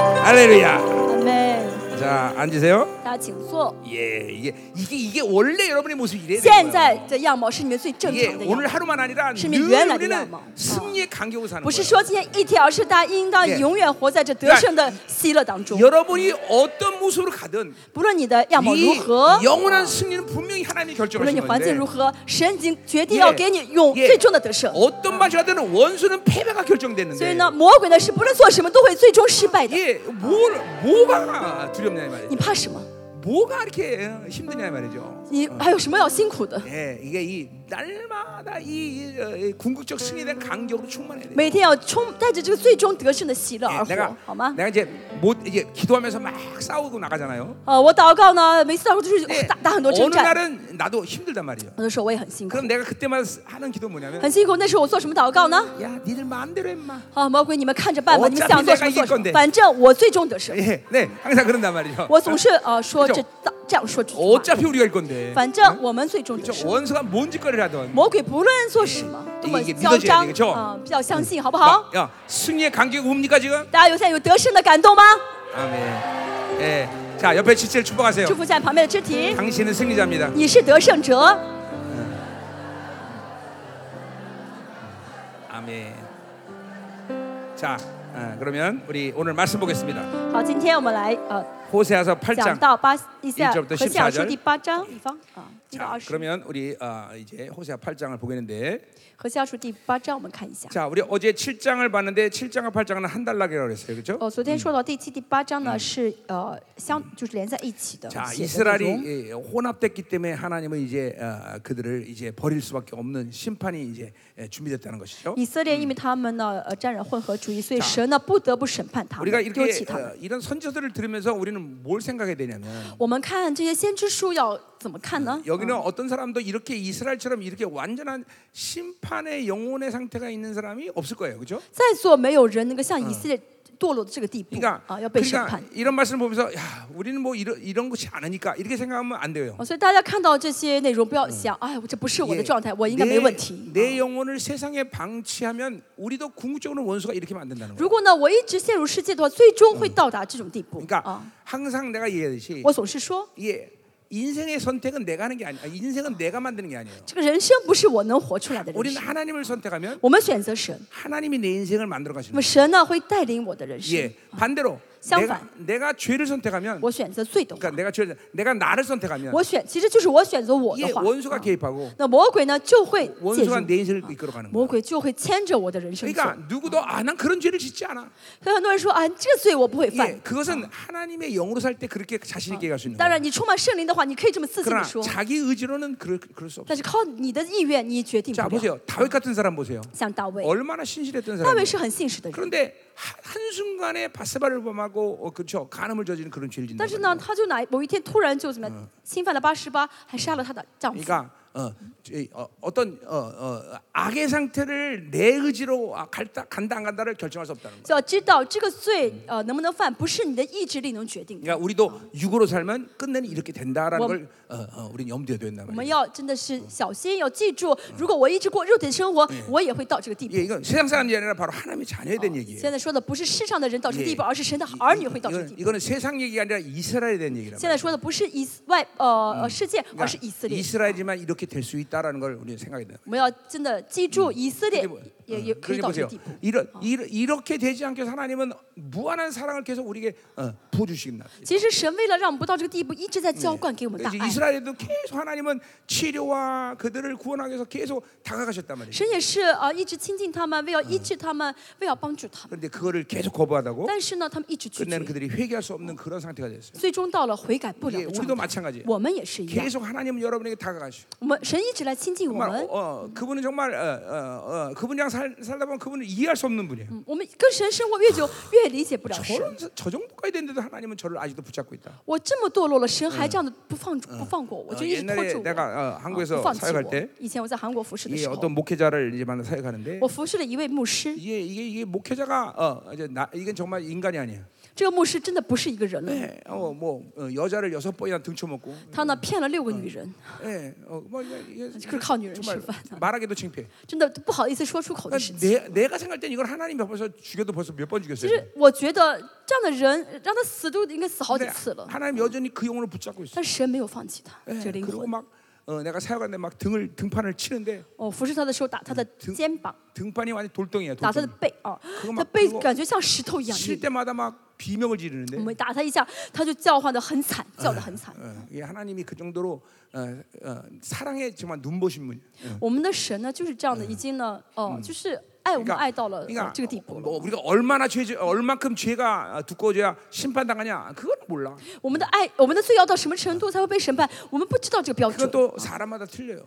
할렐루야. Amen。 자 앉으세요. 大家请坐。 예, 이게 이게 이게 원래 여러분의 모습이 이래야 现 되는 在 거예요. 这样貌哎是你们最正 이게 常的样 오늘 貌， 하루만 아니라 늘 是你们原来的 우리는 样貌。 승리의 간격으로 사는 不是 거예요. 说今天一天，而是大家应当 예 永远活在这得胜的喜乐当中。 여러분이 어떤 모습으로 가든 不哎论你的样貌如 이 何， 영원한 승리는 분명히 하나님이 无论 결정하신 你环境 건데 如何，神已经决定 예, 要给你用 예. 最终的得胜。 어떤 방식이든 원수는 패배가 所以 결정됐는데 呢，魔鬼呢是不论做什么都会最终失败的。 예, 뭘 뭐가 두렵냐 이 말이죠. 你怕什么？ 뭐가 이렇게 어, 힘드냐 이 말이죠. 你还有什么要辛苦的？ 예, 이게 이 날마다 이, 이, 어, 이 궁극적 승리에 대한 간격으로 충만해야 돼. 每天要充带着这个最终得胜的喜乐 예, 而活 내가 ，好吗？ 내가 이제 못 이제 기도하면서 막 싸우고 나가잖아요. 呃，我祷告呢，每次祷告就是 예, 打打很多征 어느 战， 날은 나도 힘들단 말이에요. 有的时候我也很辛苦， 그럼 내가 그때만 하는 기도 뭐냐면 很辛苦。那时候我做什么祷告呢？ 야 니들 마음대로 임마. 好，魔鬼，你们看着办吧，我你们想做什么这做边什应该么，反正我最终得胜。 예, 네 항상 그런단 말이죠. 我总是呃说 그죠 这这样说这句话， 어차피 우리가 일 건데. 反正我们最终得 저 胜。 원수가 뭔 짓거리를 하던 魔鬼不论做什么 예 多么嚣张 이게믿어져야되겠죠 啊、比较相信，好不好？ 막, 야, 승리의 간격이 뭡니까 지금? 大家有现在有得胜的感动吗？ 아멘. 예. 자, 옆에 지체를 축복하세요. 祝福在旁边的肢体， 당신은 승리자입니다. 你是得胜者。 아멘. 자, 아, 그러면 우리 오늘 말씀 보겠습니다. 好，今天我们来呃 호세아서 讲 8장. 到巴以赛1절부터 和西尔书14第八章，一方啊，一到 자, 二十， 그러면 우리 아, 이제 호세아 8장을 보겠는데 和西尔书第八章我们看一下。 자, 우리 어제 7장을 봤는데 7장과 8장은 한 단락이라고 그랬어요. 그렇죠? 哦，昨天说到第七、第八章呢是呃相就是连在一起的。 자, 写的内容 이스라엘이 예, 혼합됐기 때문에 하나님은 이제 어, 그들을 이제 버릴 수밖에 없는 심판이 이제 예, 준비됐다는 것이죠. 以色列因为他们呢呃沾染混合主义，所以 자 神呢不得不审判他 우리가 们，丢 이렇게 弃他 어, 们。 이런 선지서들을 들으면서 우리는 뭘 생각해야 되냐면 我们看这些先知书要怎么看呢？ 여기는 어떤 사람도 이렇게 이스라엘처럼 이렇게 완전한 심판의 영혼의 상태가 있는 사람이 없을 거예요, 그렇죠? 在座没有人能够像以色列堕落的这个地步 그러니까, 啊，要被审 그러니까 判。 이런 말씀을 보면서 야, 우리는 뭐 이런 이런 것이 아니니까 이렇게 생각하면 안 돼요. 哦，所以大家看到这些内容，不要想，哎，我这不是我的 예, 状态，我应该没问题。啊 내, 내 영혼을 세상에 방치하면 우리도 궁극적으로 원수가 이렇게 만든다는 거예요. 如果呢，我一直陷入世界的话，最终会到达这种地步 그러니까 啊！ 항상 내가 얘기하듯이 我总是说， 이게 인생의 선택은 내가 하는 게 아니야. 인생은 내가 만드는 게 아니에요. 这个人生不是我能活出来的人 우리는 生。 하나님을 선택하면 我们选择神， 하나님이 내 인생을 만들어 那 가시는 么 거예요. 神呢会带领我的人生 예, 。 반대로 내가, 쌍판. 내가 죄를 선택하면 我选择罪的话 그러니까 ， 내가 죄를 내가 나를 선택하면 我选其实就是我选择嗯我 이게 的话， 원수가 啊 개입하고 那魔鬼呢就会介 원수가 入， 내 인생을 어. 이끌어 가는 거예요. 魔鬼就会牵着我的人生走。 그러니까 누구도 아 난 그런 죄를 짓지 않아. 所以很多人说啊，这个罪我不会 예, 犯。 그것은 하나님의 영으로 살 때 그렇게 자신 있게 얘기할 수 있는 当 거예요. 然，你充满圣灵的话，你可以这么自信的 그러나 说， 자기 의지로는 그럴, 그럴 수 없어요. 但是靠你的意愿你决定 자 不了。 보세요. 다윗 같은 사람 보세요. 像大卫， 얼마나 신실했던 大 사람. 卫是很信实的人。 그런데 한 순간에 바스바를 범하고 어, 그렇죠 간음을 저지른 그런 죄를 짓는 但是 거예요. 呢，他就哪某一天突然就怎么样侵犯了八十八，还杀了他的丈夫。 그러니까 어, 이, 어, 어떤 어, 어, 악의 상태를 내 의지로 아, 갈다, 간다 안 간다를 결정할 수 없다는 거예요. 就要知道这个罪呃能不能犯，不是你的意志力能决定的。 그러니까 우리도 육으로 살면 끝내는 이렇게 된다라는 뭐- 걸 어, 어, 우리는 염두에 둔단 我们 말이에요. 要真的是小心，要记住，如果我一直过肉体的生活，我也会到这个地步 예, 。 이건 세상 사람이 아니라 바로 하나님의 자녀에 대한 现 얘기예요. 在说的不是世上的人到这个地步， 예 而是神的儿女会到这个 이거는, 地步。 이거는 세상 얘기가 아니라 이스라엘에 대한 얘기란 现在 말이에요. 说的不是以外呃呃世界，而是 그러니까 以色列。 이스라엘이지만 이렇게 될 수 있다라는 걸 우리는 생각해야 돼요. 我们要真的记住，以色列 이게 뭐- 也 어, 也可以 그러니까 到这 보세요. 个地步。 이런, 이런 이렇게 되지 않게 해서 하나님은 무한한 사랑을 계속 우리에게 어, 부어주시겠나. 其实神为了让我们不到这个地步，一直在浇灌给我们大 그러니까 이제 爱。 이스라엘도 계속 하나님은 치료와 그들을 구원하기 위해서 계속 다가가셨단 말이에요. 神也是呃一直亲近他们，为了医治他们，为了帮助他们。 그런데 그거를 계속 거부하다고 但是呢，他们一直拒 끝내는 绝， 네, 그들이 회개할 수 없는 그런 상태가 됐어요. 最终到了悔改不了 예, 的 우리도 状态。 마찬가지예요. 我们也是一样， 계속 하나님은 여러분에게 다가가셔. 我们神一直来亲近我 정말 们 어, ， 어, 그분은 정말 어, 어, 어, 그분이랑 살, 살다 보면 그분을 이해할 수 없는 분이에요. 嗯我们跟神生活越久，越理解不了神。 저런 저 정도까지 됐는데도 하나님은 저를 아직도 붙잡고 있다. 我这么堕落了，神还这样的不放不放过我，啊我就一直拖 옛날에 住我， 내가 어, 啊 한국에서 不放弃 사역할 때 我。以前我在韩国服侍的 이 时 어떤 候， 목회자를 이제 만나 사역하는데 我服侍了一位牧师， 이게 이게 이게 목회자가 어 이제 나 이건 정말 인간이 아니야. 这个牧师真的不是一个人了， 예, 어뭐 어, 여자를 여섯 번이나 등쳐먹고 他呢骗了六个女人， 예, 어뭐 이게 이게 就是靠女人吃 정말 饭， 말하기도 창피해. 真的不好意思说出口的事 그러니까 情。 내 내가 생각할 땐 이걸 하나님 앞에서 죽여도 벌써 몇 번 其 죽였어요. 实我觉得这样的人让他死都应该死好几 근데 次了， 하나님 여전히 그 영혼을 붙잡고 있어. 但是神没有放弃他 예, 这个灵 그리고 魂。 막 어, 내가 사역하는데 막 등을 등판을 치는데 哦，服侍他的时候打他的 등 肩膀， 등판이 완전 돌덩이야. 打他的 돌덩이. 背啊 그거，막 他背 그거 感觉像石头一样 칠 硬。 때마다 막 비명을 我 지르는데 们打他一下，他就叫唤的很惨，叫的很惨。 어, 이게 하나님이 그 정도로 어, 어, 사랑의 정말 눈보신 분. 我们的神呢就是这样的，已经呢，哦，就是爱我们爱到了呃 그러니까 这个地步了。 뭐 우리가 얼마나 죄, 얼만큼 죄가 두꺼워져야 심판 당하냐? 그건 몰라. 我们的爱，我们的罪要到什么程度才会被审判？我们不知道这个标准， 그것도 사람마다 틀려요.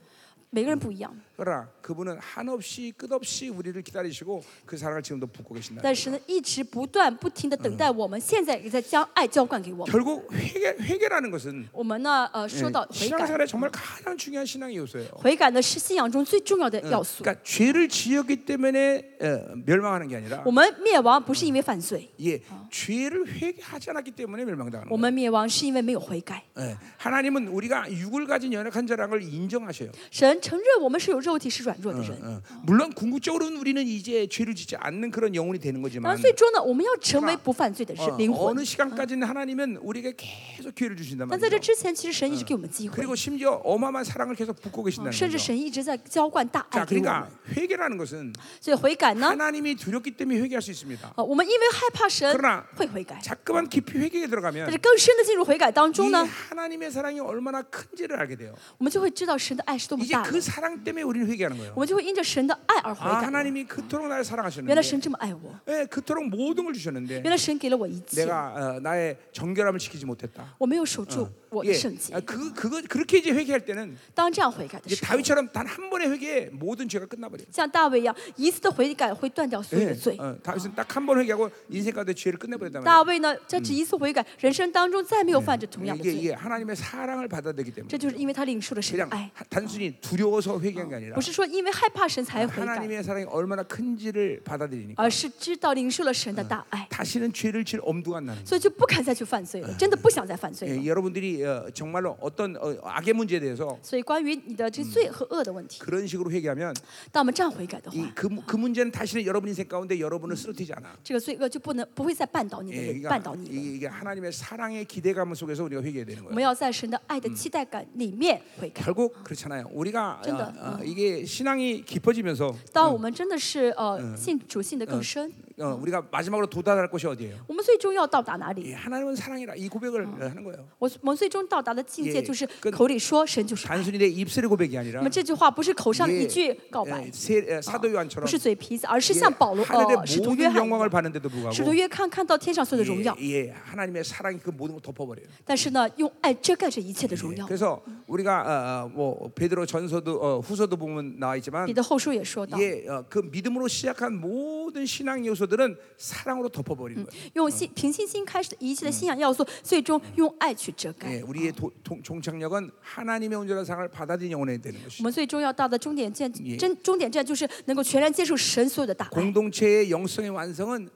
每个人不一样。 그러나 그분은 한없이 끝없이 우리를 기다리시고 그 사랑을 지금도 붓고 계신다. 但是呢，一直不断不停的等待我们，现在也在将爱浇灌给我们。 결국 회개 회개라는 것은 예, 我们呢，呃，说到悔改， 신앙생활에 정말 가장 중요한 신앙의 요소예요. 悔改呢是信仰中最重要的要素。 그러니까 죄를 지었기 때문에 어, 멸망하는 게 아니라 我们灭亡不是因为犯罪， 예, 죄를 회개하지 않았기 때문에 멸망당하는 我 거예요. 们灭亡是因为没有悔改。 예, 하나님은 우리가 육을 가진 연약한 자라는 걸 인정하셔요. 神承认我们是有肉体是软弱的人， 어, 물론 궁극적으로는 우리는 이제 죄를 짓지 않는 그런 영혼이 되는 当 거지만 然最终呢，我们要成为 그러나 不犯罪的 어, 哦人灵魂 어느 。 시간까지는 하나님은 우리에게 계속 기회를 주신단 但在这 말이죠. 之前，其实神一直给我们机会， 그리고 심지어 어마어마한 사랑을 계속 붓고 계신다는 甚至 거죠. 神一直在浇灌大爱 자, 给我们 그러니까 。 회개라는 것은 所以悔改呢， 하나님이 두렵기 때문에 회개할 수 있습니다. 呃，我们因为害怕神 그러나 会悔改， 자꾸만 깊이 회개에 但 들어가면 是更深的进入悔改当 이 中呢， 하나님의 사랑이 얼마나 큰지를 알게 돼요. 我们就会知道神的爱是多么 이제 大 그 的， 사랑 때문에 우리는 회개하는 거예요. 我们就会因着神的爱而悔 아 改了。 하나님이 그토록 나를 原来 사랑하셨는데 神这么爱我， 예, 그토록 모든 걸 주셨는데 原来神给了我一切， 내가 어, 나의 정결함을 지키지 못했다. 我没有守住我 예, 的圣洁 아, 。그 그거 그렇게 이제 회개할 때는 当这样悔改的 이제 时候， 다윗처럼 단 한 번의 회개에 모든 죄가 끝나버려요. 像大卫一样，一次的悔改会断掉所有 예, 的罪。 어, 다윗은 딱 한 번 회개하고 인생 가운데 죄를 끝내버렸단 大 말이에요. 卫呢，在这一次悔改，人生当中再没有犯着同样的 이게, 罪， 이게 하나님의 사랑을 받아들이기 때문에 这就是因为他领受了神的 그냥 爱， 하- 단순히 두려워서 회개한 게 아니라 不是说因为害怕神才悔改， 하나님의 사랑이 얼마나 큰지를 받아들이니까 而是知道领受了神的大爱， 다시는 죄를 질 엄두가 안 나는 거예요. 所以就不敢再去犯罪了，真的不想再犯罪了 예, 。 여러분들이 어, 정말로 어떤 어, 악의 문제에 대해서 所以，关于你的这罪和恶的问题， 그런 식으로 회개하면 当我们这样悔改的话， 이그 그 문제는 다시는 여러분 인생 가운데 여러분을 쓰러뜨리지 않아. 这个罪恶就不能不会再绊倒你的 예, 人，绊倒 그러니까 你了。 이- 이게 하나님의 사랑의 기대감 속에서 우리가 회개해야 되는 我 거예요. 们要在神的爱的期待感里面悔改。 결국 그렇잖아요. 우리가 아, 진짜. 아, 이게 신앙이 깊어지면서 当我们真的是呃信主信的更深， 어, 우리가 마지막으로 도달할 곳이 어디예요? 我们最终要到达哪 예, 里？ 하나님은 사랑이라 이 고백을 어, 하는 거예요. 我我们最终到达的境界 예 就是跟口里说神就是爱。 단순히 내 입술의 고백이 아니라 那么这句话不是口上的一 예, 句告 예, 白， 세- 예, 사도 요한처럼 不是嘴皮子，而是 예, 像保罗呃 하늘의 使徒约 모든 翰一 영광을 样， 받는데도 使徒 불구하고 约翰看到天上所有的荣耀， 예, 예, 하나님의 사랑이 그 모든 걸 덮어버려요. 但是呢，用爱遮盖这一切的荣 예, 耀。 그래서 우리가 어, 어, 뭐 베드로 전서도 어, 후서도 보면 나와 있지만 彼得后书也说到， 예, 어, 그 믿음으로 시작한 모든 신앙 요소들은 사랑으로 덮어버리는 거예요. 用信凭信心开始的一切的信仰要素，最终用爱去遮盖 예, 。 우리의 도- 동- 종착역은 하나님의 온전한 사랑을 받아들인 영혼이 되는 我 것이. 们最终要到的终点站 예 ，真终点站就是能够全然接受神所有的大爱。 공동체의 영성의 완성은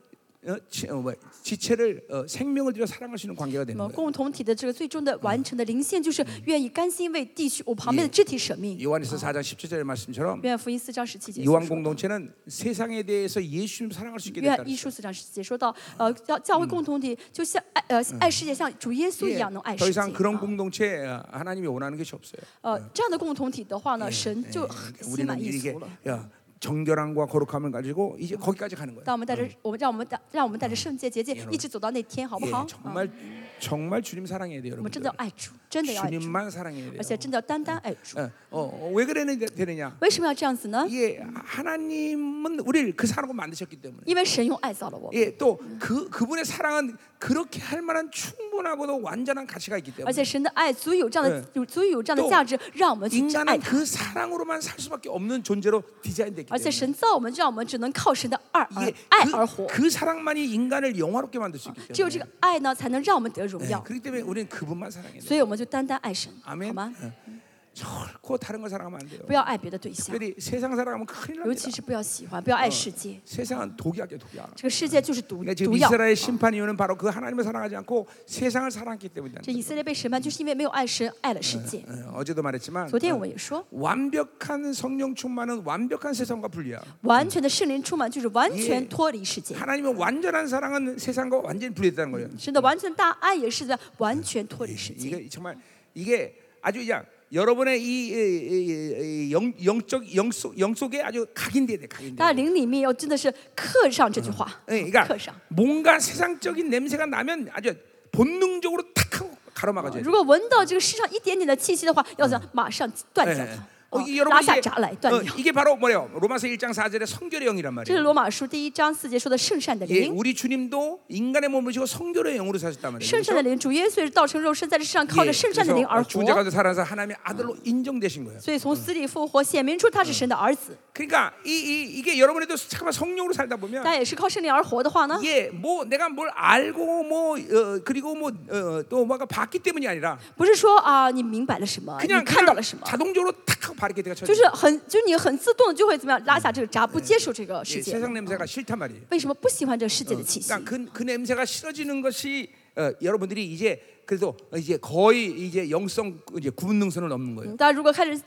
어, 지, 어, 뭐야, 지체를 어, 생명을 들여 사랑할 수 있는 관계가 那 되는 么 거예요. 共同体的这个最终的完成的灵性，就是愿意甘心为弟兄我旁边的肢体舍命。 요한에서 4장 17절의 말씀처럼 约翰福音四章十七节所 요한 说， 공동체는 세상에 대해서 예수님 사랑할 수 있게 约 됐다. 翰一书四章十七节说到，呃，教教会共同体就像爱呃爱世界，像主耶稣一样能爱 예, 더 世界。 이상 아. 그런 啊 공동체 하나님이 원하는 것이 없어요. 예, 呃，这样的共同体的话呢，神 아, 就很心 우리는 满意 이게 足了。 야, 정결함과 거룩함을 가지고 이제 거기까지 가는 거예요. 当我们带着我们让我们带让我们带着圣洁洁净，一直走到那天，好不 예, 好？啊 정말 정말 주님 사랑해야 돼요, 我们真 여러분. 的要爱主，真 네, 的要爱主， 주님만 사랑해야 而且 돼요. 真的要单单爱主 예, 。 어, 어, 왜 그래야 되느냐? 为什么要这样子呢？ 예, 하나님은 우리를 그 사랑으로 만드셨기 때문에. 因为神用爱造了我们， 예, 또 그 그분의 사랑은 그렇게 할 만한 충분하고도 완전한 가치가 있기 而 때문에. 且神的爱足以有这样的嗯有足以有这样的价值，让我们去爱 인간은 他。 그 사랑으로만 살 수밖에 없는 존재로 디자인됐기 而且 때문에. 神造我们，让我们只能靠神的爱而 이게 爱而活 그 。그 사랑만이 인간을 영화롭게 만들 수 있기 只有这 때문에. 个爱呢，才能让我们得荣 예, 耀。 그렇기 때문에 우리는 그분만 사랑해야 돼. 所以我们就单单爱神，好 아멘. 吗？ 예. 절코 다른 거 사랑하면 안 돼요. 不要爱别的对象， 특별히 세상 사랑하면 큰일 尤 납니다. 其是不要喜欢，不要爱世界。 세상은 독약이야 독약. 这个世界就是毒 그러니까 毒 지금 药。 이스라엘 심판 이유는 바로 그 하나님을 사랑하지 않고 세상을 사랑했기 때문이다. 这以色列被审判，就是因为没有爱神，爱了世界。 어, 어제도 말했지만 昨天 어, 我也说， 완벽한 성령 충만은 완벽한 세상과 분리야. 完全的圣灵充满就是完全 예 脱离世界， 하나님의 완전한 사랑은 세상과 완전히 분리됐다는 거예요. 神的完全大爱也是在完全脱离世界。 이게 정말 이게 아주 그냥 여러분의 이, 이- 이- 이 영, 영적 영속 영속에 아주 각인돼야 돼 각인돼. 大家灵里面要真的是刻上这句话， 예, 그러니까 刻上。 뭔가 세상적인 냄새가 나면 아주 본능적으로 탁 하고 가로막아줘야 돼. 如果闻到这个世上一点点的气息的话，要想马上断掉 예, 예. 它， 어, 哦 이 拉 여러분 下 이게, 闸来 어, 断掉。 이게 바로 뭐예요? 로마서 1장 4절의 성결의 영이란 这是 말이에요. 罗马书第一章四节说的圣善的 예, 灵， 우리 주님도 인간의 몸을 지고 성결의 영으로 사셨단 말이에요. 圣善的灵，主耶稣也是道成肉身，在这世上靠 예, 着圣善的灵 그래서 而 어, 活， 중재가도 살아서 하나님의 아들로 인정되신 거예요. 所以从死里复活，显明出他是神的儿子。 그러니까 이, 이 이게 여러분에도 잠깐만 성령으로 살다 但 보면 也是靠圣灵而活的话呢， 예, 뭐 내가 뭘 알고 뭐 어, 그리고 뭐또 뭔가 봤기 때문이 아니라 不是说啊你明白了什么，你 그냥 看到 그냥 了什么， 자동적으로 탁 하고 바르게 돼가 就 쳐져. 是很就是你很自动地就会怎么样拉下这个闸，不接受这个 예, 世界。 세상 냄새가 싫단 말이에요. 为什么不喜欢这个世界的气息？ 그러니까 그, 그 냄새가 싫어지는 것이 어, 여러분들이 이제 그래도 이제 거의 이제 영성 이제 구분능선을 넘는 거예요. 嗯大家如果开始。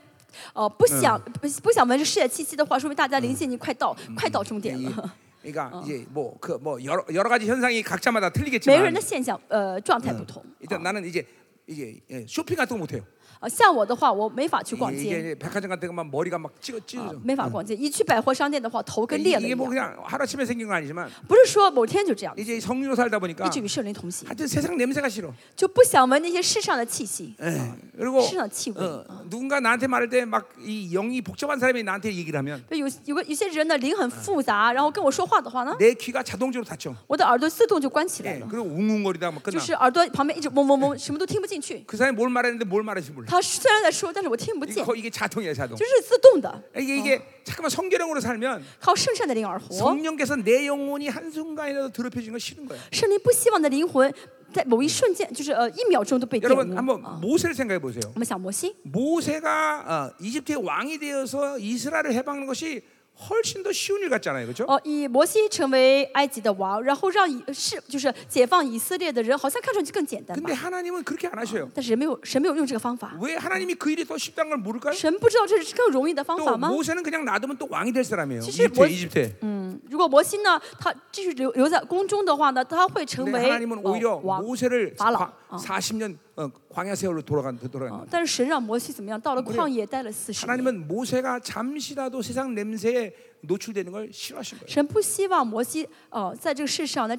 哦，不想不不想闻这世界气息的话，说明大家灵性已经快到快到终点 이- 了。 그러니까 이제 뭐 그 뭐 여러 여러 가지 현상이 각자마다 每个人 틀리겠지만 的现象呃状态不同。 일단 나는 이제 이게 예, 쇼핑 같은 거못 해요. 啊，像我的话，我没法去逛 이게 街，啊 이제 백화점 같은 거만 머리가 막 찢어 찢어져. 没法逛街。一去百货商店的话，头跟 이게, 裂了一 이게 뭐 样。 그냥 하루아침에 생긴 건 아니지만 不是说某天就这样， 이제 성류로 살다 보니까 一直与圣灵同行， 하여튼 세상 냄새가 싫어. 就不想闻那些世上的气息， 예. 그리고 世上的气味。 어, 누군가 나한테 말할 때 막 이 영이 복잡한 사람이 나한테 얘기를 하면 对有有个有些人的灵很复杂，然后跟我说话的话呢， 내 귀가 자동적으로 닫혀. 我的耳朵自动就关起来 예. 了， 그리고 웅웅거리다 막 就 끝나. 是耳朵旁边一直嗡嗡嗡，什么都听不 进去。 그 사람이 뭘 말했는데 뭘 말했는지 몰라. 他虽然在说，但是我听不 이게, 见， 거의 이게 자동이야 자동. 就是自动的， 이게 이게 잠깐만 성계령으로 살면 靠圣善的灵而 뭐? 活。 성령께서 내 영혼이 한 순간이라도 더럽혀지는 거 싫은 거야. 圣灵不希望的灵魂在某一瞬间，就是呃一秒钟都被玷 여러분 污。啊 한번 모세를 생각해 보세요. 我们想摩西， 모세가 어, 이집트의 왕이 되어서 이스라엘을 해방하는 것이 훨씬 더 쉬운 일 같잖아요, 그렇죠? 哦，以摩西成为埃及的王，然后让以是就是解放以色列的人，好像看上去更简单吧 근데 ？ 하나님은 그렇게 안 하셔요. 但是没有神没有用这个方法， 왜 하나님이 그 일이 더 쉽다는 걸 모를까요? 神不知道这是更容易的方法 또 吗？ 모세는 그냥 놔두면 또 왕이 될 사람이에요. 사실 이집트, 모- 이집트. 嗯，如果摩西呢，他继续留留在宫中的话呢，他会成 근데 为 하나님은 呃 오히려 王。 모세를 바로. 과- 어. 40년 어, 광야 세월로 돌아간 돌아간. 啊但是神让摩西怎么样？到了旷野待了四十年。 하나님은 모세가 잠시라도 세상 냄새에 노출되는 걸 싫어하신 거예요. 神不希望摩西哦，在这个世上呢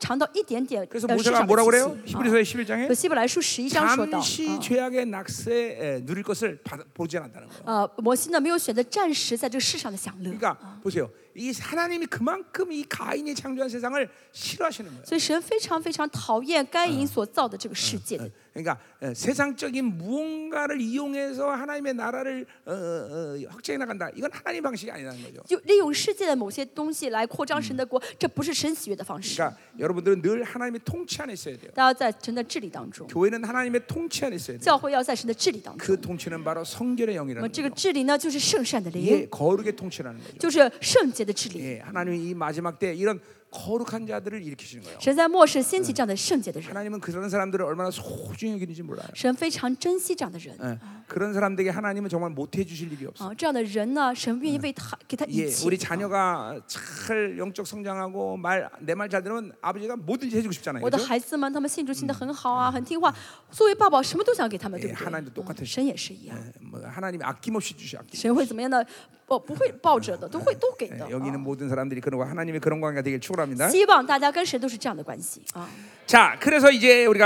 尝到一点点 그래서 呃世 모세가 上的 뭐라고 气 그래요? 息。啊 히브리서 11장에 可希伯来书十一章说到， 잠시 啊 죄악의 낙세에 에, 누릴 것을 받- 보지 않았다는 거예요. 呃，摩西呢没有选择暂时在这个世上的享乐， 그러니까 보세요. 이 하나님이 그만큼 이 가인이 창조한 세상을 싫어하시는 거예요. 所以神非常非常讨厌该隐所造的这个世界。 그러니까 어, 세상적인 무언가를 이용해서 하나님의 나라를 어, 어, 확장해 나간다. 이건 하나님 방식이 아니라는 거죠. 就利用世界的某些东西来扩张神的国，这不是神喜悦的方式。 그러니까 여러분들은 늘 하나님의 통치 안에 있어야 돼요. 大家在神的治理当中， 교회는 하나님의 통치 안에 있어야 돼요. 教会要在神的治理当中。 그 통치는 바로 성결의 那么 영이라는 这个 거죠. 治理呢，就是圣善的灵， 예, 거룩의 통치라는 거죠. 就是圣洁的治理。 예, 하나님이 이 마지막 때 이런 거룩한 자들을 일으키시는 거예요. 神在末世兴起这样的圣洁的人， 하나님은 그런 사람들을 얼마나 소중히 여기는지 몰라요. 神非常珍惜这样的人。 예, 그런 사람들에게 하나님은 정말 못해 주실 일이 없어요. 啊，这样的人呢，神愿意为他给他 예, 一切。 우리 자녀가 잘 영적 성장하고 말 내 말 잘 들으면 아버지가 뭐든지 해주고 싶잖아요. 啊我的 그렇죠? 孩子们，他们信主信的很好啊，很听话。作为爸爸，什么都想给他们，哎对不 하나님도똑같으시 对？神也是一样， 예, 뭐 하나님이 아낌없이 주셔. 아낌. 神会怎么样的？不不会抱着的，都会都给 예, 的。 여기 있는 啊 모든 사람들이 그런 거 하나님의 그런 관계가 되길 축원합니다. 希望大家跟神都是这样的关系啊。 자, 그래서 이제 우리가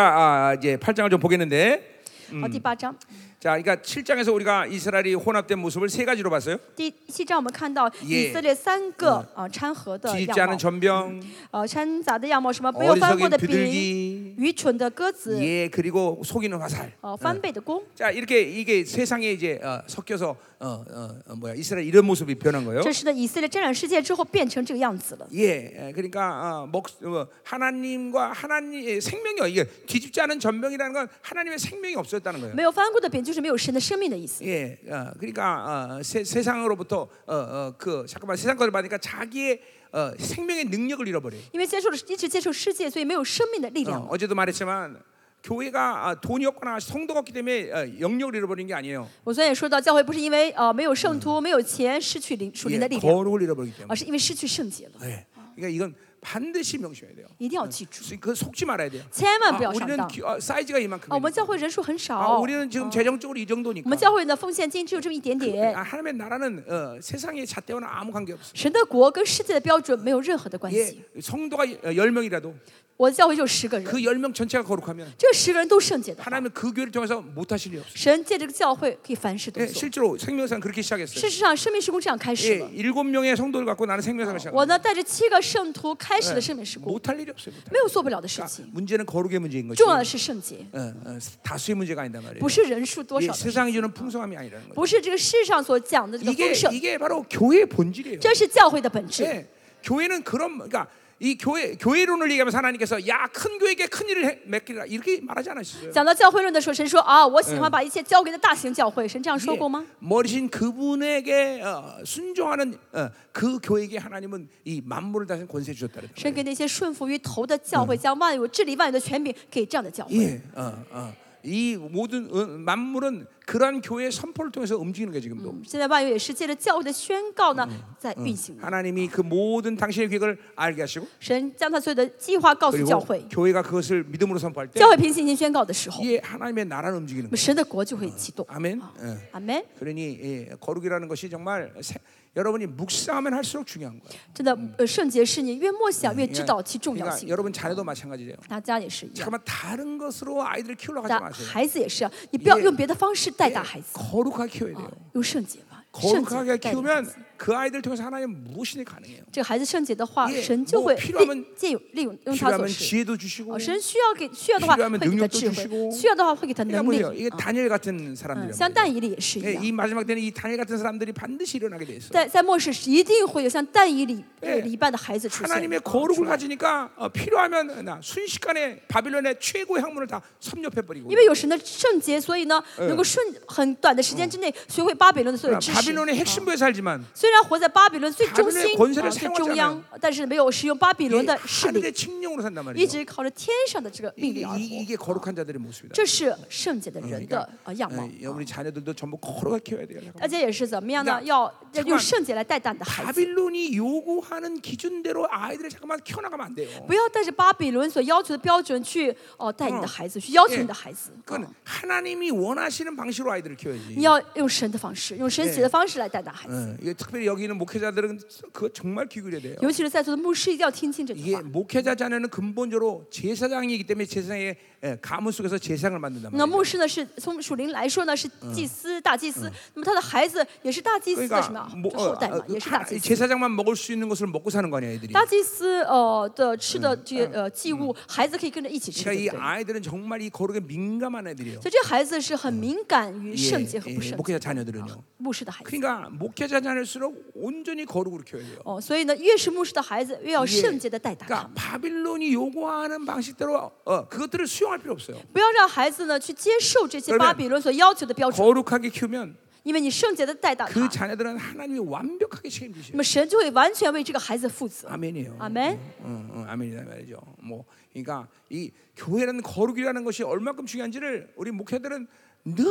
아, 이제 8장을 좀 보겠는데, 好，第八章， 자, 그러니까 7장에서 우리가 이스라엘이 혼합된 모습을 세 가지로 봤어요. 第七章我们看到 예 以色列三个啊掺和的 뒤집지 样 않은 貌， 전병, 呃，掺杂的样貌，什哦 아, 뭐么没有翻过 어리석인 的饼， 비둘기, 愚蠢的鸽子， 예, 그리고 속이는 화살. 呃，翻倍的弓， 자 이렇게 이게 세상에 이제 어, 섞여서 어, 어, 어, 뭐야 이스라엘 이런 모습이 변한 거예요. 这是呢以色列沾染世界之后变成这个样子了。 예, 예, 그러니까 어, 먹, 어, 예, 하나님과 하나님 의 생명이 이게 뒤집지 않은 전병이라는 건 하나님의 생명이 없어졌다는 거예요. 没有翻过的饼，就是没有神的生命的意思。 예, 어, 그러니까 어, 세, 세상으로부터 어, 어, 그 잠깐만 세상 것을 받으니까 자기의 어, 생명의 능력을 잃어버려. 요 因为接受了一直接受世界，所以没有生命的力量。 어, 제도 말했지만 교회가 아, 돈이 없거나 성도가 없기 때문에 어, 영역을 잃어버린 게 아니에요. 我昨天也说到，教会不是因为呃没有圣徒、没有钱失去灵属灵 예, 的力量， 거룩을 잃어버리기 而 때문에. 是因为失去圣洁了。 예. 그러니까 이건 반드시 명심해야 돼요. 一定要记住， 그 속지 말아야 돼요. 千万不要上 우리는 当。 기- 어, 사이즈가 啊，我 이만큼. 们教会人数很少， 아, 我 우리는 지금 재정적으로 이 정도니까. 们教会的奉献金只有这么一点 아, 点。 하나님의 나라는 어, 세상의 잣대와는 아무 관계 없어. 神的国跟世界的标准没有任何的关 예, 系。 성도가 어, 열 명이라도 我的教会就十个人， 그 열 명 전체가 거룩하면 这十个人都圣洁的话， 하나님은 그 교회를 통해서 못하실 일 없어. 神借这个教会可以凡事都 예, 做。 실제로 생명상 그렇게 事 시작했어요. 实上，生命施工这样开 예, 始了。 일곱 명의 성도를 갖고 나는 생명상을 我 시작했어요. 呢，带着七个圣徒开始的生命施工， 못할 일이 없어요. 못할. 没有做不了的事 그러니까 情。 문제는 거룩의 문제인 거지. 重要的是圣洁， 어, 어, 다수의 문제가 아니단 말이에요. 不是人数多 예, 少的事， 세상이 주는 풍성함이 아니라는 거예요. 不是这个世上所讲的这个 이게 丰盛， 이게 바로 교회의 본질이에요. 这是教会的本质。 예, 교회는 그런 그러니까 이 교회 교회론을 얘기하면서 하나님께서 야 큰 교회에게 큰 일을 해, 맡기라 이렇게 말하지 않으셨어요. 讲到教会论的时候，神说啊，我喜欢把一切交给那大型教会。神这样说 예, 过吗？ 머리신 그분에게 어, 순종하는 어, 그 교회에게 하나님은 이 만물을 다스린 권세 주셨다 그랬단 神给那些顺服于头的教会，将万有治理万有的权柄给这样的教会。 예, 어, 어. 이 모든 어, 만물은 그러한 교회의 선포를 통해서 움직이는 게 지금도. 现在万有也是借着教会的宣告呢，在运行的。 하나님이 그 모든 당신의 계획을 알게 하시고 神将他所有的计划告诉 그리고 教会， 교회가 그것을 믿음으로 선포할 때 教会凭信心宣告的时候， 이게 하나님의 나라는 움직이는 我们 거예요. 神的国就会启动。啊 아멘. 예. 阿门。嗯 그러니 예, 거룩이라는 것이 정말 세- 여러분이 묵상하면 할수록 중요한 거예요. 真的，呃，圣洁是你越默想越知道其重要 그러니까 性。 여러분 자녀도 마찬가지예요. 大家也是一样， 잠깐만 다른 것으로 아이들을 키우려고 하지 大 마세요. 孩子也是啊，你不要 예 用别的方式带大 예, 孩子， 거룩하게 키워야 돼요. 用圣洁吧， 어, 圣洁 거룩하게 带领孩 키우면 子。 그 아이들 통해서 하나님 무엇이 가능해요. 这个孩子圣洁的话， 예 神就 뭐 会 필요하면 利借用利用用他所 필요하면 使。 지혜도 주시고 哦，神需要给需要的话 필요하면 会给他 능력도 智 주시고 慧，需要的话会给他 그러니까 能力 보세요. 。 이게 啊 다니엘 같은 嗯， 사람들이란 像 말이에요. 但以理也是哎 예, 一样， 이 마지막 때는 이 다니엘 같은 사람들이 반드시 일어나게 돼 있어요. 在在末世一定会有像但以理 예 一般的孩子出现 하나님의 。 거룩을 가지니까 어, 필요하면 나 순식간에 바빌론의 최고의 학문을 다 섭렵해 버리고. 因为有神的圣洁，所以呢，能够顺很短的时间之内学会嗯巴比伦的所有知 아, 识。 바빌론의 핵심부에 살지만 虽然活在巴比伦最中 바빌론의 心、 권세를 啊 사용 最 하지않아요 中央，但是没有使用巴比 이 伦的势力， 하늘의 칭령으로 산단 一 말이에요. 直靠着天上的这个 이, 命令而 이- 活。 이게 거룩한 자들의 모습이다. 这是圣洁的人的啊样貌 어, 。 우리 자녀들도 전부 거룩하게 키워야 돼요. 大家也是怎么样 그러니까 呢？要要 잠깐만 用圣洁来带大你的孩子。 바빌론이 요구하는 기준대로 아이들을 잠깐만 키워나가면 안 돼요. 不要带着巴比伦所要求的标准去哦带你的孩子，去要求你的孩子。 그건 하나님이 원하시는 방식으로 아이들을 어. 키워야지. 你要用神的方式，用神写的方式来带大孩子。 어, 이게 특별히 여기 있는 목회자들은 그거 정말 기울여야 돼요. 尤其是在座的牧师，一定要听清这句 이게 话。 목회자 자녀는 근본적으로 제사장이기 때문에 제사장의 예, 가문 속에서 제사장을 만든단 那 말이에요. 牧师呢，是从属灵来说呢，是祭司、大祭司。那么他的孩子也是大祭司的 그러니까 什么啊 뭐 就后代 어, 嘛 어, ，也是大 하나- 祭司。 제사장만 먹을 수 있는 것을 먹고 사는 거 아니야, 애들이. 大祭司呃的吃的这些呃祭物，孩子可以跟着一起吃，对 그러니까 이 不对？ 아이들은 정말 이 거룩에 민감한 애들이에요. 所以这孩子是很敏感于 예, 圣洁和 예, 不圣洁。 목회자 자녀들은요. 牧师的孩子 그러니까 목회자 자녀일수록 온전히 거룩으로 키워야 돼요. 哦，所以呢，越是牧师的孩子，越要 예. 圣洁的带大他 그러니까 바빌론이 요구하는 방식대로 어, 그것들을 수용할 필요 없어요. 不要让孩子呢去接受这些巴比伦所要求的标准， 거룩하게 키우면 因为你圣洁的带到 그 他， 자녀들은 하나님이 완벽하게 那 책임지셔요. 么神就会完全为这个孩子负责。 아멘이에요. 阿门。 응, 응, 아멘이란 말이죠. 뭐, 그러니까 이 교회라는 거룩이라는 것이 얼마큼 중요한지를 우리 목회들은 늘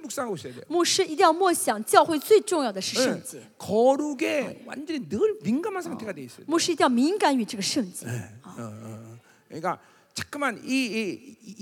묵상하고 있어야 돼요. 牧师一定要默想，教会最重要的是 응. 圣洁。 거룩에 완전히 늘 민감한 상태가 돼 있어요. 牧师一定要敏感于这个圣洁， 어, 어. 그러니까 자꾸만 이, 이, 이-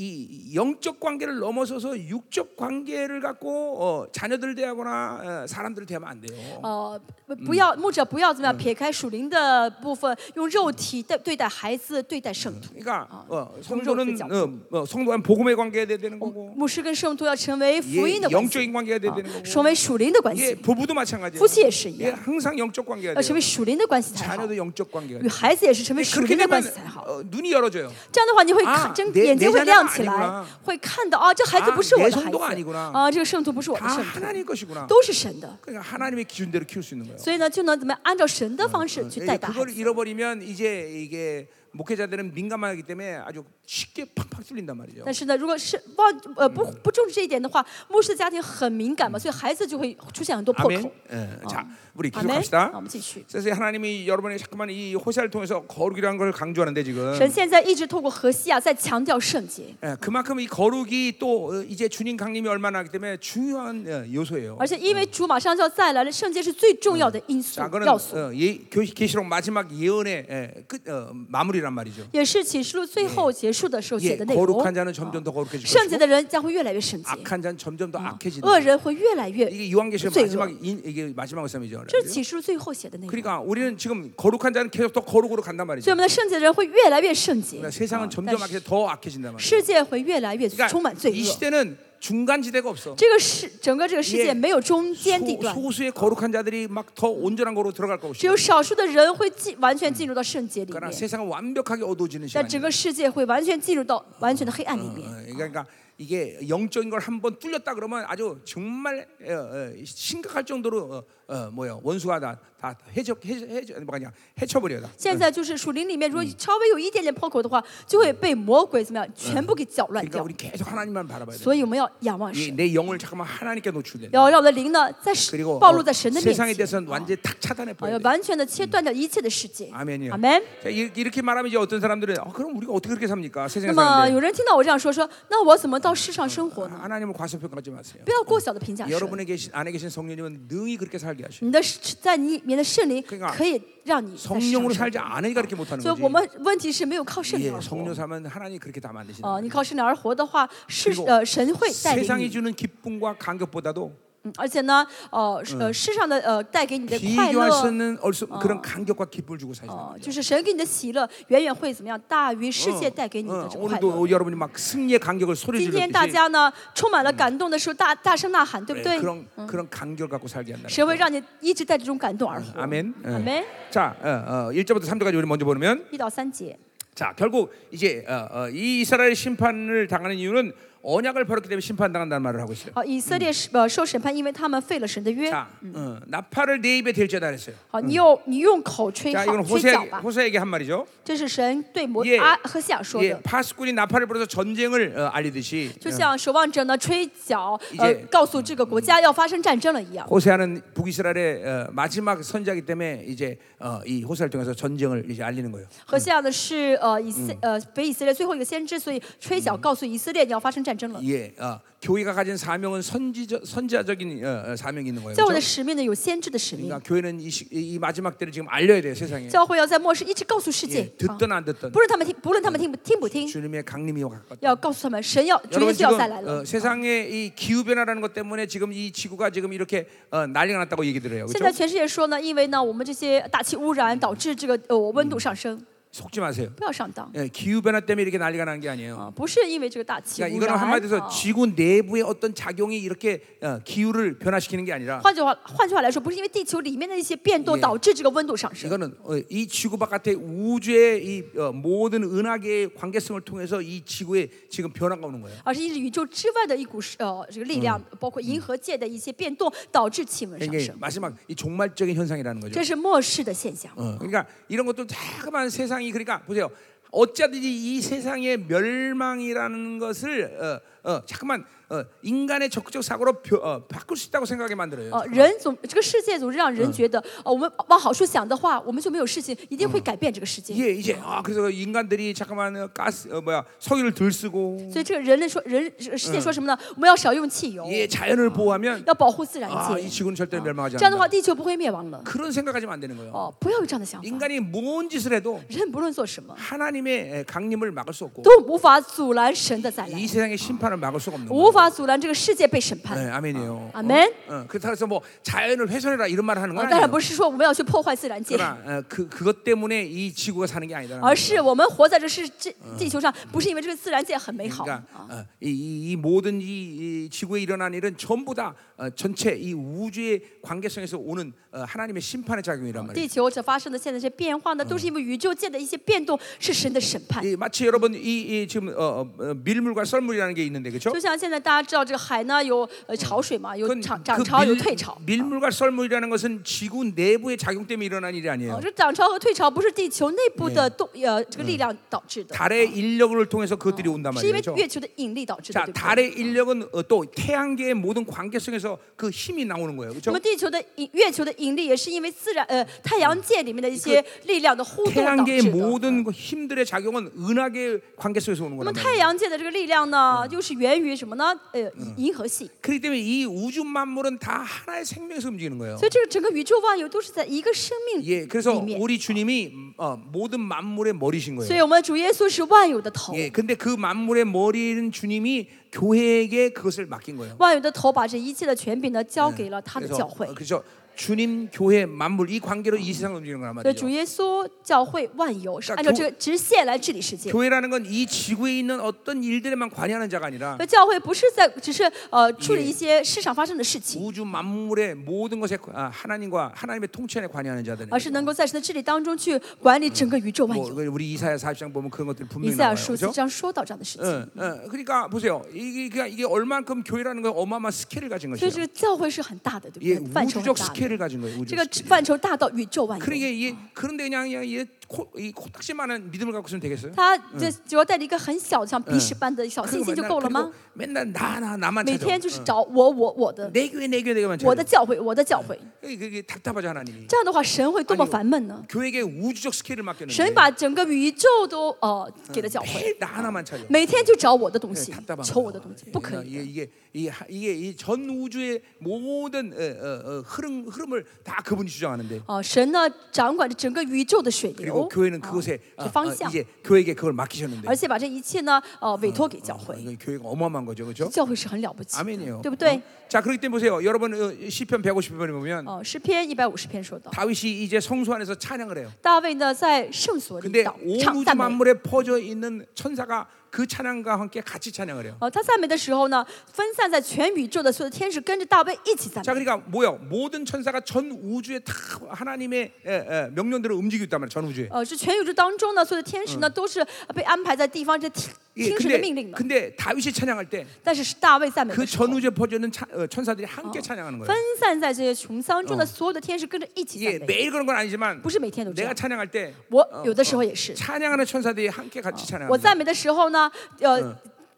이 영적 관계를 넘어서서 육적 관계를 갖고 어, 자녀들 대하거나 어, 사람들을 대하면 안 돼요. 呃，不不要牧者不要怎么样撇开属灵的部分，用肉体对对待孩子，对待圣徒。 그러니까 어, 성적 성도는 교정. 어, 어, 성도한 복음의 관계가 돼야 되는 거고 牧师跟圣徒要成为福 예, 音的关系， 영적인 관계가 돼야 되는 成 거고 为属灵的关 예, 系， 부부도 마찬가지예요. 부부의 어, 시이야. 예, 항상 영적 관계가 要成为 돼요. 属灵的关系才好。 자녀도 영적 관계가 与 돼요. 孩子也是成为属 그렇게 灵的 되면 关系才好。 어, 눈이 열어져요. 这样的话，你会啊看睁 내 眼睛 내 会 자녀가 亮起来 아니구나 ，会看到啊，这孩子不是 아 我 내 的孩 성도가아니구 子 나 啊，这个圣徒不是我的 다 圣徒， 하나님 것이구나. 都是神的， 그러니까 하나님의 기준대로 키울 수 있는 거예요. 嗯所以呢，就能怎么样按照神的方式去 예, 带大孩 그걸 子。 잃어버리면 이제 이게 목회자들은 민감하기 때문에 아주 쉽게 팍팍 뚫린단 말이죠. 但是呢，如果是忘呃不不重视这一点的话，牧师的家庭很敏感嘛，所以孩子就会出现很多破 아멘. 口。 예, 자, 우리 阿门。那 계속합시다. 我们继续。 그래서 하나님이 여러분이 잠깐만 이 호세를 통해서 거룩이라는 걸 강조하는데 지금 神现在一直透过何西亚啊在强调圣洁， 예, 그만큼 이 거룩이 또 어, 이제 주님 강림이 얼마나 하기 때문에 중요한 예, 요소예요. 而且因为主马上就要再来了，圣洁是最重要的因素 자, 그는 要素， 어, 예, 교- 계시록 마지막 예언의 예, 끝 어, 마무리란 말이죠. 也是启示录最后结束的时候写 예, 的内容。 거룩한 자는 점점 더 거룩해질 圣洁 것이고 的人将会越来越圣洁， 악한 자는 점점 더 恶 악해진다. 人会越来越。 어, 이게 요한계시록 죄가. 마지막 인, 이게 마지막 말씀이죠. 그렇죠? 这是启示录最后写的内容。 그러니까 우리는 지금 거룩한 자는 계속 더 거룩으로 간단 所以 말이죠. 我们的圣洁的人会越来越圣洁， 그러니까 세상은 점점 악해 더 악해진단 말이죠. 世界会越来越充满 그러니까 罪 이 恶。 시대는 중간 지대가 없어. 这个世整个这个世界 예 没有中间地 소, 段， 소수의 거룩한 자들이 막 더 온전한 거로 들어갈 것이 只有少数的人会进完全进入到嗯圣洁里 그러나 面， 세상은 완벽하게 어두워지는 但 시간이. 整个世界会完全进入到完全的黑暗里 어, 面。 그러니까 이게 영적인 걸 한번 뚫렸다 그러면 아주 정말 어, 어, 심각할 정도로 어, 어, 뭐야 원수가 다다 해적 해적 해적 뭐냐 해쳐버려 다. 现在就是属灵里面，如果稍微有一点点破口的话，就会被魔鬼怎么样，全部给搅乱 그러니까 掉 우리 。 계속 하나님만 바라봐야 돼. 所以我们要仰望 이 神， 내 영을 잠깐만 하나님께 노출돼. 要让我的灵呢，在神 그리고 暴 어, 露在神的面 세상에 前， 대해서는 완전히 탁 차단해 啊，要 버려. 完全的切断掉一切的世界。 아멘이요. 阿门。 자, 이- 이렇게 말하면 이제 어떤 사람들은 어, 그럼 우리가 어떻게 그렇게 삽니까? 那 세상 么 사람들. 有人听到我这样说，说那我怎么到世上生活 아, 呢？ 하나님을 과소평가하지 마세요. 不要过嗯啊小的评价神。 여러분에 계신 안에 계신 성령님은 능히 그렇게 살게 하셔. 你的是在你里面的圣灵 그러니까 可以让你在世上 성령으로 生 살지 않으니까 그렇게 못하는 所以 거지. 我们问题是没有靠圣灵 예, 而活 성령 。 사면 하나님 그렇게 다 만드시는 哦，你 거예요. 靠圣灵而活的话，是 어, 그리고 呃神会带领 세상이 你， 주는 기쁨과 감격보다도 嗯而且呢，呃是呃世上的呃带给你그的快 비교할 수 乐， 없는 얼수- 그런 감격과 기쁨을 주고 사시는 哦 거예요. 就是神给你的喜乐，远远会怎么样大于世界带给你 어, 的这个快乐。 오늘도 여러분이 막 승리의 감격을 소리 今天大 지르듯이 家呢充满了感动的时候，大大声呐喊，对 예, 不对？ 그런 그런 감격 갖고 살게 한다. 神会让你一直带着这种感动而活。 아멘. 예. 嗯阿门。 자, 어, 어, 1절부터 3절까지 우리 먼저 보면 一到三节， 자, 결국 이제 어, 어, 이 이스라엘 심판을 당하는 이유는 언약을 버렸기 때문에 심판당한다는 말을 하고 있어요. 好，以色列是呃受审判，因为他们废了神的约。 자, 어, 나팔을 내 입에 들지다 그랬어요. 好，你用你嗯用口吹 자, 好 이건 吹 호세 角吧， 호세에게 한 말이죠. 这是神对摩 예 阿和西亚说 예, 的。 파수꾼이 나팔을 불어서 전쟁을 어, 알리듯이 就像守望者呢吹角， 이 呃 제 ，告诉这个国家要发生战争了一样。 호세아는 북이스라엘의 어, 마지막 선자이기 때문에 이제 어, 이 호세를 통해서 전쟁을 이제 알리는 거예요. 和西亚呢是呃以色呃北以色列最后一个先知，所以吹角告诉以色列你要发生战争了。 예, 어, 교회가 가진 사명은 선지적 선지자적인 어, 어, 사명이 있는 거예요. 教会 그렇죠? 的使命呢有先知的使命 그러니까 ， 교회는 이, 시- 이 마지막 때를 지금 알려야 돼요, 세상에. 教会要在末世一直告诉世界 예, ，啊 듣든 안 듣든 不论他们听不论他们听不听不听， 주님의 강림이 가깝다. 要告诉他们神要主耶 여러분 稣 지금 要再来了 어, 。 세상의 이 기후 변화라는 것 때문에 지금 이 지구가 지금 이렇게 어, 난리가 났다고 얘기 들어요. 现在 그렇죠? 全世界说呢，因为呢我们这些大气污染导致这个呃温度上升， 속지 마세요. 不要上当 예, 기후 변화 때문에 이렇게 난리가 난 게 아니에요. 啊！不是因为这个大气 그러니까 污 이거는 染。 한마디로 啊 지구 내부의 어떤 작용이 이렇게 어, 기후를 변화시키는 게 아니라 换句话，换句话来说，不是因为地球里面的一些变动 예 导致这个温度上升， 이거는 어, 이 지구 바깥의 우주의 이 어, 모든 은하계의 관계성을 통해서 이 지구에 지금 변화가 오는 거예요. 而是因为宇宙之外的一股是呃这个力量，包括银河界的一些变动导致气温上 이게 升， 마지막 이 종말적인 현상이라는 거죠. 这是末世的现象。 어, 그러니까 이런 것도 자그마한 세상이 그러니까 보세요. 어쩌든지 이 세상의 멸망이라는 것을 어, 어, 자꾸만 어, 인간의 적극적 사고로 벼- 어, 바꿀 수 있다고 생각하게 만들어요. 呃，人总这个世界总是让人觉得，呃，我们往好处想的话，我们就没有事情，一定会改变这个世界。 예, 이제 아 그래서 인간들이 잠깐만 어, 가스 어, 뭐야 석유를 덜 쓰고 所以这个人类说，人这个世界说什么呢？我们要少用汽油， 예, 자연을 보호하면 要保护自然 아 界 이 ， 지구는 절대로 멸망하지 这样的话 않는다. 어, 地球不会灭亡了。 그런 생각하지면 안 되는 거예요. 哦，不要有这样的想法。 인간이 뭔 짓을 해도 人不论做什么， 하나님의 강림을 막을 수 없고 都无法阻拦神的再来 이 ， 세상의 심판을 막을 수가 없는 无 거예요. 法阻拦这个世界被审判。啊 네, 아멘이에요. 아멘. 어, 어, 그렇다고 해서 뭐 자연을 훼손해라 이런 말을 하는 건啊，当然 아니에요. 不是说我们要去破坏自然界， 그러나 어, 그 그것 때문에 이 지구가 사는 게 아니다라는 거예요. 而是我们活在这世这地球上，不是因为这个自然界很美好。啊 그러니까 어, 이, 이- 이 모든 이, 이 지구에 일어난 일은 전부 다 어, 전체 이 우주의 관계성에서 오는 어, 하나님의 심판의 작용이란 말이에요. 地球这发生的现在这些变化呢，都是因为宇宙界的一些变动是神的审判。 이, 마치 여러분 이, 이 지금 어, 어, 어, 밀물과 썰물이라는 게 있는데 그렇죠? 就像现在大家知道这个海呢有呃潮水嘛，有 그 涨涨潮有退潮。 밀물과 썰물이라는 것은 지구 내부의 작용 때문에 일어난 일이 哦， 아니에요. 这涨潮和退潮不是地球内部的动呃这个力量导致的， 달의 인력을 통해서 그것들이 온단 是因为 말이죠. 月球的引力导致的， 자, 对不对？ 달의 인력은 어, 또 태양계의 모든 관계성에서 그 힘이 나오는 거예요. 那 그렇죠? 么地球的引月球的引力也是因为自然呃太阳界里面的一些力量的互动导 태양계의 致的。 모든 그 힘들의 작용은 은하계의 관계성에서 오는 那么 거란 太 말이에요. 阳界的这个力量呢，又是源于什么呢？呃，银河系。 그렇기 때문에 이 우주 만물은 다 하나의 생명에서 움직이는 거예요. 所以这个整个宇宙万有都是在一个生命 예, 그래서 里面。 우리 주님이 어, 모든 만물의 머리신 所 거예요. 以我们的主耶稣是万有的头， 예, 근데 그 만물의 머리인 주님이 교회에게 그것을 맡긴 거예요. 万有的头把这一切的权柄呢交给了他的 그래서 教会 어, 。 그죠? 주님, 교회, 만물 이 관계로 이 세상을 움직이는 거란 所以主 말이죠. 耶稣教会万有是 그러니까 按照 교呃这个直线来治理世界。 교회라는 건 이 지구에 있는 어떤 일들에만 관여하는 자가 아니라 那教会不是在只是呃处理 예 一些世上发生的事情， 우주 만물의 모든 것에 관- 아, 하나님과 하나님의 통치 안에 관여하는 자들. 而是能够在神的治理当中去管理整个宇宙万 뭐 有。 우리 이사야 40장 보면 그런 것들 以 분명히 赛 나와요. 亚书四 그죠? 章说到这样的事 응, 情， 응. 그러니까 보세요. 이게 그러니까 이게 얼만큼 교회라는 건 어마어마한 스케일을 가진 所以 것이에요. 这个教会是很大的，对 예, 不对？范畴很 우주적 大的， 스케일을 가진 거예요. 우주적 这个 스케일. 范畴大到宇宙万有。 그러니까 이게 그런데 그냥 그냥 이, 코, 이 코딱지만한 믿음을 갖고 있으면 되겠어요? 他这只要带着一个很小像鼻屎般的小信 그리고 心就 맨날, 够了吗 그리고 ？ 맨날 나, 나, 나만 每 찾아. 天就是找我我我的 내 교회, 내 교회, 내 교회만 찾아. 我的教会我的教会， 그게, 그게 답답하죠 하나님이. 这样的话神会多么 아니요 烦闷呢？ 교회에게 우주적 스케일을 神 맡겼는데 把整个宇宙都呃给了教会， 매일 나 하나만 찾아. 每天就找我的东 네, 西， 답답한 求我 거예요. 的东西， 예, 不可以 이게 的。 이게 이 하- 이게 이 전 우주의 모든 어, 어, 어, 흐름 흐름을 다 그분이 주장하는데 哦、神呢掌管着整个宇宙的水 그리고 流， 교회는 그것에 아, 这 어, 方 어, 向， 이제 교회에게 그걸 맡기셨는데 而且把这一切呢呃委托给教 어, 会， 이건 교회가 어마어마한 거죠, 그렇죠? 教会是很了不起的， 아멘이요. 对不对 어? ？ 자, 그렇기 때문에 보세요. 여러분 어, 시편 150편에 보면 哦、诗篇一百五十篇说到， 다윗이 이제 성소 안에서 찬양을 해요. 大卫呢在圣所里 근데 祷 온 唱 우주 赞美。 만물에 퍼져 있는 천사가 그 찬양과 함께 같이 찬양을 해요. 哦，他赞美的时候呢，分散在全宇宙的所有的天使跟着大卫一起赞 자, 美。 그러니까 뭐요? 모든 천사가 전 우주에 다 하나님의 예, 예, 명령대로 움직이고 있단 말이에요. 전 우주에. 呃，是全宇宙当中呢，所有的天使呢，都是被安排在地方，这听 예, 听神的命 근데, 令的。 근데 다윗이 찬양할 때 그 但是是大卫赞美的时候， 전우주에 퍼져 있는 차- 그렇죠. 어, 천사들이 함께 찬양하는 거예요. 分散在这些穹苍中的所有的天使跟着一起 예, 赞美。 매일 그런 건 아니지만 不是每天都这 내가 样， 찬양할 때 我有的时候也是。 찬양하는 천사들이 함께 같이 찬양합니다. 我赞美的时候呢，呃，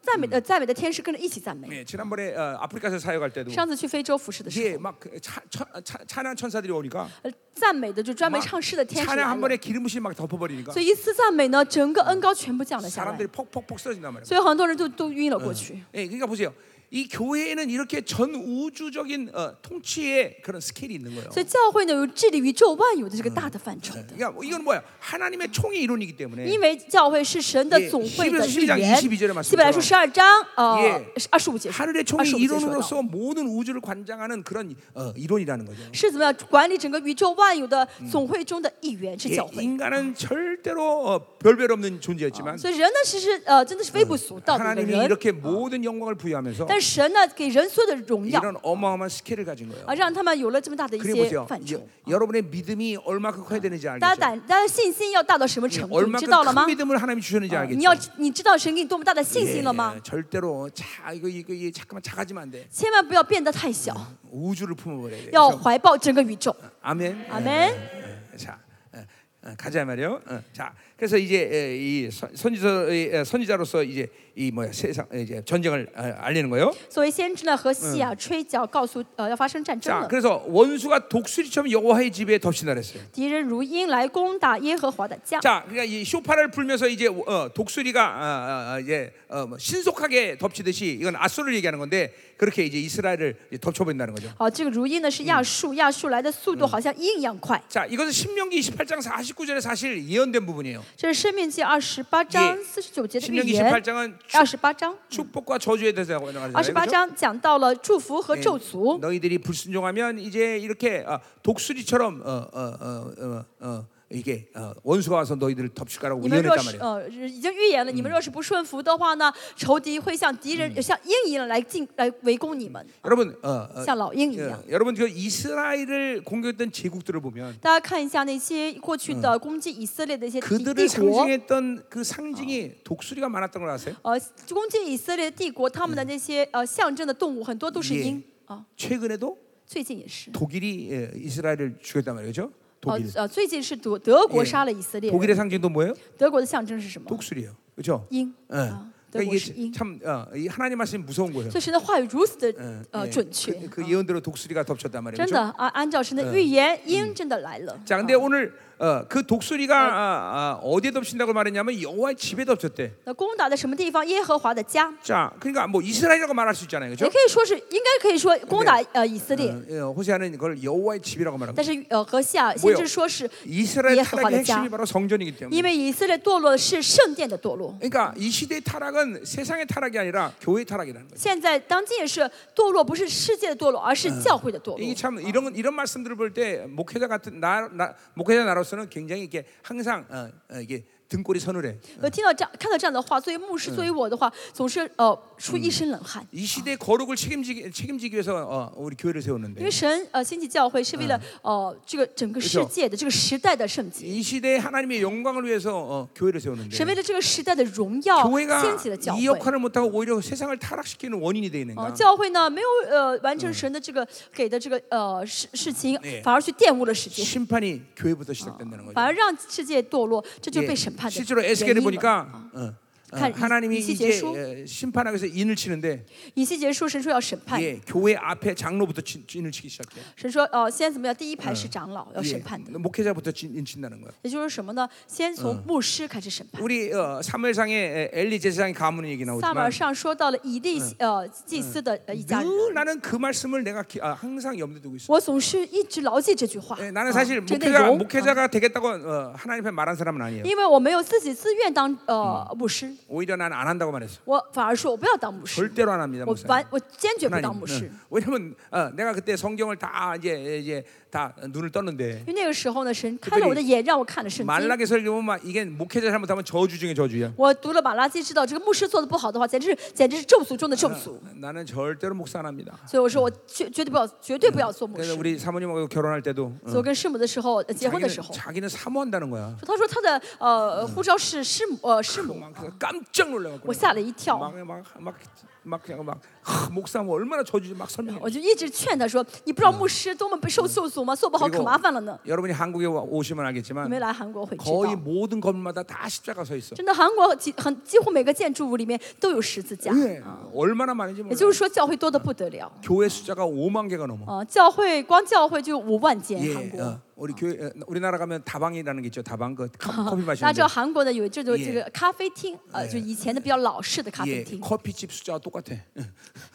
赞美呃赞美的天使跟着一起赞美。 예, 지난번에 어, 아프리카에서 사역할 때도 上次去非洲服侍的时 예, 候， 막그 차, 천- 차- 찬양 천사들이 오니까 呃，赞美的就专门 막 唱诗的天使 찬양 来 한 了， 번에 기름 부심 막 덮어버리니까 所以一次赞美呢，整个恩高全部降了下来， 사람들이 폭폭폭 쓰러진단 말이에요. 所以很多人都都晕了过去。 예, 그러니까 보세요. 이 교회에는 이렇게 전 우주적인 어, 통치의 그런 스케일이 있는 거예요. 所以教会呢有治理宇宙万有的这个大的范畴的， 그러니까 뭐 이건 뭐야? 하나님의 총의 이론이기 때문에 因为教会是神的 예 总会的希预伯来书言。 12章22节的말씀처럼 希伯来书十二章呃二十五节说， 하늘의 二 총의 十五节说到 이론으로서 모든 우주를 관장하는 그런 어, 이론이라는 거죠. 是怎么样管理整个宇宙万有的总会中的一员是 예, 教会。 인간은 절대로 어, 별별 없는 존재였지만 所以人呢，其实呃，真的是微不足道的一个 하나님이 人， 이렇게 모든 영광을 부여하면서 但是神呢，给人所有的荣耀 이런 어마어마한 스케일을 가진 거예요. 啊，让他们有了这么大的一 그리고 些 보세요. 范畴。 여- 여러분의 믿음이 얼마큼 커야 되는지 大家 알겠죠? 예, 胆，大家信心要大到什么程度，你知 얼마큼 道了吗 큰 ？ 믿음을 하나님이 주셨는지 你要 알겠죠? 你知道神给你多么大的信心了吗 예, ？ 절대로 자 이거 이거 이 잠깐만 작아지면 안 돼. 千万不要变得太小， 우주를 품어버려야 돼. 要 그래서 怀抱整个宇宙。 아멘. 아멘. 예, 예, 자. 예, 예, 가자 말이요. 어, 자, 그래서 이제 예, 이 선- 선지자의 예, 선지자로서 이제 이 뭐야 세상 예, 이제 전쟁을 아, 알리는 거예요. 作为先知呢，和西亚吹角告诉呃要发生战争 자, 了， 그래서 원수가 독수리처럼 여호와의 집에 덮친다 그랬어요. 敌人如鹰来攻打耶和华的家。 자, 그러니까 이 쇼파를 불면서 이제 어, 독수리가 아, 아, 아, 이제 어, 뭐 신속하게 덮치듯이 이건 아수를 얘기하는 건데 그렇게 이제 이스라엘을 이제 덮쳐버린다는 거죠. 好，这个如鹰呢是亚述，亚述来的速度好像鹰一样快。 자, 이것은 신명기 28장 49절에 사실 예언된 부분이에요. 这是《生命记》二十八章 예 四十九节的预 신명기 言。 28장은 二十八章， 축복과 저주에 대해서 하는 二十八 거죠. 예. 章讲到了祝福和咒诅。 너희들이 불순종하면 이제 이렇게 아, 독수리처럼 어, 어, 어, 어, 어, 이게 어, 원수가 와서 너희들을 덮칠 거라고 你们若 예언했단 是 말이에요. 呃已经预言了，你们若是不顺服的话呢，仇敌会像敌人像鹰一样来进来围攻你们， 여러분, 어, 어, 像老鹰一 어, 嗯呃样。 여러분 그 이스라엘을 공격했던 제국들을 보면 大家看一下那些过去的攻击以色嗯列的一些帝帝 그들을 国， 상징했던 그 상징이 독수리가 많았던 걸 아세요? 呃，攻击以色列帝国，他们的那些呃象征的动物很多都是 예 鹰啊。 최근에도 最近也是， 독일이 예, 이스라엘을 죽였단 말이죠. 呃 독일. 呃，最近是德德国 예. 杀了以色列人 독일의 상징도 뭐예요? 德国的象征是什么？ 독수리예요. 그렇죠? 鹰 예. 啊，德 그러니까 国是 이게 鹰。 참 어, 이 하나님 말씀이 무서운 거예요. 所以神的话语如此 예, 的呃 예. 准确， 그, 그 예언대로 독수리가 덮쳤단 말이에요. 真 그죠? 的啊，按照神的预言，鹰真的来了。啊 자, 근데 오늘 어, 그 독수리가 아, 아, 어디에 덮친다고 말했냐면 여호와의 집에 덮쳤대. 那攻打的什么地方？耶和华的家， 자, 그러니까 뭐 이스라엘이라고 말할 수 있잖아요, 也 그렇죠? 可以说是，应该可以说攻打呃以色列， 어, 호세아는 그걸 여호와의 집이라고 말하고. 但是呃和西亚 뭐요 先知说嗯是， 이스라엘 타락의 예호와의 자. 핵심이 바로 성전이기 때문에. 因为以色列堕落是圣殿的堕落。 그러니까 이 시대의 타락은 세상의 타락이 아니라 교회의 타락이라는 거예요. 现在当今也是堕落，不是世界的堕落，而是教会的堕 이게 落。 참 이런 건- 이런 말씀들을 볼 때 목회자 같은 나, 나 목회자 나로서는 굉장히 이게 항상 어, 어, 이게 등골이 서늘해. 我听到这样看到这样的话，作为牧师，作为我的话，总是呃出一身冷汗。 이 시대의 거룩을 책임지기 책임지기 위해서 어, 우리 교회를 因 세웠는데 为神呃兴起教会是为了呃这个整个世界的这个时代的圣洁， 이 시대의 하나님의 영광을 위해서 어, 교회를 神 세웠는데 为了这个时代的荣耀兴 교회가 起了教 이 会。 역할을 못하고 오히려 세상을 타락시키는 원인이 되어 있는 哦、 거야. 教会呢没有呃完成神的这个给的这个呃事事情 네 ，反而去玷污了世界， 심판이 교회부터 시작된다는 거죠. 反而让世界堕落，这就是 예, 被审判的 실제로 原 에스겔을 因了。 보니까 어, 어, 칼, 하나님이 이- 이제 이시제수? 어, 심판하기 위해서 인을 치는데 以西结说神说要审判， 예, 교회 앞에 장로부터 진, 인을 치기 시작해. 神说哦、呃先怎么样？第一排是长老要 예, 审判的， 목회자부터 진, 인 친다는 거야. 也就是什么呢？先从牧师开始审判。 우리 어, 사무엘상에 엘리 제사장의 가문 얘기 萨马 나오지만 尔上说到了以利呃祭司的呃一家人。 늘 나는 그 말씀을 내가 기, 아, 항상 염두에 두고 있어. 我总是一直牢记这句话。 예, 나는 啊 사실 这个内 목회자 容啊 목회자가 되겠다고 어, 하나님 앞에 말한 사람은 아니에요. 因为我没有自己自愿当呃牧师， 오히려 나는 안 한다고 말했어. 我反而说我不要当牧师，嗯 절대로 안 합니다. 我 목사님. 完我坚决不当 어, 그 하나님. 牧师。 응. 왜냐면 어, 내가 그때 성경을 다 이제 이제 다 눈을 떴는데 因为那个时候呢，神开了我的眼，让我看了圣经。 말라기 설교 보면 이게 목회자 잘못하면 저주 중에 저주야. 我读了马拉基，知道这个牧师做的不好的话，简直是简直是咒诅中的咒诅。 나는 절대로 목사 안 합니다. 所以我说我绝绝对不要绝嗯对不要做牧师。 그래서 所 우리 사모님하고 결혼할 때도 어, 以我跟师母的时候，呃结婚的 자기는, 时候， 자기는 사모한다는 거야. 说他说他的呃护照是师母呃师母， 막 그래서 깜짝 놀라갖고 我吓了一跳。 막막막막 그냥 막 하, 목사 뭐 얼마나 저주지 막 설명해. 我就一直劝他说：“你不知道牧师多么被受受诅吗？做不好可麻烦了呢。 여러분이 한국에 와- 오시면 你们 알겠지만 来韩国会知 거의 道， 모든 건물마다 다 십자가 서 있어. 真的韩国几很几乎每个建筑物里面都有十字架， 예, 얼마나 많은지 也 몰라. 就是说教会多得不得了。 교회 숫자가 5만 개가 넘어. 啊，教会光教会就有五万间韩 예, 国。 어, 우리 교회 어, 우리나라 가면 다방이라는 게 있죠. 다방 그 커- 커피 大家 마시는 데知道韩国呢有这个 예 这个咖啡厅，呃，就以前的比较老式的咖啡 예, 厅。 커피집 숫자와 똑같아.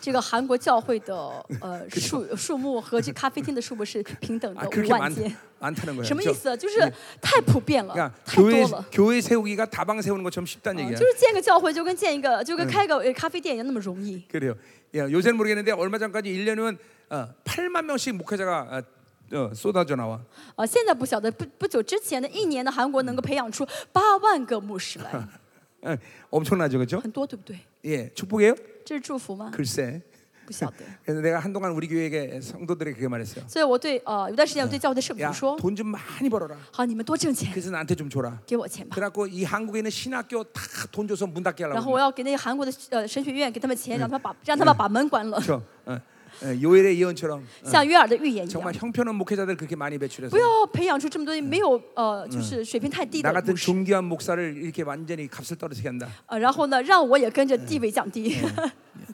这个韩国教会的呃数数目和这咖啡厅的数目是平等的 아, 五 그렇게 많, 万间。 많다는 거예요. 什么 그죠? 意思？啊就是嗯太普遍了 그러니까 ，太多 교회 了。 교회 세우기가 다방 세우는 것처럼 쉽다는 啊 얘기야. 就是建个教会就跟建一个就跟开个呃咖啡店一样那么容易。 그래요. 예, 요새는 모르겠는데 얼마 전까지 1년이면 어, 8만 명씩 목회자가 어, 어, 쏟아져 나와. 啊，现在不晓得不不久之前的一年呢，韩国能够培养出八万个牧师 来， 예, 엄청나죠, 그렇죠? 很多对不对？ 예, 축복이에요? 这是祝福吗？ 글쎄. 不晓 得。 그래서 내가 한동안 우리 교회에게 성도들에게 그게 말했어요. 所以我对呃有段时间我对教会的圣徒 야 说， 돈 좀 많이 벌어라. 好，你们多挣钱， 그래서 나한테 좀 줘라. 给我钱吧。 그래갖고 이 한국에 있는 신학교 다 돈 줘서 문 닫게 然后我 하려고. 嗯要给那个韩国的呃神学院给他们钱，让他们把让他们把门关了， 그렇죠. 어, 어, 요엘의 예언처럼 像约尔的预言一 정말 样， 형편없는 목회자들 그렇게 많이 배출해서 不要培养出这么多没有呃就是水平太低 나 的 같은 牧师。 존귀한 목사를 이렇게 완전히 값을 떨어지게 한다. 呃，然后呢，让我也跟着地位降低。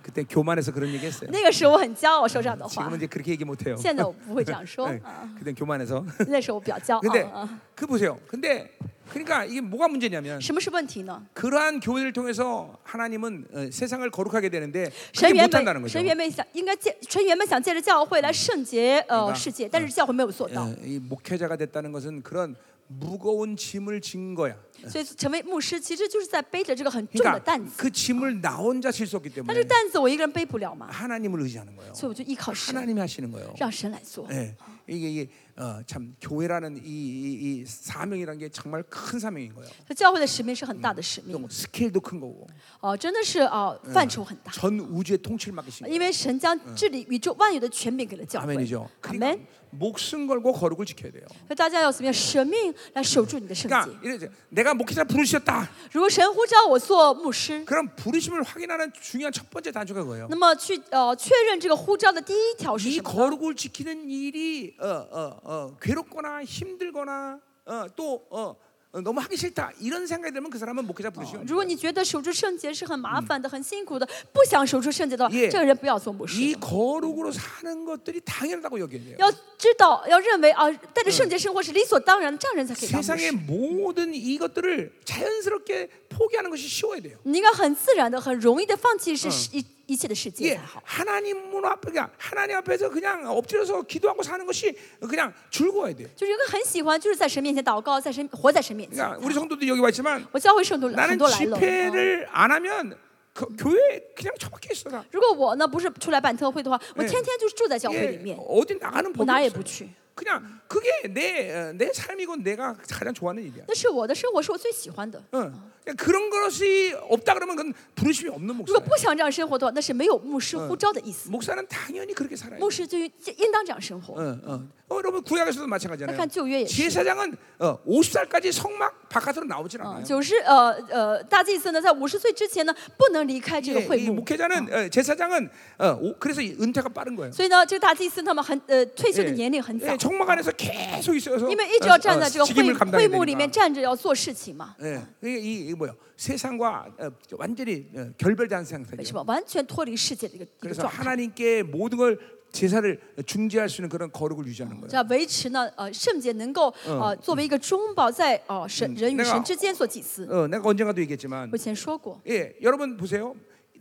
그때 교만해서 그런 얘기했어요. 那个时候我很骄傲说这样的话 지금은 ， 이제 그렇게 얘기 못해요. 现在我不会这 样说 네, 啊。 그땐 교만해서. 那时候我比较骄 근데 傲啊。 그 보세요. 근데 그러니까 이게 뭐가 문제냐면 什么是问题呢？ 그러한 교회를 통해서 하나님은 어, 세상을 거룩하게 되는데 神 그게 原 못한다는 本 거죠. 神原本想应该借神原本想借着教会来圣洁明白呃世界，但是教会没有做到， 어, 이 목회자가 됐다는 것은 그런 무거운 짐을 진 거야. 所以成为牧师其实就是在背着这个很重的 그러니까 担子。 그 짐을 나 혼자 질 수 없기 但是 때문에 担子我一个人背不了嘛， 하나님을 의지하는 거예요. 所以我就依靠神， 하나님이 하시는 거예요. 让神来做。 예. 이게, 이게 어, 참 교회라는 이, 이, 이 사명이라는 게 정말 큰 사명인 거예요. 所以教会的使命是很大的使命 또뭐 스케일도 큰 거고 哦、真的是哦、范畴很大， 전 우주의 통치를 맡기신 거예요. 因为神将治理宇宙万有的权柄给了教会。 아멘이죠. 阿门 그러니까 。 목숨 걸고 거룩을 지켜야 돼요. 所以大家要怎么样？舍命来守住你的圣洁 그러니까 。 이래 내가 목회자 부르셨다. 如果神呼召我做牧师， 그럼 부르심을 확인하는 중요한 첫 번째 단추가 그거예요. 那么去呃确认这个呼召的第一条是 이 什么？ 거룩을 지키는 일이 어, 어, 어, 괴롭거나 힘들거나 어, 또 어, 어, 너무 하기 싫다 이런 생각이 들면 그 사람은 목회자 부르시면 如果你觉得守住圣洁是很麻烦的、很辛苦的，不想守住圣洁的话， Yeah 这个人不要做牧 이 师。 거룩으로 사는 것들이 당연하다고 여겨야 돼요. 要知道，要认为啊，带着圣洁生活是理所当然的，这样人才可以当牧 세상의 师。 모든 이것들을 자연스럽게 포기하는 것이 쉬워야 돼요. 你应该很自然的、很容易的放弃是一一切的世界 예, 才好。 하나님 문 앞에 그냥 하나님 앞에서 그냥 엎드려서 기도하고 사는 것이 그냥 즐거워야 돼요. 就是有个很喜欢，就是在神面前祷告，在神活在神面前。 그러니까 우리 성도들이 여기 와 있지만 我教会圣徒很 나는 多来了。嗯 집회를 안 하면 그, 교회 그냥 처박혀 있어 나. 如果我呢不是出来办特会的话，我 예 天天就是住在教会里 예, 面， 어디 나가는 嗯 법이 我哪也 없어. 不去。 그냥 그게 내 어, 내 삶이고 내가 가장 좋아하는 일이야. 那是我的生活，是我最喜欢的。 응. 그냥 그런 것이 없다 그러면 그건 부르심이 없는 如果 목사예요. 不想这样生活的话，那是没有牧师呼召的意思。 목사는 당연히 그렇게 살아요. 牧师就应当这样生活。 응, 응. 어, 여러분 구약에서도 看 마찬가지잖아요. 旧约也是。 제사장은 어, 50살까지 성막 바깥으로 나오질 啊 않아요. 就是呃呃，大祭司呢，在五十岁之前呢，不能离开这个 예, 会 이 幕， 목회자는 어, 제사장은 어, 오- 그래서 이 은퇴가 빠른 거예요. 所以呢，这个大祭司他们很呃退休的 예, 年龄很早 예, ， 정막 안에서 계속 있어서 因为一直要 어, 站 어, 在这个 직임을 会会 감당해야 幕里面 되니까. 站着要做事情嘛， 예, 이게 이, 이 뭐요? 세상과 어, 완전히 어, 결별된 상태예요. 是吧？完全脱离世界的一个一个 그래서 状态， 하나님께 모든 걸 제사를 중지할 수 있는 그런 거룩을 유지하는 거예요. 这样维持呢呃圣洁能够呃作为一个中保在哦、呃、神人与那个嗯神之间做祭司。 어, 내가 언젠가도 얘기했지만 我以前说过， 예, 여러분 보세요.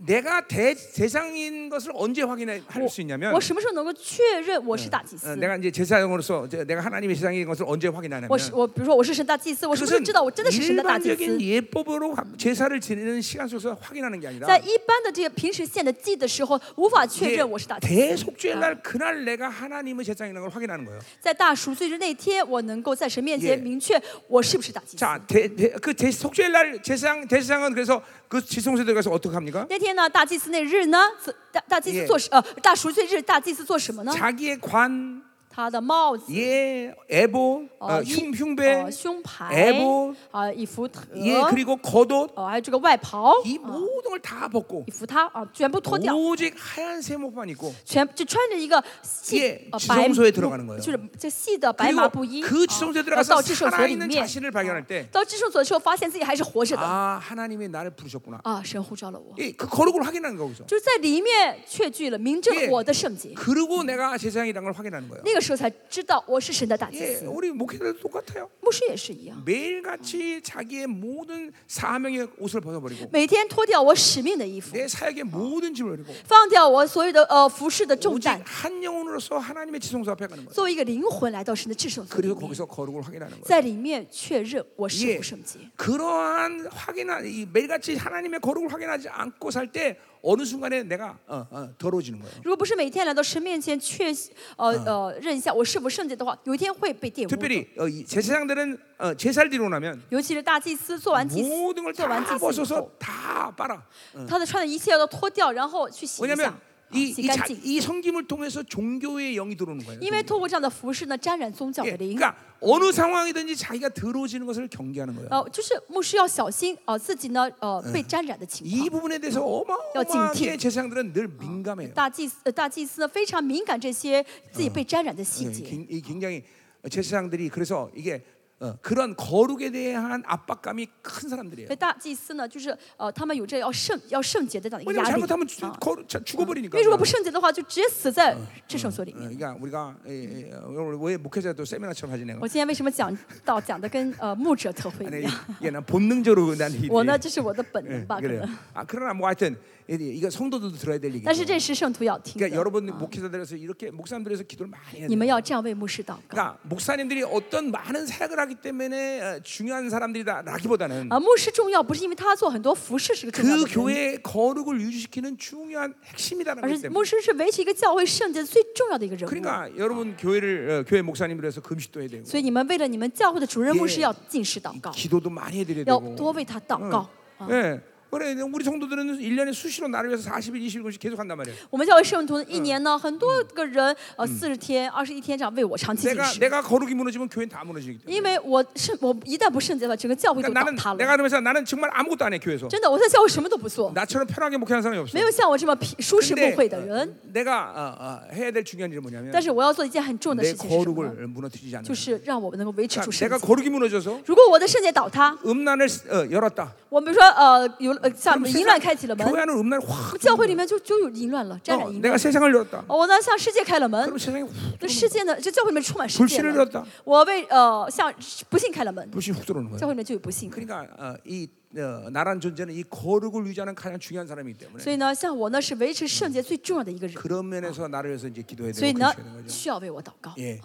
내가 대, 대상인 것을 언제 확인할 수 있냐면 我什么时候能够确认我是大祭 어, 司？ 내가 이제 제사장으로서 이제 내가 하나님의 세상인 것을 언제 확인하냐면 我是我，比如说我是神大祭司，我什么时候 그것은 知道我真的是神的大祭司 일반적인 ？ 예법으로 각- 제사를 지내는 시간 속에서 확인하는 게 在 아니라 一般的这个平时献的祭的时候，无法确认我是大祭司。 대속죄 날 그날 내가 하나님의 제사장인 걸 확인하는 거예요. 在大赎罪日那天，我能够在神面 예 前明确我是不是大祭司。 자, 대, 대, 그 대속죄 날 제사장 대사장은 그래서 그 지성소에 가서 어떻게 합니까? 那天呢，大祭司那日呢，自大大祭 예 司做什呃大赎罪日，大祭司做什么呢？ 자기의 관, 他的帽子、 예, 애보, 어, 어, 이- 흉, 흉배, 呃胸牌 애、보 啊以服特、 예, 그리고 겉옷 哦还有这个外袍、 이 모든 걸 다 벗고 以服他啊全部脱掉， 오직 하얀 세모만 입고 全就穿着一个细 예 呃 지성 白 소에들어가는거예요 就是这细的白麻 그리고 布衣。 그 啊 지성소에 然后 들어가서 到至圣所里 살아있는 面， 자신을 발견할 때 到至圣所的时候，发现自己还是活着的。 아, 하나님이 나를 부르셨구나. 啊，神呼召了我， 예, 어, 그 거룩을 확인하는 거죠. 就是在里面确据了明证 예 我的圣洁， 그리고 내가 제사장이라는 걸 확인하는 거예요. 那个时候才知道我是神的大祭 예, 司。 우리 목회자도 똑같아요. 牧师也是一样， 매일같이 자기의 모든 사명의 옷을 벗어버리고 每天脱掉我使命的衣服， 내 사역의 모든 짐을 버리고 放掉我所有的呃服饰的重 오직 担， 한 영혼으로서 하나님의 지성소 앞에 가는 거예요. 作为一个灵魂来到神的至圣所里 그리고 面， 거기서 거룩을 확인하는 거예요. 在里面确认我是 예 否圣洁。 그러한 확인한 이 매일같이 하나님의 거룩을 확인하지 않고 살 때 어느 순간에 내가 어, 어, 더러워지는 거예요. 如果不是每天来到神面前确呃呃认一下我是否圣洁的话，有一天会被玷污。 특별히 어, 이 제사장들은 어, 제사를 드리고 나면 尤其是大祭司做完祭司 모든 做 걸 完다祭司以后 벗어서 ，다 빨아. 他的穿的一切要脱掉，然后去洗一下， 왜냐하면 啊 이, 洗 이 干 자- 净。 이 성김을 통해서 종교의 영이 들어오는 거예요. 因为透过这样的服饰呢，沾染宗教 예, 的灵。 그러니까 어느 상황이든지 자기가 더러워지는 것을 경계하는 거예요. 呃，就是牧师要小心哦、呃自己呢呃被沾染的情 이 况。 부분에 대해서 어마어마하게 찡팅. 제사장들은 늘 민감해요. 大祭司、呃、大祭司呢非常敏感这些自己被沾染的细 예, 节， 굉- 이 굉장히 제사장들이 그래서 이게 어, 그런 거룩에 대한 압박감이 큰 사람들이에요. 所以大祭司呢就是呃他们有这要圣要圣洁的这样的一个 왜냐면 压力。 잘못하면 주- 啊 거- 자- 因 죽어버리니까. 为如果不圣洁的话，就直接死在至圣所里 어, 面。 그러니까 우리가 예, 예, 어, 오늘 왜 목회자도 세미나처럼 하지 내가. 我今天为什么讲到讲的跟呃牧者特会 아니 一样？ 이게 난 본능적으로 난 이. 我呢，这是我的本 예, 能吧，可 그래요. 能。 아 그러나 뭐 하여튼 이- 이거 성도들도 들어야 될 但是这 얘기죠. 是圣徒要听 그러니까 的， 여러분 목회자들에서 이렇게 뭐 목사님들에서 기도를 많이 해야 你 돼요. 们要这样为牧师祷告。 그러니까 목사님들이 어떤 많은 사역을 선교사기 때문에 어, 중요한 사람들이다라기보다는 啊，牧师重要不是因为他做很多服饰是个重要 그 的人， 교회의 거룩을 유지시키는 중요한 핵심이라는 而 것 是 때문에 牧师是维持一个教会圣洁最重要的一个人物。 그러니까 여러분 교회를 어, 교회 목사님으로 해서 금식도 해야 되고 所以你们为了你们教会的主任牧 예 师要进士祷告， 기도도 많이 해드려야 要 되고 多为他祷告。 예. 예. 그래 우리 성도들은 1년에 수시로 나를 위해서 40일, 20일씩 계속 한단 말이에요. 我们教会圣徒一年呢，很多个人呃四十天、二十一天这样为我长期进 내가 士， 내가 거룩이 무너지면 교회는 다 무너지기 때문에. 因为我圣我一旦不圣洁了，整个嗯教会就 그러니까 倒 나는 塌 내가 了。 그러면서 나는 정말 아무것도 안 해 교회에서. 真的，我在教会什么都不做， 나처럼 편하게 목회하는 사람이 없어. 没有像我这么疲舒适牧 근데 어, 会的人。 내가 어, 어, 해야 될 중요한 일은 뭐냐면 但是我要做一件很重要的 내 事情是什么呢？ 거룩을 무너뜨리지 않는. 就是让我们能够维持住 그러니까 圣 내가 洁。 거룩이 무너져서 如果我的圣洁倒塌， 음란을 어, 열었다. 我们说呃有呃像 그럼 淫 세상, 乱开启了门， 교회 안은 음란이 확. 教会里面就就有淫乱了，沾 어, 染淫乱 내가 。 세상을 열었다. 哦我呢向世界开了门 그럼 ， 세상이 훅 这世界呢这教会里面充满世界 불신을 了。 열었다. 我为呃向不幸开了门， 불신 훅 들어오는 거예요. 教会里面就有不幸。 그러니까 어, 이 어, 나란 존재는 이 거룩을 유지하는 가장 중요한 사람이기 때문에 所以呢，像我呢是维持圣洁最重要的一个人， 그런 면에서 나를 위해서 이제 기도해야 所以 되고 呢 그렇게 되는 거죠. 需要为我祷告。 예,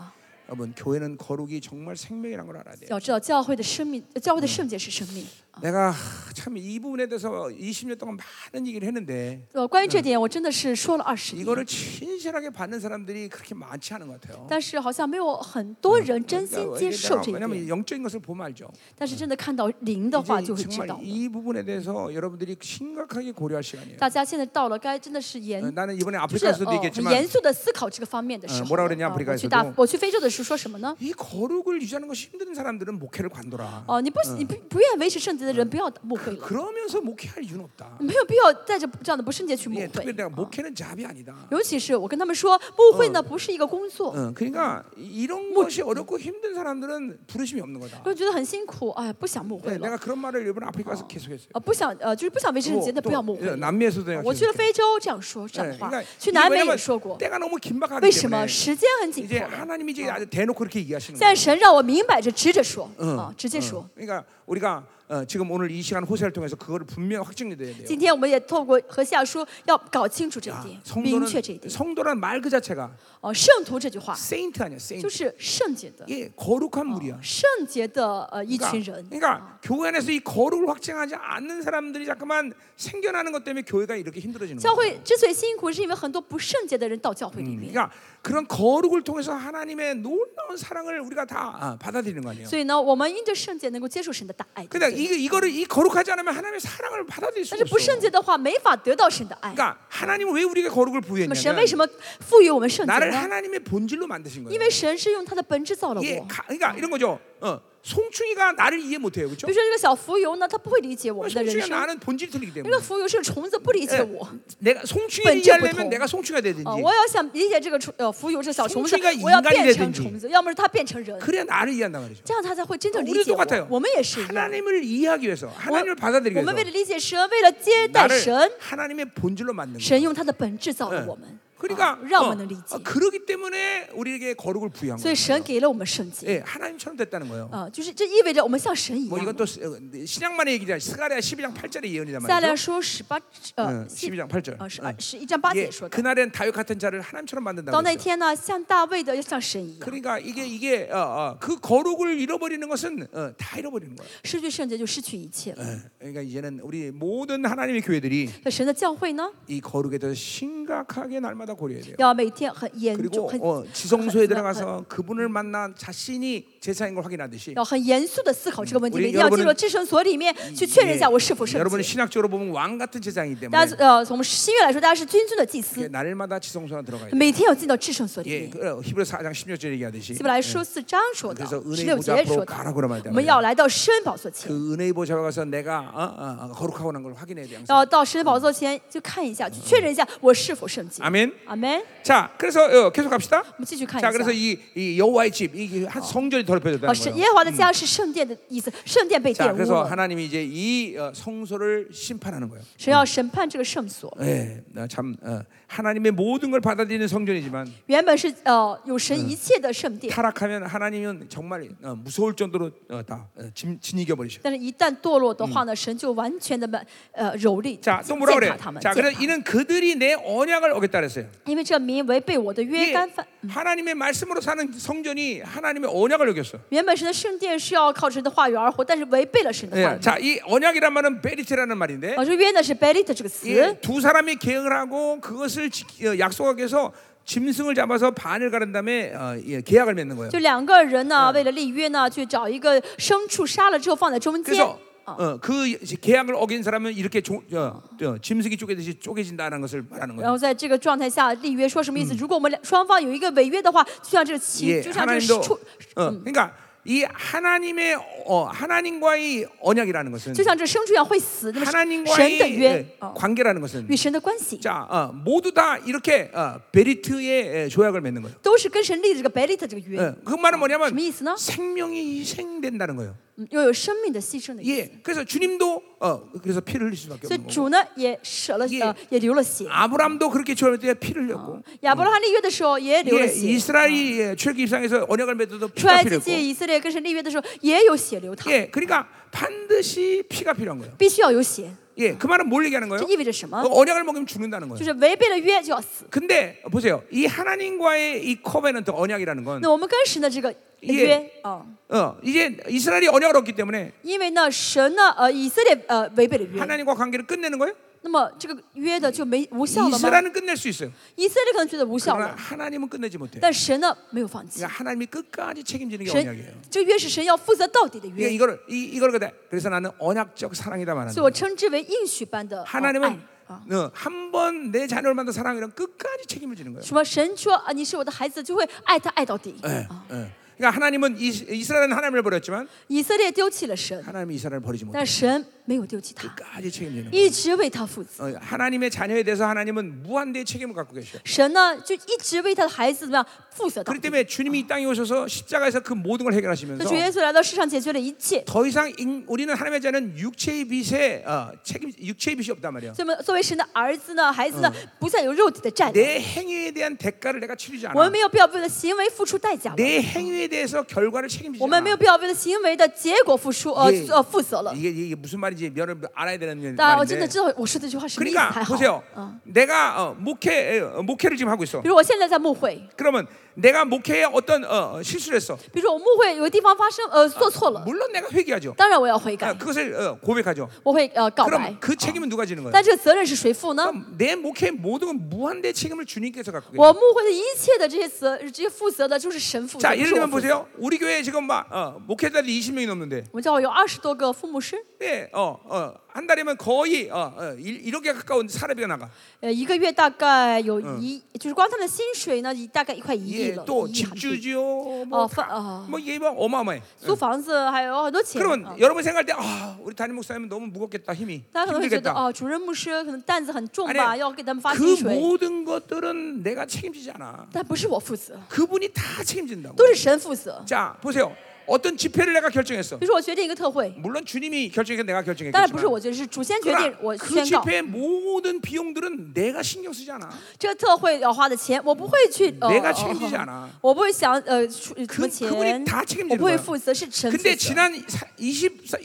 여러분 교회는 거룩이 정말 생명이란 걸 알아야 돼요. 要知道教会的生命，呃教会的圣洁是生命。 내가 참 이 부분에 대해서 20년 동안 많은 얘기를 했는데 呃，关于这点，我真的是说了二十年， 이거를 친실하게 받는 사람들이 그렇게 많지 않은 것 같아요. 但是好像没有很多人真心 그러니까 接 이게 受 내가 这一点。 왜냐하면 영적인 것을 보면 알죠. 但是真的看到零的话，就会 이제 知 정말 道。 이 부분에 대해서 여러분들이 심각하게 고려할 시간이에요. 大家现在到了该真的是 어 严， 나는 이번에 就是 아프리카에서도 哦，很 얘기했지만 严肃的思考这个方面的时呃候 뭐라 了。 그랬냐 啊 아프리카에서도 我去大，我去非洲的时候说什么呢？ 이 거룩을 유지하는 것이 힘든 사람들은 목회를 관둬라. 哦，你不，你不不愿意维持圣洁的人，不要误会了， 그러면서 목회할 이유는 없다. 没有必要带着这样的不圣洁去误 예, 특별히 会。 내가 목회는 잡이 아니다. 尤其是我跟他们说，误会呢不是一个工作， 어, 그러니까 이- 이런 것이 어렵고 힘든 사람들은 부르심이 없는 거다. 就觉得很辛苦，哎呀，不想误 네, 会了 내가 ， 그렇죠. 그런 말을 일본 아프리카에서 계속했어요. 啊，不想呃，就是不想维持圣洁，那不要误 또, 会 예, 了。 남미에서도 내가 我去嗯了 계속했어요. 非洲，这样说这样的 예, 话 그러니까 ，去 이게 南美也 왜냐면 说过， 때가 너무 긴박하기 为什么 때문에 时间很紧 이제 迫了？ 하나님이 이제 아주 대놓고 그렇게 얘기하시는 现 거예요. 在神让我明摆着直着说啊，直接说。 그러니까 우리가 어, 지금 오늘 이 시간 호세를 통해서 그거를 분명 확증해야 돼요. 今天我们也透过和西亚书要搞清楚这一 아, 点，明 성도는 确这一点。 성도란 말 그 자체가 哦，圣徒这句话 세인트 아니야, 세인트. 就是圣洁的，啊 예, 거룩한 무리야. 圣洁的呃一群 그러니까, 人。 그러니까 교회 안에서 이 거룩을 확증하지 않는 사람들이 자꾸만 생겨나는 것 때문에 교회가 이렇게 힘들어지는 教 거예요. 会之所以辛苦，是因为很多不圣洁的人到教会里面。 그러니까 그런 거룩을 통해서 하나님의 놀라운 사랑을 우리가 다 아, 받아들이는 거 아니에요. 所以呢，我们因着圣洁能够接受神的大爱。对 근데 不对 이거 이거를 이 거룩하지 않으면 하나님의 사랑을 받아들일 수가 但是不圣 없어. 洁的话，没法得到神的爱。 그러니까 하나님은 왜 우리에게 거룩을 那么神为 부여했냐면 什么赋予我们圣洁 나를 呢？ 하나님의 본질로 만드신 因 거예요. 为神是用他的本质造了我。 예, 比 가, 그러니까 이런 거죠. 어, 송충이가 나를 이해 못해요, 그렇죠? 如说这个小浮游呢，他不会理解我们的人 송충이가 生。뭐 나는 본질이 틀리기 那 때문에. 个浮游是个虫子，不理解 예, 我。 내가 송충이를 번째 이해하려면 보통. 내가 송충이가 되든지 啊，我要想理解这个虫呃浮游这小虫子从这个，我要 인간이 变成 되든지 虫子，要么是它变成人， 그래야 나를 이해한단 말이죠. 这样它才会真正理 우리 解 도똑같아요 我。我们也是一样， 하나님을 이해하기 위해서 하나님을 받아들이기 我们为了 위해서 理解神，为了接待 나를 神， 하나님의 본질로 만든 거예요. 神用他的本质造了我们， 그러니까 啊嗯让我 어, 们能理解 어, 。 그러기 때문에 우리에게 거룩을 부여한 所以 거예요. 神给了我们圣洁， 예, 하나님처럼 됐다는 거예요. 啊，就是这意味着我们像神哎一 뭐 样 이건 。또 스- 어, 신약만의 얘기잖아요. 스가랴 12장 어, 8절의 예언이란 下来 말이죠. 说十八呃 응, 12장 8절. 呃十二十一章八节 예, 说的， 그날엔 다윗 같은 자를 하나님처럼 만든다고 到那 했어요. 天呢，像大卫的要像神一样， 그러니까 이게 이게 어, 어, 그 거룩을 잃어버리는 것은 어, 다 잃어버리는 거예요. 失去圣洁就失去一切了。 예, 그러니까 이제는 우리 모든 하나님의 교회들이 那神的教会呢， 이 거룩에 대해서 심각하게 날마다 고려해야 돼요. 要每天很严重、 그리고 很 어, 지성소에 很 들어가서 그분을 만나 자신이 제사인 걸 확인하듯이 要很严肃的思嗯考这个问题， 우리 每天要 여러분은 进入至圣所里面去确认一下我是否圣 예. 여러분 洁。 신학적으로 보면 왕 같은 제사이기 大 때문에 家呃，从新约来说，大家是君尊的祭 이게 司， 날마다 지성소나 들어가야 돼요. 每天要进到至圣所里 예, 面。 그 어, 히브리 4장 16절 얘기하듯이 希伯来说四章说到 그래서 ，十 은혜의 六 보좌 节 앞으로 说到， 가라고 말이야. 我们要来到深宝座前， 그 은혜의 보좌 가서 내가 어, 어, 어, 거룩하고 난 걸 확인해야 돼요. 항상. 要到深宝座前就看一下，去确认一下我是否圣洁。 아멘. 阿门。 자, 그래서 어, 계속 갑시다. 我们继续看一 자, 그래서 下。 이, 이 여호와의 집, 이한 성전이 啊， 더럽혀졌다는 是 어, 거예요. 예, 耶和华的家是圣殿的意思，圣殿被 자, 玷污 그래서 了， 하나님이 이제 이 어, 성소를 심판하는 거예요. 神要审判这个圣所。 예, 나참 어, 하나님의 모든 걸 받아들이는 성전이지만 原本是呃有神一切的 예. 圣殿， 타락하면 하나님은 정말 어, 무서울 정도로 어, 다 어, 진, 진이겨 버리셔. 但是，一旦堕落的话呢，神就完全的呃蹂躏、 자, 践 또 뭐라 践踏 그래요? 他们。 자, 践踏 그래서 이는 그들이 내 언약을 어겼다 그랬어요. 因为这民违背我的约 이게 干犯。 하나님의 말씀으로 사는 성전이 하나님의 언약을 어겼어. 原本神的圣殿是要靠神的话语而活，但是违背了神的话 예, 语。 자, 이 언약이란 말은 베리트라는 말인데 老师约呢是 belit 这个词， 예, 두 사람이 계약을 하고 그것을 지- 어, 약속하기 위해서 짐승을 잡아서 반을 가른 다음에 어, 예, 계약을 맺는 거예요. 就两个人呢为了立约呢去找一个牲畜杀了之后放在中间。 그래서 어, 그 이제 계약을 어긴 사람은 이렇게 조, 어, 어, 짐승이 쪼개듯이 쪼개진다는 것을 말하는 然 거예요. 后在这个状态下立约说什么意思？如果我们两双方有一个违约的话，就像这个骑， 예, 就像这个 하나님도 畜， 어, 그러니까 이 하나님의 어, 하나님과의 언약이라는 것은 就像这牲畜一样会死。那么神的 하나님과의 约 예, 啊， 관계라는 것은 与神的关系 자, 어, 모두 다 이렇게 어, 베리트의 예, 조약을 맺는 거예요. 都是跟神立的这个 belit 这个约 예, ，그 말은 什 뭐냐면 么意思呢？ 생명이 희생된다는 거예요. 嗯又有生命的牺牲的意思。 예, 그래서 주님도 어, 그래서 피를 흘릴 수밖에 所以 없는 거고. 主呢也舍了 예 呃也流了血。 아브람도 그렇게 조약할 때 피를 흘렸고. 亚伯拉罕立约的时候也流 예, 了血。 이스라엘이 예, 출애굽상에서 언약을 맺어도 出 피가 埃及 필요했고. 记以色列跟神立约的时候也有血流淌， 예, 그러니까 반드시 피가 필요한 거예요. 必须要有血。 예, 그 말은 뭘 얘기하는 这 거예요? 意味着什么 그 ？ 언약을 먹으면 죽는다는 就 거예요. 是违背了约就要死。 근데 보세요, 이 하나님과의 이 커베넌트 언약이라는 건 那我们跟神的这个 예 约啊， 어, 이제 이스라엘이 언약을 얻기 때문에 因为呢神呢呃以色列呃违背了约， 하나님과 관계를 끝내는 거예요. 那么这个约的就没无效了吗？ 이스라엘은 끝낼 수 있어요. 以色列可能觉得无效 그러나 了， 하나님은 끝내지 못해. 요 但神呢没有放弃， 그러니까 하나님이 끝까지 책임지는 게 神 언약이에요. 这约是神要负责到底的 그러니까 이게 约， 이거를 이, 이걸 그다. 그래서 나는 언약적 사랑이다 말하는. 所以 거예요. 我称之为应许般的呃爱 하나님은 啊。뭐 어, 한번 내 자녀를 만든 사랑이란 끝까지 책임을 지는 거예요. 什么神说啊你是我的孩子，就会爱他爱到底。 예, 예. 그러니까 하나님은 이, 이스라엘은 하나님을 버렸지만 以色列丢弃了神， 하나님이 이스라엘을 버리지 못해. 요 但神没有丢弃他， 끝까지 책임지는 거예요. 一直为他负责。 어, 하나님의 자녀에 대해서 하나님은 무한대의 책임을 갖고 계셔요. 神呢就一直为他的孩子怎么样负责到 그렇기 底。 때문에 주님이 이 땅에 오셔서 십자가에서 그 모든 걸 那 해결하시면서 主耶稣来到世上解决了一切， 더 이상 인- 우리는 하나님의 자는 육체의 빚에 어, 책임 육체의 빚이 없단 말이에요. 所以我们作为神的儿子呢，孩子呢不再有肉体的占有， 내 행위에 대한 대가를 내가 치르지 我们 않아. 没有必要为了行为付出代价了， 내 행위에 대해서 결과를 책임지지 我们没 않아. 有必要为了行为的结果付出呃 예 呃负责了。 이게, 이게 무슨 말인지 여러분 알아야 되는 大家我真的 말인데. 知道我说这句话什么意思 그러니까 才好。 보세요. 嗯， 내가 어, 목회 어, 목회를 지금 하고 있어. 比如我现在在牧会， 그러면 내가 목회에 어떤 어, 어, 실수를 했어. 比如说我牧会有个地方发生呃做错了， 물론 내가 회개하죠. 当然我要悔 아, 改， 그것을 어, 고백하죠. 我会呃告白 그럼 。그 책임은 누가 지는 거예요? 但这个责任是谁负呢？ 그럼 내 목회 모든 건 무한대 책임을 주님께서 갖고 계세요. 我牧会的一切的这些责这些负责的就是神负责。 자, 不 예를 是我 들면 负责 보세요. 우리 교회 지금 막 어, 목회자들이 20명이 넘는데 我们教会有二十多个副牧师， 예, 어, 어, 한 달이면 거의 어, 어, 일- 이렇게 가까운 사례비가 나가. 呃，一个月大概有一，就是光他们的薪水呢，一大概一块一亿 예, 了， 또 一亿韩币。 집주지요, 뭐, 어, 파- 다- 어. 뭐 이게 어. 뭐 어마어마해. 租房子还有很多钱。 그러면 啊 여러분 생각할 때, 아, 우리 담임 목사님은 너무 무겁겠다, 힘이 大家可能会觉得 힘들겠다. 哦，主任牧师可能担子很重 아니 吧，要给他们发薪 그 水， 모든 것들은 내가 책임지지 않아. 但不是我负责， 그분이 다 책임진다고. 都是神负责。 자, 보세요. 어떤 집회를 내가 결정했어. 比如说我决定一个特会， 물론 주님이 결정해서 내가 当然不是 결정했겠지만. 我决定，是主先决定，我 그러나 그 宣告 집회의 모든 비용들은 내가 신경 쓰지 않아. 这个特会要花的钱，我不会去呃嗯 내가 呃 책임지지않아 ，我不会想呃出什么 그, 钱， 그분이 다 我 책임지는 不会 거야. 负责，是神负 근데 责。 지난 20, 어,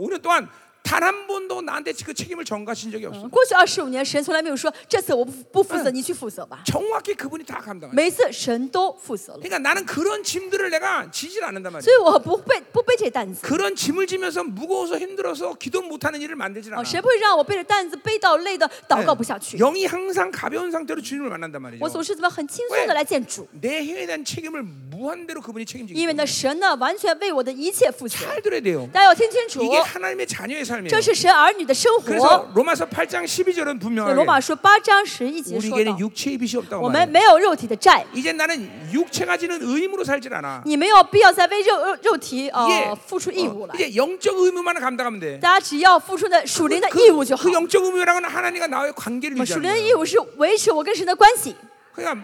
25년 동안 단 한 번도 나한테 그 책임을 전가하신 적이 없어. 嗯过去二十五年，神从来没有说这次我不不负责，嗯你去负责吧。 정확히 그분이 다 감당해. 每次神都负责了， 그러니까 나는 그런 짐들을 내가 지질 않는단 말이야. 所以我不背不背这些担子。 그런 짐을 지면서 무거워서 힘들어서 기도 못하는 일을 만들질 哦， 않아. 谁不会让我背着担子背到累的祷哎告不下去？ 영이 항상 가벼운 상태로 주님을 만난단 말이죠. 我总是怎么很轻松的来见主， 내 행위에 대한 책임을 무한대로 그분이 책임지기 因为 때문에 呢，神呢完全为我的一切负责。 잘 들어야 돼요. 大家要听清楚， 이게 하나님의 자녀의 삶이에요. 这是神儿女的生活。 그래서 로마서 8장 12절은 对罗 분명하게 马书八章十一节说到 우리에게는 ， 육체의 빚이 없다고 어, 我们 말해요. 没有肉体的债， 이제 나는 육체가 지는 의무로 살질 않아. 你没有必要再为肉肉肉体呃 이게 付出义务 어, 아, 来。 이제 영적 의무만 감당하면 돼. 大家只要付出的属灵的义务 그 就好 그 。 영적 의무라는 건 하나님과 나의 관계를 我属灵 유지하는 的 거예요. 义务是维持我跟神的关系， 그러니까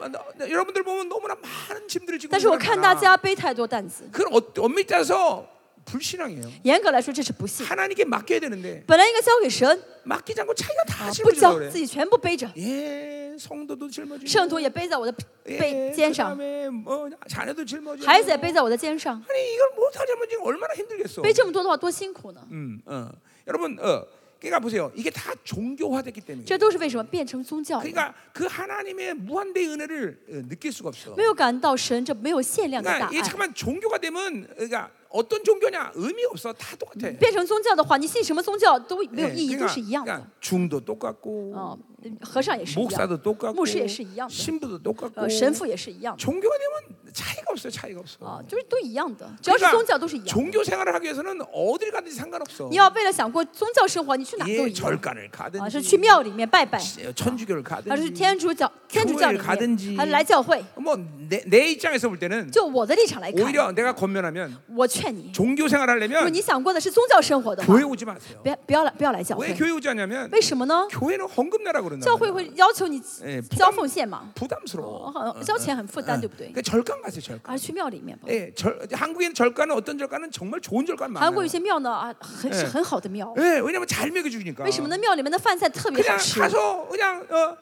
나- 나- 나- 여러분들 보면 너무나 많은 짐들을 지고 但是我 있는 看 사람 大 많아. 家背太多担子。 그건 어- 엄밀히 따서 불신앙이에요. 严格来说，这是不幸。 하나님께 맡겨야 되는데 本来应该交给神， 맡기지 않고 자기가 다 不 아, 짊어지려고 交， 그래. 自己全部背着。 예, 성도도 짊어지고 圣徒也背在我的 예, 背肩上， 그다음에 뭐 자녀도 짊어지고 孩子也背在我的肩哎上。 아니 이걸 못하자면 지금 얼마나 힘들겠어. 嗯背这么多的话，多辛苦呢！ 음, 어. 여러분, 어, 그러니까 보세요. 이게 다 종교화됐기 때문에. 这都是为什么变成宗教了？ 그러니까 그 하나님의 무한대 은혜를 어, 느낄 수가 없어. 没有感到神这没有限量的 그러니까 大 이게 爱。 잠깐만 종교가 되면 그러니까 어떤 종교냐 의미 없어 다 똑같아. 变成宗教的话，你信什么宗教都没有 예, 意义，都 음. 네, 그러니까, 是一样的。 중도 똑같고 哦，和尚也是一样， 목사도 똑같고 牧师也是一样的。 신부도 똑같고 呃，神父也是一样的， 종교가 되면 차이가 없어요. 차이가 없어. 그러니까 啊，就是都一样的，只要是宗教都是一样的。 종교 생활을 하기 위해서는 어딜 가든지 상관없어. 你要为了想过宗教生活，你去哪都 예 一样 절간을 啊， 가든지 是 어, 去庙里面拜拜， 천주교를 还是去 가든지 天主教天主教里 교회를가든지 面，还是来教会？ 뭐 내 내 입장에서 볼 때는 就我的立场来看， 오히려 네, 내가 권면하면 我劝你，如 종교 생활 果 하려면 你想过的是宗教生活的话， 교회 오지 마세요. 别不要来不要来教 왜 会。 교회 오지 않냐면 为什么呢？ 교회는 헌금 내라 그런다. 教会会要求你哎不嗯交奉献嘛， 부담스러워. 哦，好交钱很负担，对不对？ 그러니까 절간 가세요. 절간. 还是去庙里面吧。 예, 절, 한국인 절간은 어떤 절간은 정말 좋은 절간 韩 많아요. 国有些庙呢啊，很是哎很好的庙， 예, 왜냐면 잘 먹여주니까. 为什么呢？庙里面的饭菜特别好 그냥 吃。 가서 그냥 어,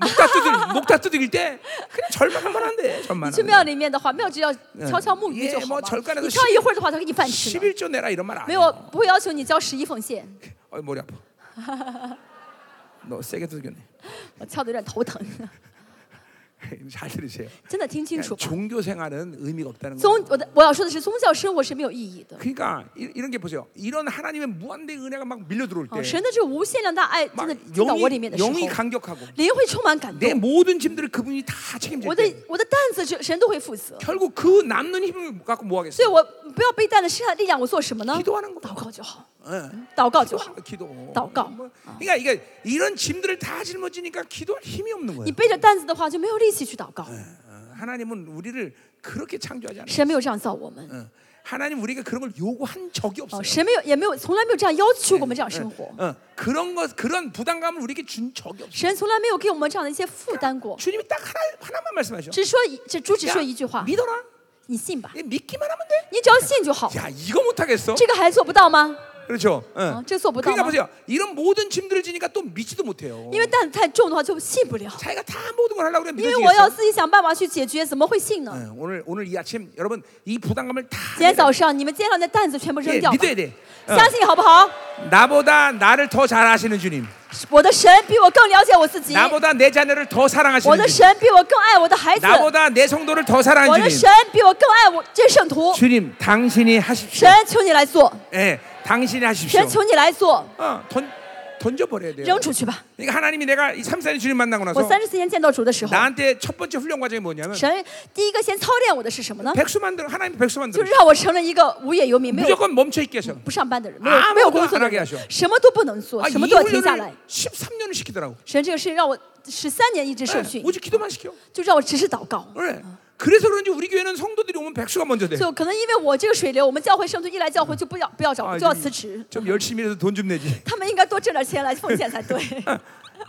목다 두들 목다 두들길 때 그냥 절만 한번 한대. 절만. 去庙里面的话，庙只要敲敲木嗯鱼也就好么了 절간에서 。你敲一会儿的话，他给你饭吃呢。 11조 내라 이런 말안 没 해. 有，不会要求你交十一奉献。 어, 머리 아파. 너 세게 두들겼네. 我敲的有点头疼， 잘 들으세요. 真的听清 그러니까 楚吧。 종교 생활은 의미가 없다는 宗 거예요. 我的我要说的是，宗教生活是没有意义的。 그러니까 이, 이런 게 보세요. 이런 하나님의 무한대 은혜가 막 밀려 들어올 哦， 때 神的这无限量大爱真 막 的进到我里 영이, 面的时候， 영이 강력하고 灵会充满感 내 动。 모든 짐들을 그분이 다 책임질 我的 때 我的担子，这神都会负责。 결국 그 남는 힘을 갖고 뭐 所以 하겠어요? 我不要被担了剩下的力量，我做什么呢？ 기도하는 거. 祷告就好， 예. 祷告就好。 기도, 기도. 祷告. 뭐, 그러니까 이게 이런 짐들을 다 짊어지니까 기도할 힘이 없는 你 거예요. 背着担子的话，就没有力气去祷告。 어, 하나님은 우리를 그렇게 창조하지 않아요. 神没有这样造我们， 어, 하나님 우리가 그런 걸 요구한 적이 哦， 없어요. 神没有也没有从来没有这样要求过我们嗯这样生活。 어, 그런 것 그런 부담감을 우리에게 준 적이 없어요. 神从来没有给我们这样的一些负担过， 주님이 딱 하나 하나만 말씀하셔. 只说一，只主只说一句话 야, ： 믿어라. 你信吧， 예, 믿기만 하면 돼. 你只要信就好。 야 이거 못 하겠어. 这个还做不到吗？ 그렇죠. 어. 어, 저 수업 그러니까 못하나? 보세요. 이런 모든 짐들을 지니까 또 믿지도 못해요. 因为担子太重的话就信不了。 자기가 다 모든 걸 하려고 그래 因为我要 믿어지겠어. 自己想办法去解决，怎么会信呢？ 어, 오늘 오늘 이 아침 여러분 이 부담감을 다 今天早上你们肩上的担子全部 예, 扔掉吧， 믿어야 돼. 어, 相信好不好？ 나보다 나를 더 잘 아시는 주님. 我的神比我更了解我自己， 나보다 내 자녀를 더 我 네. 사랑하시는 的 주님. 神比我更爱我的孩子， 나보다 내 성도를 더 我的 사랑하는 神 주님. 比我更爱我这圣徒。 주님, 당신이 하십시오. 神，求你来做， 예, 당신이 하십시오. 神，求你来做， 어, 던 던져 버려야 돼요. 扔出去吧。 그러니까 하나님이 내가 이 34년 주님 만나고 我 나서 三十四天见到主的时候， 나한테 첫 번째 훈련 과정이 뭐냐면 神第一个先操练我的是什么呢？ 백수 만들어 하나님 백수 就 만들어 是让我成了一个无业游民，没有 무조건 멈춰 있게 해서 不上班的人，没有 아무것도 啊没有工作的 안하게하 人 셔 ，什么都不能做， 아, 이 什么都要停下来 훈련을 。 13년을 시키더라고 神这个事让我十三年一直 예, 受训， 오직 기도만 시켜 就让我只是祷告。 그래. 네. 그래서 그런지 우리 교회는 성도들이 오면 백수가 어. 먼저 돼 就可能因为我这个水流，我们教会圣徒一来教会就不要不要找啊就要辞职， 아, 좀 열심히 해서 돈 좀 내지 他们应该多挣点钱来奉献才 对。 아,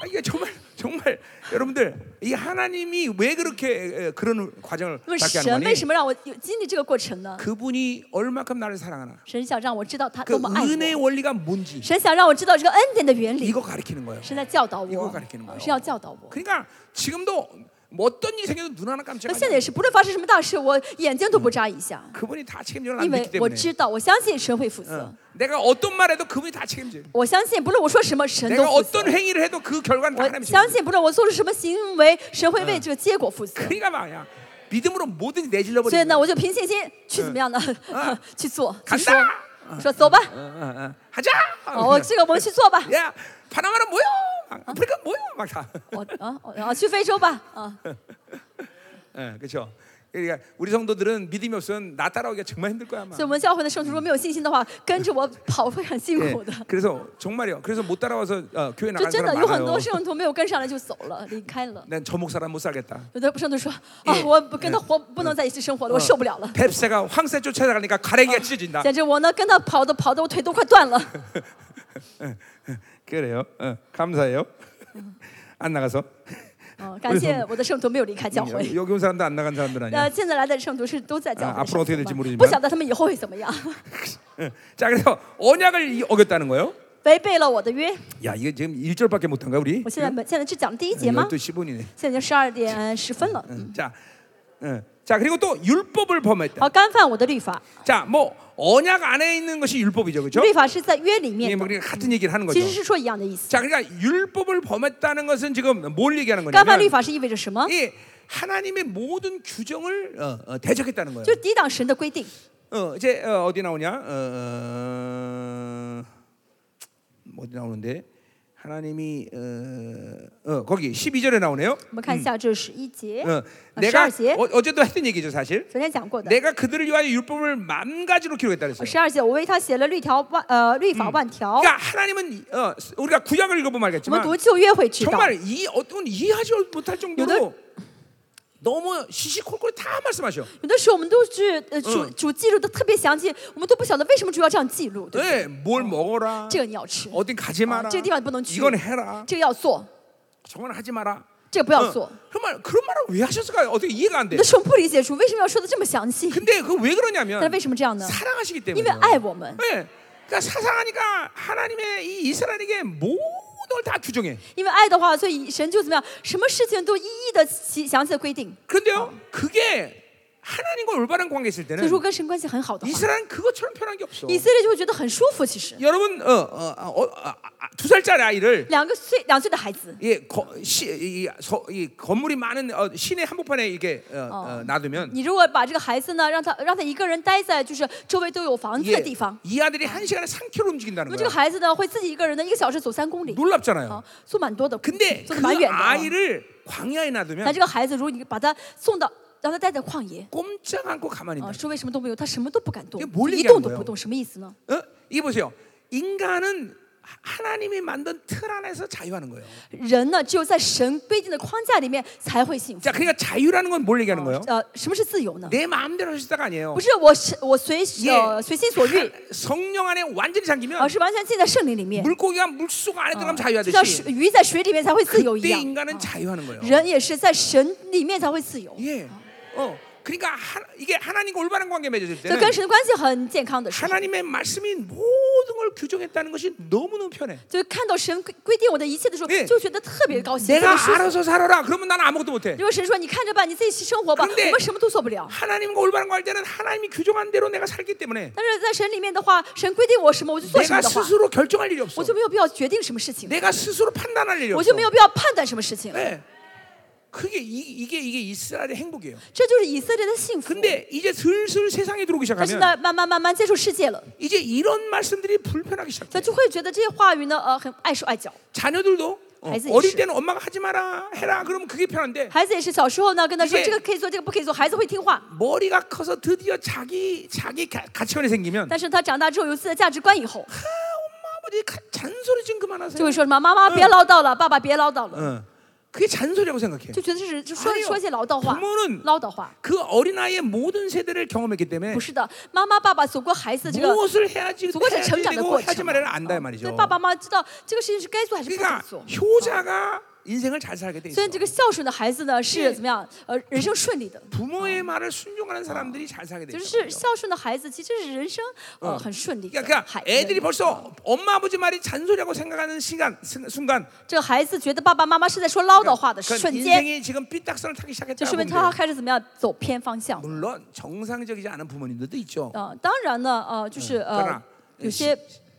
이게 정말 정말 여러분들 이 하나님이 왜 그렇게 에, 그런 과정을 问 받게 神 하는 为 거니 什么让我有经历这个过程呢？ 그분이 얼마큼 나를 사랑하나 神想让我知道他 그 多么爱 은혜의 我， 원리가 뭔지 神想让我知道这个恩典的原理， 이거 가르치는 거예요 神在教导 이거 我 가르치는거예요 ，是要教导我。 그러니까 지금도 뭐 어떤 일이 생겨도 눈 하나 那 깜짝 现在也是，不论发生什么大事，我眼睛都不眨一下， 그분이 다 책임져를 안 因 믿기 为我 때문에 知道，我相信神会负责 어. 。 내가 어떤 말해도 그분이 다 책임져 我相信，不论我说什么，神都 내가 负责 어떤 。 행위를 해도 그 결과는 다 我 하나님이 相 책임져 信，不论我做出什么行为，神会为这个结果负责。 그러니까 말이야 믿음으로 뭐든지 내질러 所以 버리는 呢，我就凭信心去怎么样呢？ 去做，去干说大，嗯说走吧， 어, 어, 어. 하자 哦，我这个我们去做吧， 야 바나마는 뭐야 아, 아프리카 뭐야 막다 我啊我啊去非洲吧，啊， 그렇죠 그러니까 우리 성도들은 믿음이 없으면 나 따라오기가 정말 힘들 거야 아마 所以我们教会的圣徒如果没有信心的话，跟着我跑会很辛 예, 苦的。 그래서 정말요 그래서 못 따라와서 어, 교회 就 나가는 真的 사람 有很多 많아요 圣徒没有跟上来就走了，离开了。 난 저 목사람 못 살겠다 有的圣徒说 예 啊，我不跟他活不能在一起生活了，我受不了了。 뱁새가 황새 쫓아가니까 가래기가 찢어진다 简直我呢跟他跑的跑的我腿都快断了。 그래요 어, 감사해요 안 나가서 嗯，感谢我的圣徒没有离开教 여기, 会。 여기 온 사람도 안 나간 사람들 아니야 那现在来的圣徒是都在教啊앞으로 会 어떻게 的 될지 圣徒 모르지만 嘛，不晓得他们以后会怎么样， 예. 자 그래서 언약을 이- 어겼다는 거예요. 违背了我的约。 야 이게 지금 1절밖에 못한 거야 우리? 네, 嗯我现在没现在只讲第一节吗？ 12시 15분이네. 嗯现在已经十二点十分了。 자, 응. 자 그리고 또 율법을 범했다. 好干犯我的律法， 자뭐 언약 안에 있는 것이 율법이죠, 그렇죠? 律法是在约里 예, 面 뭐 的， 우리가 같은 얘기를 하는 거죠. 其实是说一样的意思。 자 그러니까 율법을 범했다는 것은 지금 뭘 얘기하는 干犯 거냐면 律法是意味着什么？ 이 하나님의 모든 규정을 어, 어, 대적했다는 거예요. 就是抵挡神的规定。 어, 이제 어, 디 나오냐? 어, 어, 어디 나오는데? 하나님이 어, 어, 거기 12절에 나오네요. 我们看一下这十一节 어, 、十 내가 二节， 어, 제도 했던 얘기죠, 사실. 昨天讲过的。 내가 그들을 위하여 율법을 만 가지로 기록했다 그랬어요. 十二节，我为他写了律条万呃律法万条。 그러니까 하나님은 어, 우리가 구약을 읽어보면 我们 알겠지만 读旧约会知道， 정말 이 어떤 이해하지 못할 정도로 너무 시시콜콜 다 말씀하셔. 有的时候我们都是呃主嗯主记录的特别详细，我们都不晓得为什么主要这样记录，对不对？ 네, 뭘 먹어라. 这个你要吃， 어딘 가지 마라. 어, 这个地方不能去。 이건 해라. 这个要做， 저건 하지 마라. 어. 这个不嗯要做。 그런 말 그런 말을 왜 하셨을까? 어떻게 이해가 안 돼. 有的时候我们不理解主为什么要说的这么详细， 근데 그 왜 但是 그러냐면 为什么这样呢？ 사랑하시기 때문에. 因为爱我们， 네. 그러니까 사랑하니까 하나님의 이 이스라엘에게 모든 걸 다 규정해. 因为爱的话，所以神就怎么样，什么事情都一一的详细的规定。 그런데요, 그게 하나님과 올바른 관계 있을 所以 때는 说跟神关系很好的话， 이스라엘은 그것처럼 편한 게 없어. 以色列就会觉得很舒服。其实 여러분, 어, 어, 어, 어, 아, 아, 두 살짜리 아이를 两个岁两岁的孩子， 예, 거, 시, 이, 서, 이 건물이 많은 어, 시내 한복판에 이게 어, 어, 놔두면 你如果把这个孩子呢，让他让他一个人待在就是周围都有房子 이게 的地方， 이 아들이 한 시간에 3km 움직인다는 那么这个 거예요. 孩子呢会自己一个人呢一个小时走三公里， 놀랍잖아요. 啊，走蛮多的， 근데 走 그 的蛮远的啊。 아이를 광야에 但 놔두면 这个孩子，如果你把他送到让他待在旷野， 꼼짝 않고 가만히 啊， 있는 是为什么都没有，他什么都不敢动 이게뭘， 一 얘기하는 动都 거예요 不动，什么意思呢？ 거예요. 어? 이 보세요. 인간은 하- 하나님이 만든 틀 안에서 자유하는 거예요. 人呢，只有在神规定的框架里面才会幸福。 자, 그러니까 자유라는 건 뭘 얘기하는 거예요? 呃，什么是自由呢？ 내 마음대로 할 수 있다가 아니에요. 不是我是我随呃随心所欲， 하- 성령 안에 완전히 而 잠기면 是完全浸在圣灵里面， 물고기가 물속 안에 어, 들어가면 어. 就像 자유하듯이 水鱼在水里面才会自由一 그때 样。 인간은 자유하는 거예요. 人也是在神里面才会自由。 예. 어. 그러니까 하, 이게 하나님과 올바른 관계 맺어질 所以 때는 跟神的关系很健康的时候， 하나님의 말씀이 모든 걸 규정했다는 것이 너무너무 편해. 就是看到神规规定我的一切的时候 예 ，就觉得特别高兴。特 내가 别舒服 알아서 살아라. 그러면 나는 아무것도 못해. 如果神说你看着办，你自己去生活吧， 근데 我们什么都做不了。 하나님과 올바른 관할 때는 하나님이 규정한 대로 내가 살기 때문에 但是在神里面的话，神规定我什么我就做什 내가 么的话， 스스로 결정할 일이 없어. 我就没有必要决定什么事情， 내가 스스로 판단할 일이 我 없어. 就没有必要哎判断什么事情。 네. 그게 이, 이게 이게 이스라엘의 행복이에요. 这就是以色列的幸福。 근데 이제 슬슬 세상에 들어오기 但是 시작하면 呢，慢慢慢慢接触世界了， 이제 이런 말씀들이 불편하기 他 시작해. 就会觉得这些话语呢，呃，很碍手碍脚。 자녀들도 어, 알지, 어릴 씨. 때는 엄마가 하지 마라 해라 그러면 그게 편한데 孩子也是小时候呢，跟他说 이게 这个可以做，这个不可以做，孩子会听话。 머리가 커서 드디어 자기 자기 가, 가치관이 생기면 但是他长大之后有自己的价值观以后， 엄마 아버지 가- 잔소리 좀 就 그만하세요. 会说什么妈妈别唠叨了，爸爸别唠叨了， 어. 그게 잔소리라고 생각해. 就觉得这是就说哎呦说一些唠叨话 부모는 、唠叨话。 그 어린아이의 모든 세대를 경험했기 때문에 不是的，妈妈爸爸走过孩子这个 무엇을 해야지 走过这 해야지 成长的 되고 过 하지 程嘛， 말아라 어. 안다 이 啊所 말이죠. 以爸爸妈妈知道这个事情是该做还是不该 그러니까 做。 효자가 인생을 잘 살게 돼 所 있어. 以这个孝顺的孩子呢， 예 是怎么样？呃，人生顺利的， 부모의 말을 순종하는 사람들이 잘 살게 돼 就是 있어. 是孝顺的孩子，其实是人生呃很顺利的 그러니까, 孩 그러니까 子 애들이 。 벌써 엄마 아버지 말이 잔소리라고 생각하는 시간 순- 순간 这个孩子觉得爸爸妈妈是在说唠叨话的 그러니까 瞬间， 인생이 지금 삐딱선을 타기 就 시작했다고 说 보면 明 돼요. 他开始怎么样走偏方向。 물론 정상적이지 않은 부모님들도 있죠. 呃，当然呢，呃，就是呃 나 ，有些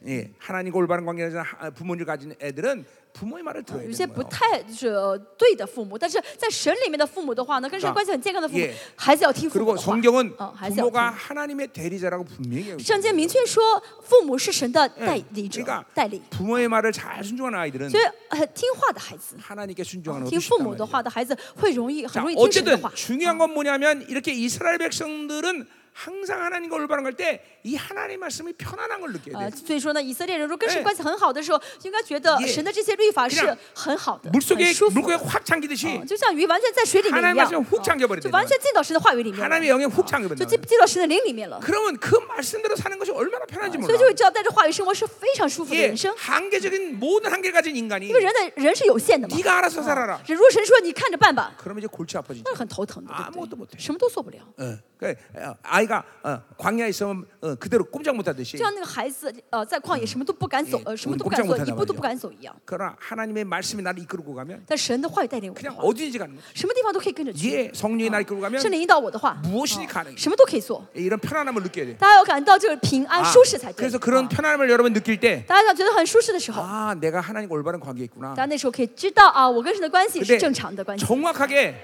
예, 하나님과 올바른 관계에서 부모를 가진 애들은 부모의 말을 들어야 有些 되는 不 거예요. 뭐 太就是呃对的父母，但是在神里面的父母的话呢，跟神 자 关系很健康的父母 예 ，孩子要听父母 그리고 的话。 성경은 嗯，孩子要 부모가 听。 하나님의 대리자라고 분명히 얘기해요. 圣经明确说，父母是神的代理者 그러니까 、代理， 부모의 말을 잘 순종하는 아이들은 所以很听话的孩子， 하나님께 순종하는 听 것도 父母 쉽단 的 말이에요. 哦话的孩子，会容易很 자, 容易听神的 어쨌든 话。 중요한 건 뭐냐면 이렇게 이스라엘 백성들은 항상 하나님과 올바른 걸때 이 하나님 말씀이 편안한 걸 느껴야 呃， 돼. 所以说呢，以色列人如果跟 예 神关系很好的时候，应该觉得 예 神的哎这些律法是 그냥 很好的， 물속에 很舒服的 물고기에 확 잠기듯이 哦就像鱼完全在水里面 하나님 一样， 말씀에훅 哦 잠겨버린다 就完全进到神的话语里面了， 하나님의 영에 훅 잠겨 就 버려. 进进到神的灵里面了， 그러면 그 말씀대로 사는 것이 얼마나 편한지 所 몰라. 以就会知道带着话语生活是非常舒服的 예, 人生。 한계적인 모든 한계 가진 인간이 因为人的人是有限的嘛，嗯 네가 알아서 어. 살아라. 如果神说你看着办吧， 그러면 이제 골치 아파지지. 那是很头疼的，对不 아무것도 对？ 못해. 什么都做不了， 예. 그 어, 아이가 어, 광야에 있으면 어, 그대로 꼼짝 못하듯이 就像那个孩子呃在旷野什么都不敢走，呃什么都不我们敢共做，享舞台一的步都嘛不敢走一样。 그러나 하나님의 말씀이 나를 이끌고 가면 但神的话语带领我的 그냥 话， 어디든지 가는 거야. 什么地方都可以跟着去。 예, 성령이 나를 이끌고 가면 圣灵引导我的话， 무엇이니 가능해. 什么都可以做。 이런 편안함을 느껴야 돼. 大家要感到这个平安 아, 舒适才对。 그래서 그런 啊 편안함을 여러분 느낄 때, 大家要觉得很舒适的时候， 아, 내가 하나님과 올바른 관계 있구나. 大家那时候可以知道啊，我跟神的关系是 근데 正常的关系。 정확하게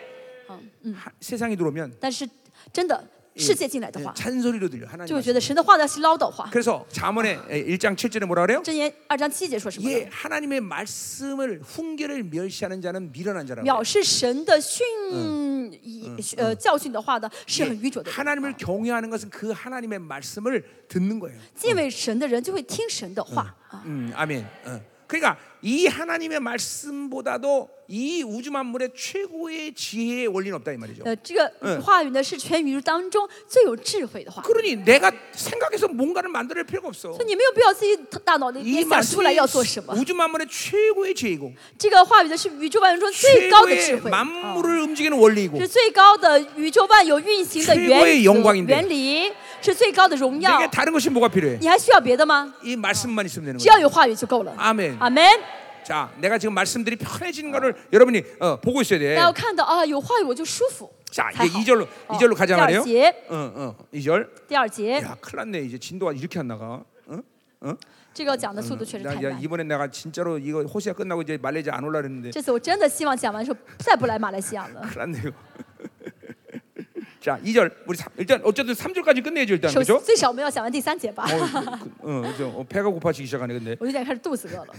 嗯， 하- 세상이 들어오면 但是真的世界进来的 예, 话， 찬소리로 들려. 就 하나님. 会觉得神的话呢是唠叨话。 그래서 자문의 1장 7절에 뭐라 그래요? 箴言二章七节说什么呢？ 예, 하나님의 말씀을 훈계를 멸시하는 자는 미련한 자라고. 藐视神的训以呃教训的话呢，是很愚拙 예, 的人。 하나님을 경외하는 것은 그 하나님의 말씀을 듣는 거예요. 敬畏神的人就会听神的话啊。 음, 아멘. 어. 그러니까 이 하나님의 만보다도 이 우주 만물의 최고의 지혜의 원리는 없다 이 말이죠. 呃，这个话语呢是全宇宙当中最有智慧的话，所 그러니 내가 생각해서 뭔가를 만들 필요가 없어. 以你没有必要自己大脑里 이 面想出 말씀이 来要做什么。 우주 만물의 최고의 지혜이고 这个话语呢是宇宙万有中最高的智 최고의 어. 慧，啊 만물을 움직이는 원리이고 是最高的宇宙万有运行的 최고의 原 영광인데 原理，是最高的荣耀 내게 。 다른 것이 뭐가 필요해? 你还需要别的吗？ 이 말씀만 있으면 되는 只要 거예요. 有话语就够了。阿门阿门。 자, 내가 지금 말씀들이 편해지는 거를 여러분이 어, 보고 있어야 大 돼. 家要看到啊，有话语我就舒服。 자, 才 이제 好 2절로 哦 2절로 가자 第二 말이에요. 节， 응, 응. 2절. 第二节， 야, 큰일 났네. 이제 진도가 이렇게 안 나가. 응? 응? 这个讲的速度确实太 나, 야, 慢。 이번에 내가 진짜로 이거 호시가 끝나고 이제 말레이시아 안 올라 그랬는데 这次我真的希望讲完之后再不来马来西亚 了。 큰일 났네요. 자, 2절 우리 3, 일단 어쨌든 3절까지 끝내야죠 일단 首先 그죠? 最少我们要讲完第三节吧。 어, 그, 그, 어, 그죠? 어, 배가 고파지기 시작하네 근데 我有点开始肚子饿了。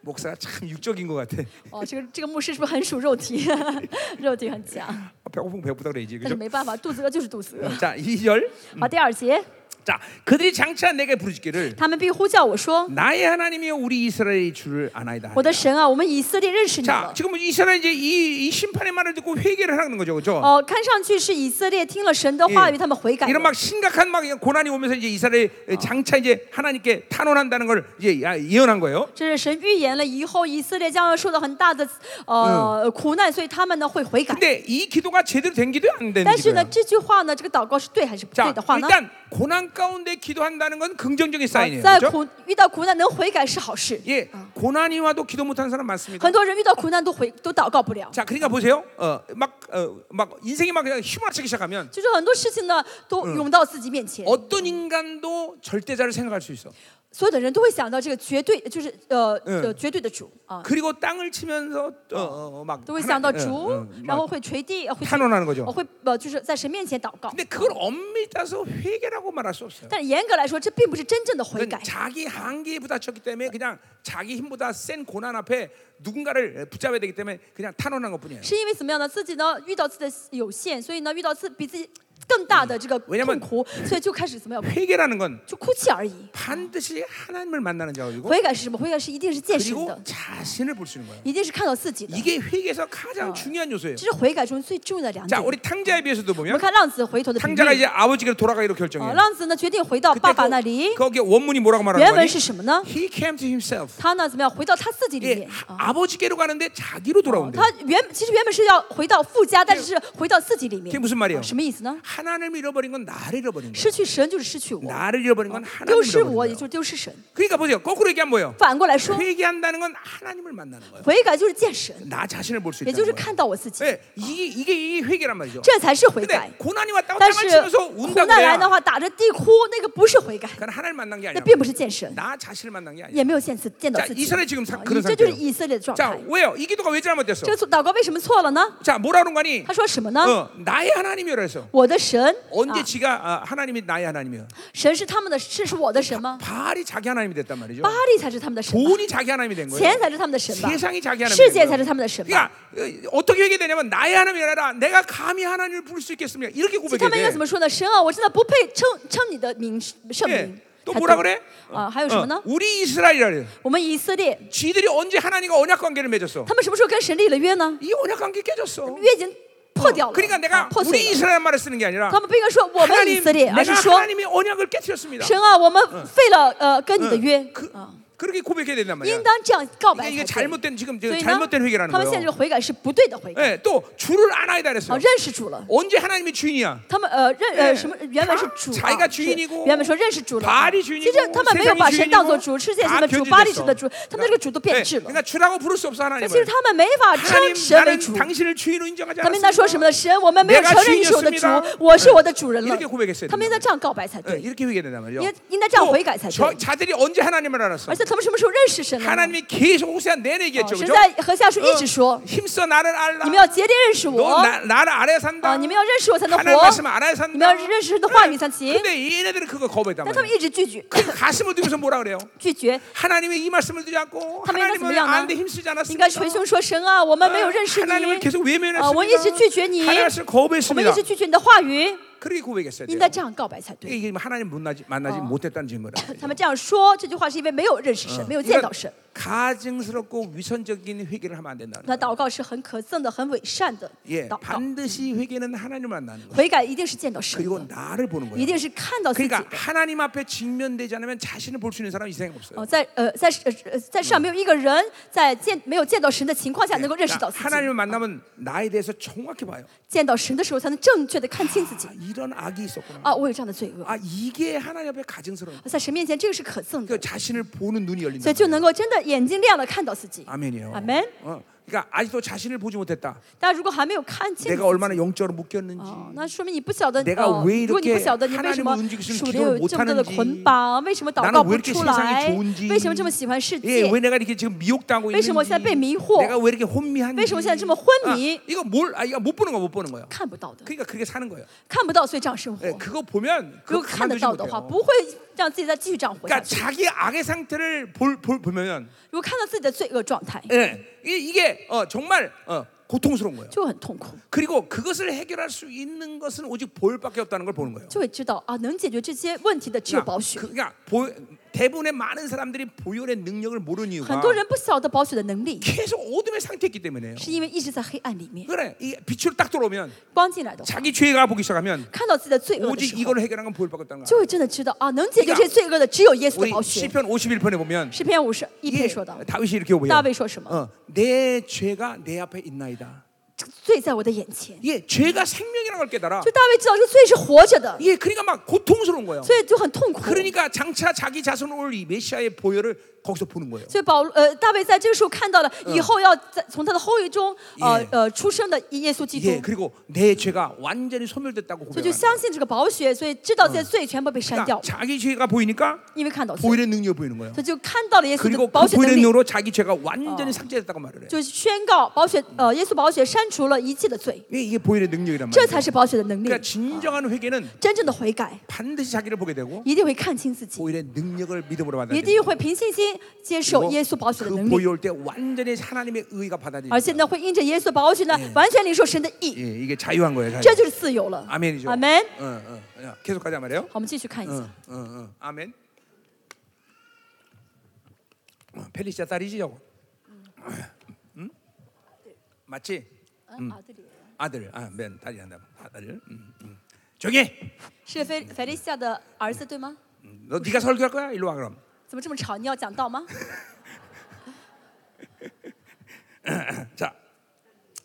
목사가 참 육적인 것 같아. 哦，这个这个牧师是不是很属肉体？ 肉体很强， 아, 배고프면 배고프다 그래야지 但是 그죠? 没办法，肚子饿就是肚子饿。 자, 2절. 好，第二节， 자, 그들이 장차 내게 부르짖기를 他们必呼叫我说 나의 하나님이여 우리 이스라엘의 주를 아나이다. ：“我的神啊，我们以色列认识你 자, 了。 지금 이스라엘 이제 이, 이 심판의 말을 듣고 회개를 하는 거죠, 그죠? ”哦，看上去是以色列听了神的话 예 语，嗯他们悔改了 이런 。막 심각한 막 고난이 오면서 이제 이스라엘 장차 이제 하나님께 탄원한다는 걸 이제 야- 예언한 거예요. 这是神预言了以后以色列将要受到很大的呃苦难，所以他们呢会悔改。 근데 이 기도가 제대로 된 기도 안 되는 但是呢， 기도예요. 这句话呢，这个祷告是对还是不 자, 对的话呢？ 일단 고난 가운데 기도한다는 건 긍정적인 啊 사인이에요. 在 그렇죠? 苦遇到苦难能悔改是好事， 예, 고난이 와도 기도 못하는 사람 많습니다. 很多人遇到苦难都悔都祷告不了。 자, 그러니까 보세요. 어, 막, 어, 막 인생이 막 그냥 휘몰아치기 시작하면 就是很多事情呢都涌到自己面前， 어떤 인간도 절대자를 생각할 수 예. 있어. 所有的人都会想到这个绝对，就是呃呃绝对的主啊， 그리고 땅을 치면서 어, 어, 어, 막 都会 하나- 想到 어, 主 어, ，然 막 后会垂地，呃会 탄원하는 呃 거죠. 会呃就是在神面前祷告。 근데 그걸 엄밀히 따서 회개라고 말할 수 없어요. 但严格来说，这并不是真正的悔改 그건 ， 자기 한계에 부딪혔기 때문에 그냥 자기 힘보다 센 고난 앞에 누군가를 붙잡아야 되기 때문에 그냥 탄원한 것뿐이에요. 是因为怎么样呢？自己呢遇到自己的有限，所以呢遇到自比自己更大的这个 왜냐면 痛苦，所以就开始怎么样， 회개라는 건 就哭泣而已。 반드시 하나님을 만나는 작업이고 悔改是什么？悔改是一定是见神的 그리고 ， 자신을 볼 수 있는 거예요. 一定是看到自己的。 이게 회개에서 가장 어. 중요한 요소예요. 这是悔改中最重要的两点。 자, 我 우리 탕자에 비해서도 们 보면 看浪子回头的比 탕자가 例 이제 ， 아버지로 돌아가기로 啊， 결정해요. 浪子呢决定回到爸 그때 爸那里 거, 。 거기 원문이 뭐라고 말하는 原 거니? 文是什么呢？ He came to himself. 他呢怎么样回到他自己里 예, 어, 面？ 하- 啊 아버지께로 가는데 자기로 돌아온대. 他原其实原本是要回到父家，但是是回到自己里面。这不是말이에요 啊什么意思呢？ 하나님을 잃어버린 건 나를 잃어버린 거예요. 失去神就是失去我， 나를 잃어버린 건 하나님을 丢失 잃어버린 我也 거예요. 就丢失神。 그러니까 보세요. 거꾸로 얘기하면 뭐예요? 反过来说， 회개한다는 건 하나님을 만나는 거예요. 悔改就是见神， 나 자신을 볼 수 也就 있다는 是 거예요. 看到我自己， 예, 이게 이게 이 회개란 말이죠. 这才是悔改 근데 。 고난이 왔다고 但 땅을 是 치면서 苦 운다고 难来 해야 的话，打着地哭，那个不是悔改， 그건 하나님 만난 게 那 아니야. 并不是见神， 나 자신을 만난 게 아니야. 也没有见自见到 자 自己。 이스라엘 지금 사, 啊 그런 这就是 상태예요. 以色列的状 자 态。 왜요? 이 기도가 왜 잘못됐어? 这个祷告为什么错了呢？ 자 뭐라 그런 거니? 他说什么呢？ 어, 나의 하나님이라 해서 嗯我的神， 언제 啊 지가 아, 하나님이 나의 하나님이야? 神是他们的，是是我的神吗？ 바알이 자기 하나님이 됐단 말이죠. 巴利才是他们的神吧， 돈이 자기 하나님이 된 거예요. 钱才是他们的神吧， 세상이 자기 하나님이 世界 된 才 거예요. 是他们的神吧。 그러니까 어, 어떻게 얘기되냐면 나의 하나님이 아니라 내가 감히 하나님을 부를 수 있겠습니까? 이렇게 其实他们应该 고백해야 돼. 怎么说呢？神啊，我真的不配称称你的名圣名 예, 。또 才 뭐라 对 그래? 啊，还有什么 어, 呢？ 우리 이스라엘이라 그래. 我们以色列， 지들이 언제 하나님과 언약 관계를 맺었어? 他们什么时候跟神立了约呢？ 이 언약 관계 깨졌어. 约已经破掉了， 그러니까 啊 내가 破 우리 碎了。 이스라엘 말을 쓰는 게 아니라 他们不应该说我们以뭐 하나님 色列， 내가 而是说嗯 하나님의 언약을 깨뜨렸습니다. 神啊，我们废了呃跟你的约 그 。啊， 그렇게 고백해야 된단 应 말이야. 当这样告 이게, 白 이게 才对。 잘못된 지금 所 지금 以呢 잘못된 ，회개라는 他们现在 거예요. 这个悔改是不对的悔改， 예, 또 주를 안 하다 啊， 그랬어요. 认识主了。 언제 하나님이 주인이야? 他们呃认呃 예 什么原本是 다 主 자기가 啊， 주인 是 이고 原本说认识主了 발이， 其 주인이고 实他们没有把 세상이 神当做 주인이고 主，世界性 다 的主， 변질됐어 巴黎神的哎主，他们这个主都 예, 变质了。 그러니까 주라고 부를 수 없어 但其 하나님을. 实他们没法称 하나님 神为 나는 主， 당신을 아, 주인으로 인정하지 他们应该 않았습니다. 说什么呢？神，我们没有承认你是我的主 내가주인이었습니다， 我是我的主人了 이렇 哎 게고백했어야。된다 他们应该这样告白才 예, 对， 이렇게 회개해야 된단 말이에요. 네. 아, 예, 인간 짱 또 悔改才 저 돼. 자들이 언제 하나님을 알았어? 而且他们什么时候认识神了呢？ 하나님이 계속 호세아 내내 哦 얘기했죠. 神 그죠? 在和下书一直 어, 说， 힘써 나를 알라. 你们要竭力认识 너 我 나, 나를 알아야 산다. 啊，你们嗯要认识我才能 하나님 活， 말씀 알아야 你 산다. 们要认识神的话语才行。 근데 얘네들은 그거 거부했단 但他们 말이에요. 一直拒绝， 그 가슴을 들면서 뭐라 그래요? 拒绝。 하나님의 이 말씀을 듣지 않고 他们应该怎么 하나님을 样呢 안데 힘쓰지 ？应 않았습니다. 该捶胸说：“神啊，我们没有认识你， 하나님을 계속 啊，我一直拒绝 외면했습니다. 你， 하나님 말씀 我们一 거부했습니다. 直拒绝你的话语。 그렇게 고백했어야 ”应 돼요. 该这样告白才对。 이게 하나님 만나지, 만나지 어. 못했다는 질문을 하는 他们这样说这句话，是因为没有认识神，没有 거예요. 见到神。 그러니까 가증스럽고 위선적인 회개를 하면 안 된다는 那 거예요. 祷告是很可憎的、很伪善的 예, 祷告。 반드시 회개는 하나님을 만나는 거예요. 悔改一定是见到神 그리고 的， 나를 보는 一 거예요. 定是看到自己 그러니까 的。 하나님 앞에 직면되지 않으면 자신을 볼 수 있는 사람이 이 세상에 없어요. 哦，在呃，在呃呃在世上没有一个人在见没有见到神的情况下能够认识到 그러니까 自己， 하나님을 만나면 나에 대해서 정확히 봐요. 见到神的时候才能正确的看清自己 아, 。 이런 악이 있었구나. 啊，我有这样的罪恶， 아 이게 하나님 앞에 가증스러운. 在神面前这个是可憎的 그 。 자신을 보는 눈이 所 열린다. 以就能够真的眼睛亮了看到自己。 아멘이요. 아멘 어, 그러니까 아직도 자신을 보지 못했다. 大家如果还没有看清自己 내가 ， 얼마나 영적으로 묶였는지. 哦，那说明你不晓得， 내가 哦 왜， 如果你不 이렇게 晓得你为什么 하나님을움직이시는 属灵 기도를 有这么多的 못하는지 捆绑，为什么祷 나는 告 왜 不 이렇게 出 세상에 来 좋은지 ，为什么这么喜欢世 예, 界， 왜 내가 이렇게 지금 미혹당하고 왜 있는지. 什么我现在被迷惑？ 내가 왜 이렇게 혼미한지. 为什么我现在这么昏迷？ 아, 이거 뭘? 아, 이거 못 보는 거 못 보는 거야. 看不到的， 그러니까 그렇게 사는 거예요. 看不到，所以这样生活 예, 。 그거 보면 如 그거 果看得 가만두지 到的话， 못해요. 不会让自己再继续这样活下 그러니까 去。 자기 악의 상태를 볼, 볼 보면 如果看到自己的罪恶状态， 예, 이- 이게 어, 정말 어, 고통스러운 거예요. 就会很痛苦， 그리고 그것을 해결할 수 있는 것은 오직 보혈밖에 없다는 걸 보는 거예요. 就会知道啊，能解决这些问题的只有保 그러니까, 险。 그- 그러니까 보- 대부분의 많은 사람들이 보혈의 능력을 모르는 이유가 很多人不晓得保险的能力， 계속 어둠의 상태였기 때문에요. 是因为一直在黑暗里面。 그래, 이 빛으로 딱 들어오면 光进来的话， 자기 죄가 보기 시작하면 看到自己的罪恶的时 오직 候， 이걸 해결한 건 보혈밖에 없다는 거야. 就会真的知道啊，能解决这些罪恶的只有耶稣 우리 的宝血。 시편 51편에 보면 诗篇五十一 예, 篇说到， 다윗이 이렇게 보여요. 大卫说什么？ 어, 내 죄가 내 앞에 있나이다. 这个罪在我的眼前。 예, 죄가 생명이라는 걸 깨달아. 就大卫知道这个罪是活着的， 예, 그러니까 막 고통스러운 거예요. 所以就很痛苦。 그러니까 장차 자기 자손으로 올 이 메시아의 보혈을 거기서 보는 거예요. 所以保呃大卫在这个时候看到了以后要在从他的后裔中呃 Yeah. 呃出生的耶稣基 예, 督， 그리고 내 죄가 완전히 소멸됐다고 所 고백하는 以就 거예요. 相信这个宝血，所以知道自己的罪全部被删 그러니까 掉， 자기 죄가 보이니까 因为看到罪， 보혈의 능력이 보이는 거예요. 所以就看到了耶稣的 그리고 그 宝血能 보혈의 力， 능력으로 자기 죄가 완전히 어. 삭제됐다고 말을 해요. 就宣告宝血呃耶稣宝血删除了一切的罪， 이게, 이게 보혈의 능력이란 这 말이에요. 才是宝血的能力。 그러니까 진정한 회개는 真正的悔改 반드시 자기를 보게 되고 一定会看清自己， 보혈의 능력을 믿음으로 一 받아들이고 定会凭信心接受耶稣宝血的 그 能力， 보혈 때 완전히 하나님의 의가 받아들이고 而且呢，会因着耶稣宝血呢，完全领受神的意， 예, 이게 자유한 거예요. 자유. 这就是自由了。 아멘이죠. 阿门。 어, 어, 어. 계속 가자 말이에요. 好，我们继续看一下 어, ， 어, 어. 아멘. 어, 펠리시아 딸이지 저거. 응? 맞지? 嗯，啊，这里 아들. 아, 맨 딸이 한다. 아들. 음, 음. 저기. 是菲菲利西亚的儿子对吗？ 음, 너 네가 설교할 거야? 일로 와 그럼. 怎么这么吵？你要讲道吗？ 자.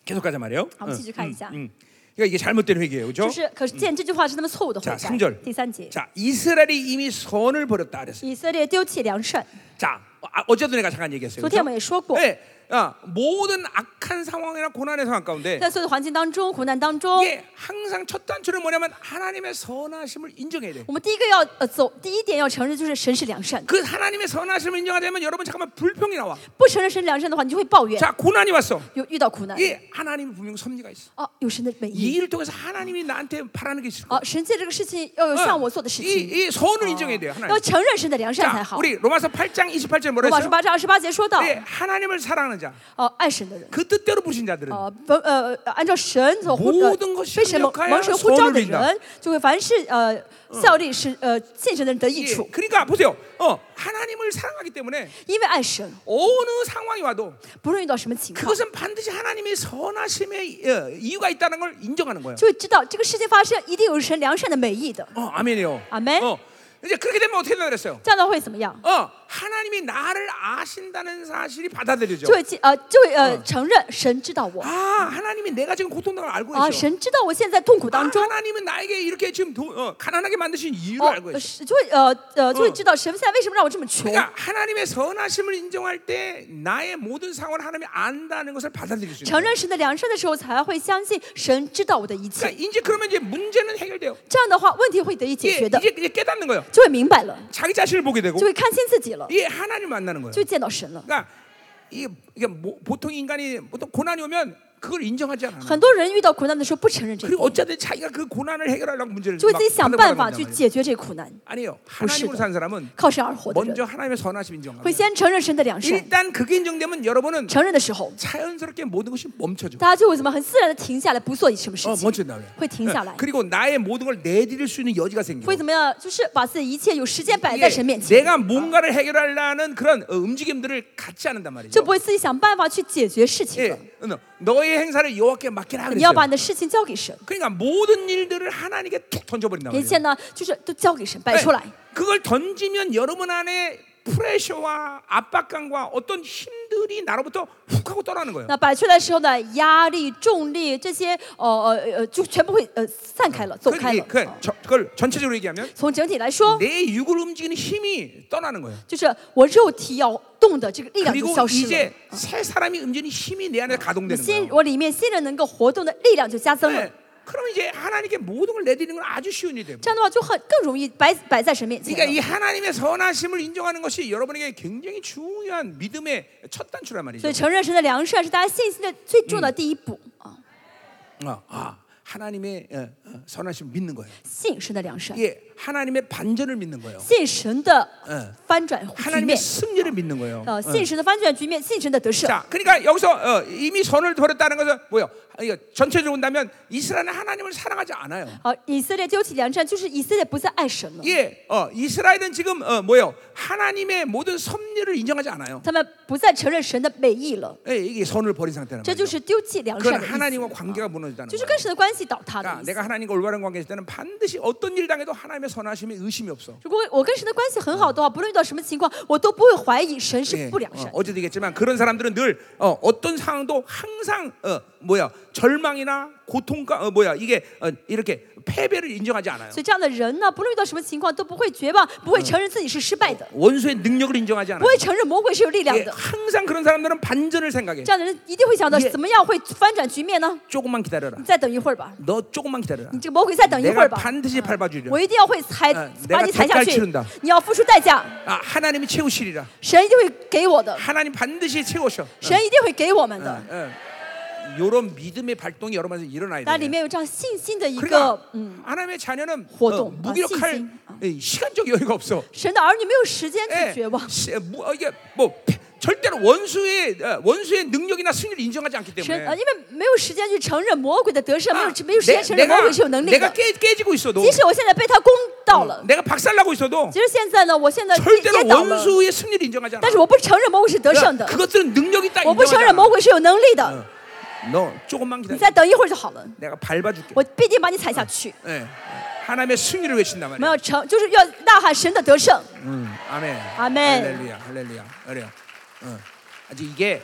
계속 가자 말이에요. 好，我们继续看一下， 음. 그러니까 이게 잘못된 회개예요. 그죠 就是可是见这句话是他们错误的悔 네, 자삼 改 절 。第三节， 자, 이스라엘이 이미 선을 버렸다 그랬어요. 以色列丢弃良善， 자, 어, 아, 어제도 내가 잠깐 얘기했어요. 昨天 그죠? 我们也说过， 네, 아, 모든 악한 상황이나 고난의 상황 가운데 在所有的环境当中、苦难当中， 이게 항상 첫 단추는 뭐냐면 하나님의 선하심을 인정해야 돼. 我们第一个要呃走，第一点要承认就是神是良善的， 그 하나님의 선하심을 인정하려면 여러분 잠깐만 불평이 나와. 不承认神是良善的话，你就会抱怨， 자 고난이 왔어. 有遇到苦难。 이 하나님 분명 섭리가 있어. 哦，有神的美 이 意。 일을 통해서 하나님이 나한테 바라는 게 있을 거야. 哦，神借这个事情要有 어, 向我做的事情， 이, 이 선을 인정해야 돼요. 要 하나님. 承认神的良善才 자, 好。 우리 로마서 8장 28절 뭐라 罗马书 했어요? 八章二十八节说到， 네, 하나님을 사랑하는 자, 哦，爱神的人， 그 뜻대로 부신 자들은 呃，不呃，呃按照神所呼 모든 呃 것이， 被神蒙 합력하여 蒙神呼召的 소원을이룬다 人，就会凡事呃效力是呃信神的人得益 예, 处， 그러니까 보세요. 어, 하나님을 사랑하기 때문에 因为爱神， 어느 상황이 와도 不论遇到什么情况， 그것은 반드시 하나님의 선하심의 어, 이유가 있다는 걸 인정하는 거예요. 就会知道这个事情发生一定有神良善的美意的。 어, 아멘이요. 아멘. 어, 이제 그렇게 되면 어떻게 되나 그랬어요? 这样的会怎么样？ 어, 하나님이 나를 아신다는 사실이 받아들여져. 就会记呃，就会呃承认神知道我 아, 하나님이 내가 지금 고통당을 알고 啊， 있어. 神知道我现在在痛苦 아, 当中。 하나님은 나에게 이렇게 지금 도, 어, 가난하게 만드신 이유를 哦 알고 ，있어. 是就会哎呃呃，就会嗯知道神现在为什么让我这么穷。 그러니까 하나님의 선하심을 인정할 때 나의 모든 상황을 하나님이 안다는 것을 받아들일 수 있는. 承 거예요. 认神的良善的时候，才会相信神知道我的一切。 그러니까 이제 그러면 이제 문제는 해결돼요. 这样的话，问题会得以解 예, 이게, 决的， 이제 이제 깨닫는 거예요. 就会明白了， 자기 자신을 보게 되고 就会看清自己了， 이게 하나님 만나는 거예요. 就会见到神了。 그러니까 이게, 이게 뭐- 보통 인간이 보통 고난이 오면 그걸 인정하지 않아요. 很多人遇到苦难的时候不承认这一 그리고 点， 어쨌든 자기가 그 고난을 해결하려고 문제를 就会 막 自己想 받아보려고 办法 한단 去 말이에요. 解决这苦难。 아니에요. 하나님으로 시다. 산 사람은 靠神而活的 먼저 人， 하나님의 선하심 会 인정하고 先承认神的良善。 일단 그게 인정되면 여러분은 承认的时候， 자연스럽게 모든 것이 멈춰져. 大家就会怎么很自然的停下来，不做什么事 어, 情， 멈춘 다음에. 会停下来， 그리고 나의 모든 걸 내드릴 수 있는 여지가 생겨. 会怎么样？就是把自己一切有时间摆 이게 在神面前， 내가 뭔가를 해결하려는 그런 어, 움직임들을 갖지 않는단 就 말이죠. 不会自己想办法去解决事情 예, 了。 어, 너의 행사를 여호와께 맡기라 你要 그랬어요. 把你的事情交给神， 그러니까 모든 일들을 하나님께 툭 던져버린단 一 말이에요. 切呢，就是都交给神，摆 네, 出来。 그걸 던지면 여러분 안에 프레셔와 압박감과 어떤 힘들이 나로부터 훅 하고 떠나는 거예요. 那摆出来的时候呢，压力、重力这些，呃呃呃，就全部会呃散开了，走 그, 开了。 그, 저, 그걸 전체적으로 얘기하면 从整体来说， 내 육을 움직이는 힘이 떠나는 거예요. 就是我肉体要动的这个力量就 그리고 消失了 이제 。 어. 새 사람이 움직이는 힘이 내 안에 我 가동되는 心 거예요. 我里面心人能够活动的力量就加增了 네, 。 그러면 이제 하나님께 모든 걸 내드리는 건 아주 쉬운 일이 됩니다. 这样的话就很更容易摆摆在神面前 그러니까 了。 이 하나님의 선하심을 인정하는 것이 여러분에게 굉장히 중요한 믿음의 첫 단추란 所 말이죠. 以承认神的良善是大家信心的最重要的第一步啊， 어, 아, 하나님의 어, 어, 선하심 믿는 거예요. 信神的良善， 이게 하나님의 반전을 믿는 거예요. 信神的嗯翻转局 하나님의 어, 面， 승리를 믿는 거예요. 呃， 응. 信神的翻转局面，信神的得胜。 자, 그러니까 여기서 어, 이미 선을 버렸다는 것은 뭐요? 아, 이거 전체적으로 본다면 이스라엘은 하나님을 사랑하지 않아요. 好，以色列丢弃良善，就是以色列不再爱神了， 예, 어, 이스라엘은 지금 어, 뭐요? 하나님의 모든 섭리를 인정하지 않아요. 他们不再承认神的美意了， 예, 이게 선을 버린 상태라는 这 거죠. 就是丢弃良善 그건 的意 하나님과 思， 관계가 무너지다는 就是 거예요. 跟神的关系倒塌的 그러니까 意思。 내가 하나님과 올바른 관계에 있을 때는 반드시 어떤 일 당해도 하나님의 선하심에 의심이 없어. 如果我跟神的关系很好的话，不论遇到什么情况，我都不会怀疑神是 예, 不良善 어, 。 어제도 얘기했지만 그런 사람들은 늘 어, 어떤 상황도 항상 어, 뭐야 절망이나 고통과 어, 뭐야 이게 어, 이렇게 패배를 인정하지 않아요. 所以这样的人呢，不论遇到什么情况，都不会绝望，不会承认自己是失败的， 원수의 능력을 인정하지 않아요. 不会承认魔鬼是有力量 예, 的。 항상 그런 사람들은 반전을 생각해. 这样的人一定会想到也怎么样会翻转局面呢？ 조금만 기다려라. 你再等一会儿吧， 너 조금만 기다려라. 你这个魔鬼再等一会 내가 儿吧， 반드시 밟아주리라. 我一定要会踩嗯把 내가 你踩下 젓갈 去 치른다 ，你要付出代价， 아, 하나님이 채우시리라. 神一定会给我的， 하나님 반드시 채우셔. 神一定会给我们的。 이런 믿음의 발동이 여러분에서 일어나야 那里 돼요. 面有这样信心的一 그러니까 个，嗯， 하나님의 자녀는 어, 음. 호동, 아, 무기력할 싱싱. 아. 예, 시간적 여유가 없어. 神的儿女没有时间 예, 去绝望， 시- 무- 어, 이게 뭐 패- 절대로 원수의 어, 원수의 능력이나 승리를 인정하지 않기 神呃， 때문에 因为没有时间去承认魔鬼的得胜，没 아, 有没有时间 내- 承认魔 내가 鬼是有能力 내가 的。 깨, 지고 있어도 即使我现在被他攻到了， 내가 박살나고 있어도 其实现在呢，我现在自己跌 절대로 倒了， 원수의 승리를 인정하지 않아. 그러니까 但是我不承认魔鬼是得胜的， 그것들은 능력이 있다 我不啊嗯承 인정하지 认 않아. 魔鬼是有能力的。 너 조금만 你 기다려. 再等一会儿就好了， 내가 밟아줄게. 我必定把你踩下去。 예. 하나님의 승리를 외친단 我们 말이야. 要成，就是要呐喊神的得胜。 음, 아멘. 아멘. 할렐루야. 할렐루야. 그래요. 어. 아직 이게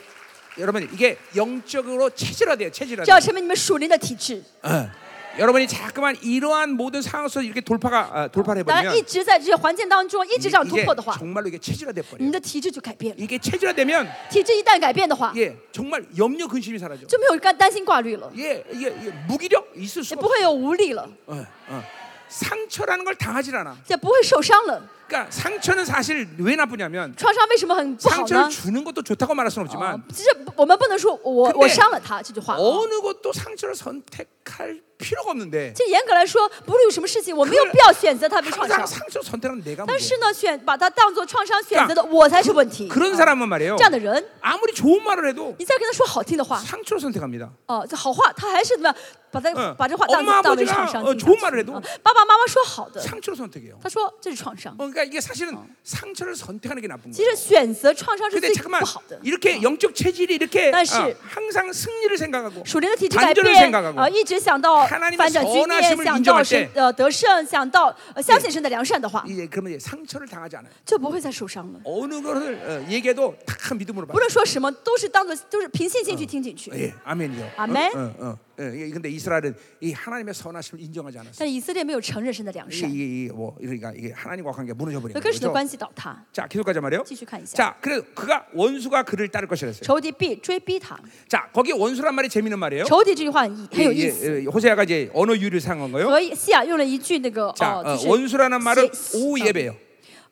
여러분 이게 영적으로 체질화돼요. 这要 체질화돼. 成为你们属灵的体质。 어. 여러분이 자꾸만 이러한 모든 상황 속에서 이렇게 돌파가 어, 돌파를 当然， 해버리면 一直在这些环境当中，一直这样突 이게 破的话， 정말로 이게 체질화돼 你 버려요. 的体质就改变了。 이게 체질화되면 体质一旦改变的话， 예, 정말 염려 근심이 사라져. 就没有担担心挂虑了， 예, 이게 이게 무기력 있을 수가 也不会有无力了， 어, 어. 상처라는 걸 당하질 않아. 也不会受伤了。 그러니까 상처는 사실 왜 나쁘냐면 创伤为什么很不好 상처를 呢？ 주는 것도 좋다고 말할 수는 啊 없지만 ，其实不我们不能说我 근데 我伤了他这句话啊。 아, 어느 것도 상처를 선택할 필요가 없는데 其实严格来说，不论有什么事情，我没有可必要选择他为创 항상 伤。 상처 선택하는 내가 但 문제. 是呢，选把它当做创伤选择的我才是问题。 그런 啊 사람은 말이에요. 这样的人， 아무리 좋은 말을 해도 你再跟他说好听的话， 상처로 선택합니다. 哦、这好话，他还是怎么样把他、嗯把这话当 엄마아버지가 做当为创伤呃进 좋은 行 말을해도 啊爸爸妈妈说好的， 상처로 선택해요. 他说这是创伤。 네. 어, 그러니까 이게 사실은 상처를 선택하는 게 나쁜 其 거예요. 实选择创伤是 근데 最 잠깐만 不好的。 이렇게 영적 체질이 이렇게 다시. 어, 항상 승리를 생각하고 属灵的体质改 반전을 变 생각하고 啊、一直想到翻转基业，想到神呃得胜，想到呃相信神的良善的话， 이제 그러면 이제 상처를 당하지 않아요. 就不会再受伤了。 어느 것을 어, 얘기해도 다 믿음으로 不 받아요. 论说什么，都是当做都是凭信心去听进去。 예, 아멘이요. 아멘. 어, 어, 어. 예, 이게 근데 이스라엘은 이 하나님의 선하심을 인정하지 않았어요. 但以色列没有承认神的良 이게 善， 이게, 이게 뭐 그러니까 이게 하나님과 그 관계가 무너져 버린 和跟神的 거죠. 关系倒塌。 자, 계속 가자 말이요. 继续看一下， 자, 그래 그가 원수가 그를 따를 것이라 했어요. 仇敌必追逼他。 자, 거기 원수란 말이 재밌는 말이에요. 仇敌这句话很意很 예, 有 예, 意思， 예, 호세아가 이제 언어 유를 상한 거예요. 和西亚用了一句那个 자, 哦， 어, 就是 원수라는 말은 시- 오예배요.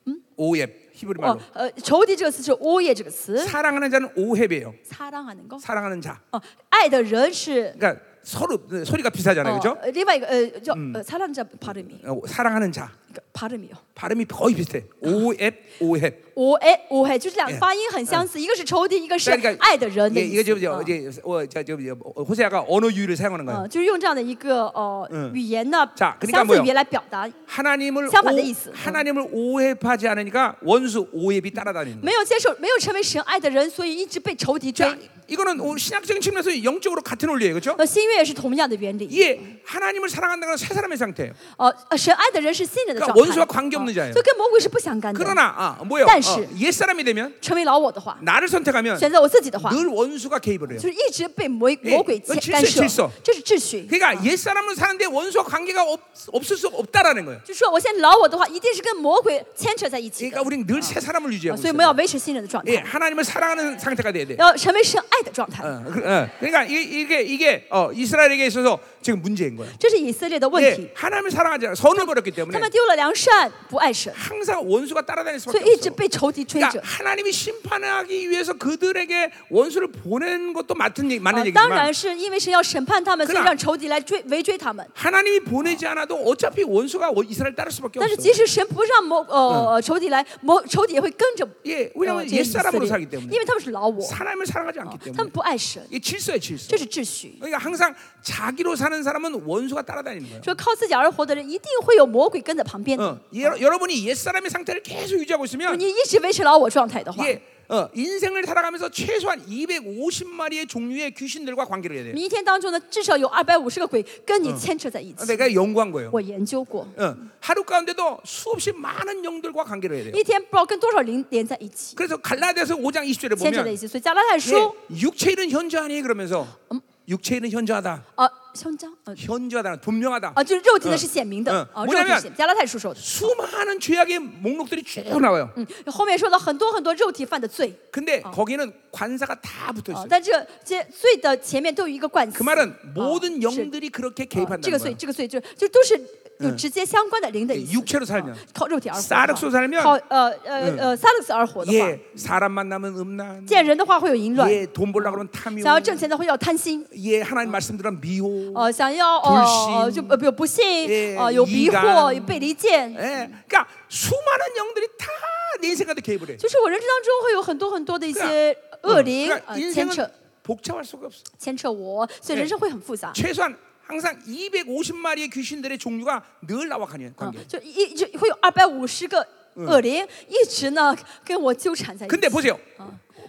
음? 오예 히브리 哦 말로 呃，仇敌这个词是오예这个词， 사랑하는 자는 오해배요. 擦当啊能够 사랑하는 자. 哦，爱的人是 그러니까 서로 소리가 비슷하잖아요, 哦 그，죠 어, 呃另外一个呃叫呃擦当这帕르미 사랑하는 자. 帕르미哦， 발음이 거의 비슷해. 오앱 오앱. 我哎我哎，就是两哎个发音很相似，一个是仇敌，一个是 그러니까 爱的人的 예, 意 이거 思 지금 。 이제 啊 이제 어, 저, 저, 저, 어, 호세아가 언어 유를 사용하는 거예요. 嗯，就是用这样的一个呃嗯语言呢 자그러니까 ，相似语言来表达， 하나님을 상반된 오- 이스. 하나님을 오해하지 않으니까 원수 오해비 따라다니는. 거예요. 没有接受，没有成为神爱的人，所以一直被仇敌追 자 。 이거는 오- 신학적인 측면에서 영적으로 같은 원리예요, 그렇죠? 呃，新月也是同样的原理。 이게 하나님을 사랑한다는 건 새 사람의 상태예요. 呃呃，神爱的人是信任的 그러니까 状态， 원수와관계없는자예요 啊就跟魔鬼是不相干的。 그러나 아, 뭐예요? 딴시. 어, 옛 사람이 되면 成为老我的话， 나를 선택하면 选择我自己的话， 늘 원수가 개입을 해요. 就是一直被魔 예 魔鬼 그 牵 질서 干涉 질서 ，这是秩序。 그러니까 옛 사람은 사는데 원수와 관계가 없, 없을 수 없다라는 거예요. 就说我现在老我的话，一定是跟魔鬼牵扯在一起的 그러니까 。 우리는 늘 새 사람을 啊 유지하고 所以 있어요. 我们要维持信任的状 예, 态， 하나님을 사랑하는 상태가 돼야 돼. 要成为神爱的状态 어, 。 그, 어. 그러니까 이, 게 이게 어, 이스라엘에게 있어서 지금 문제인 거예요. 这是以色列的问 예, 题， 하나님을 사랑하지 않아 선을 버렸기 他 때문에 们丢了良善，不爱神， 항상 원수가 따라다닐 所 수밖에 以一直 없어요. 被仇敌追 그러니까 着。 하나님이 심판하기 위해서 그들에게 원수를 보낸 것도 맞은 얘기, 맞는 啊，当 얘기지만 然是因为神要审判他们， 그러 所 나 以让仇敌来追围追他们。 하나님이 보내지 않아도 어차피 원수가 원- 이스라엘 따를 수밖에 但是即 없어요. 使神不让魔呃仇敌来，魔仇敌也会跟着。 예, 왜냐하면 呃这个 옛 以色 사람으로 列 살기 因 때문에 为他们是老我， 사람을 사랑하지 않기 他们 때문에 不爱神， 이게 질서예요, 질서. 这是秩序。 그러니까 항상 자기로 사는 사람은 원수가 따라다니는 거예요. 说靠自己而活的人，一定会有魔鬼跟在旁边的。 어, 예, 여러분이 옛 사람의 상태를 계속 유지하고 如果 있으면 你一直维持老我状态的话， 이게 어, 인생을 살아가면서 최소한 250마리의 종류의 귀신들과 관계를 해야 돼요. 你一天当中呢，至少有二百五十个鬼跟嗯你牵扯在一 어, 起。 내가 연구한 거예요. 我研究过， 어, 하루 가운데도 수없이 많은 영들과 관계를 해야 돼요. 一天不知道跟多少灵连在一起， 그래서 갈라디아서 5장 20절에 牵扯在 보면 一起。所以加拉太 예, 书， 육체는 현저하니 그러면서 육체는 현저하다. 呃，胸章，呃， 현저하다. 분명하다. 啊，就是肉体嗯的是显明的，嗯啊， 뭐냐면 肉体是显加拉太书说的。 수많은 죄악의 목록들이 쭉 나와요. 嗯，后面说到很多很多肉体犯的罪， 근데 거기는 관사가 다 붙어 啊 어. 있어요. ，但这这罪的前面都有一个冠그词。 말은 啊 모든 是 영들이 그렇게 啊这 개입한다는 个罪， 거예요. 这个罪就就都是有嗯直接相关的灵的意思。 육체로살면 啊靠肉体而活的 사 话， 륵소살면 靠呃呃嗯呃萨勒斯而活的话， 예, 사람 만나면 음란. 见人的话会有淫乱， 예, 돈 벌라 그러면 탐욕. 想要挣钱的会要贪心。 예, 하나님 말씀 들으면 미호. 呃，想要 불 呃 신 呃就呃不不 예 信，呃有哎이迷惑， 간 有被离间， 예, 그러니까 수많은 영들이 다 내 생각에 개입을 해. 就是我人生当中会有很多很多的一些 어, 恶灵 그러니까 呃牵 인생은 扯 복잡할 수가 없어. 牵扯我，所以 예 人生会很复杂。 최소한 항상 250마리의 귀신들의 종류가 늘 나와 관계. 啊 관계. ，就一就会有二百五十个恶灵一直呢嗯跟我纠缠在一 근데 起。 보세요.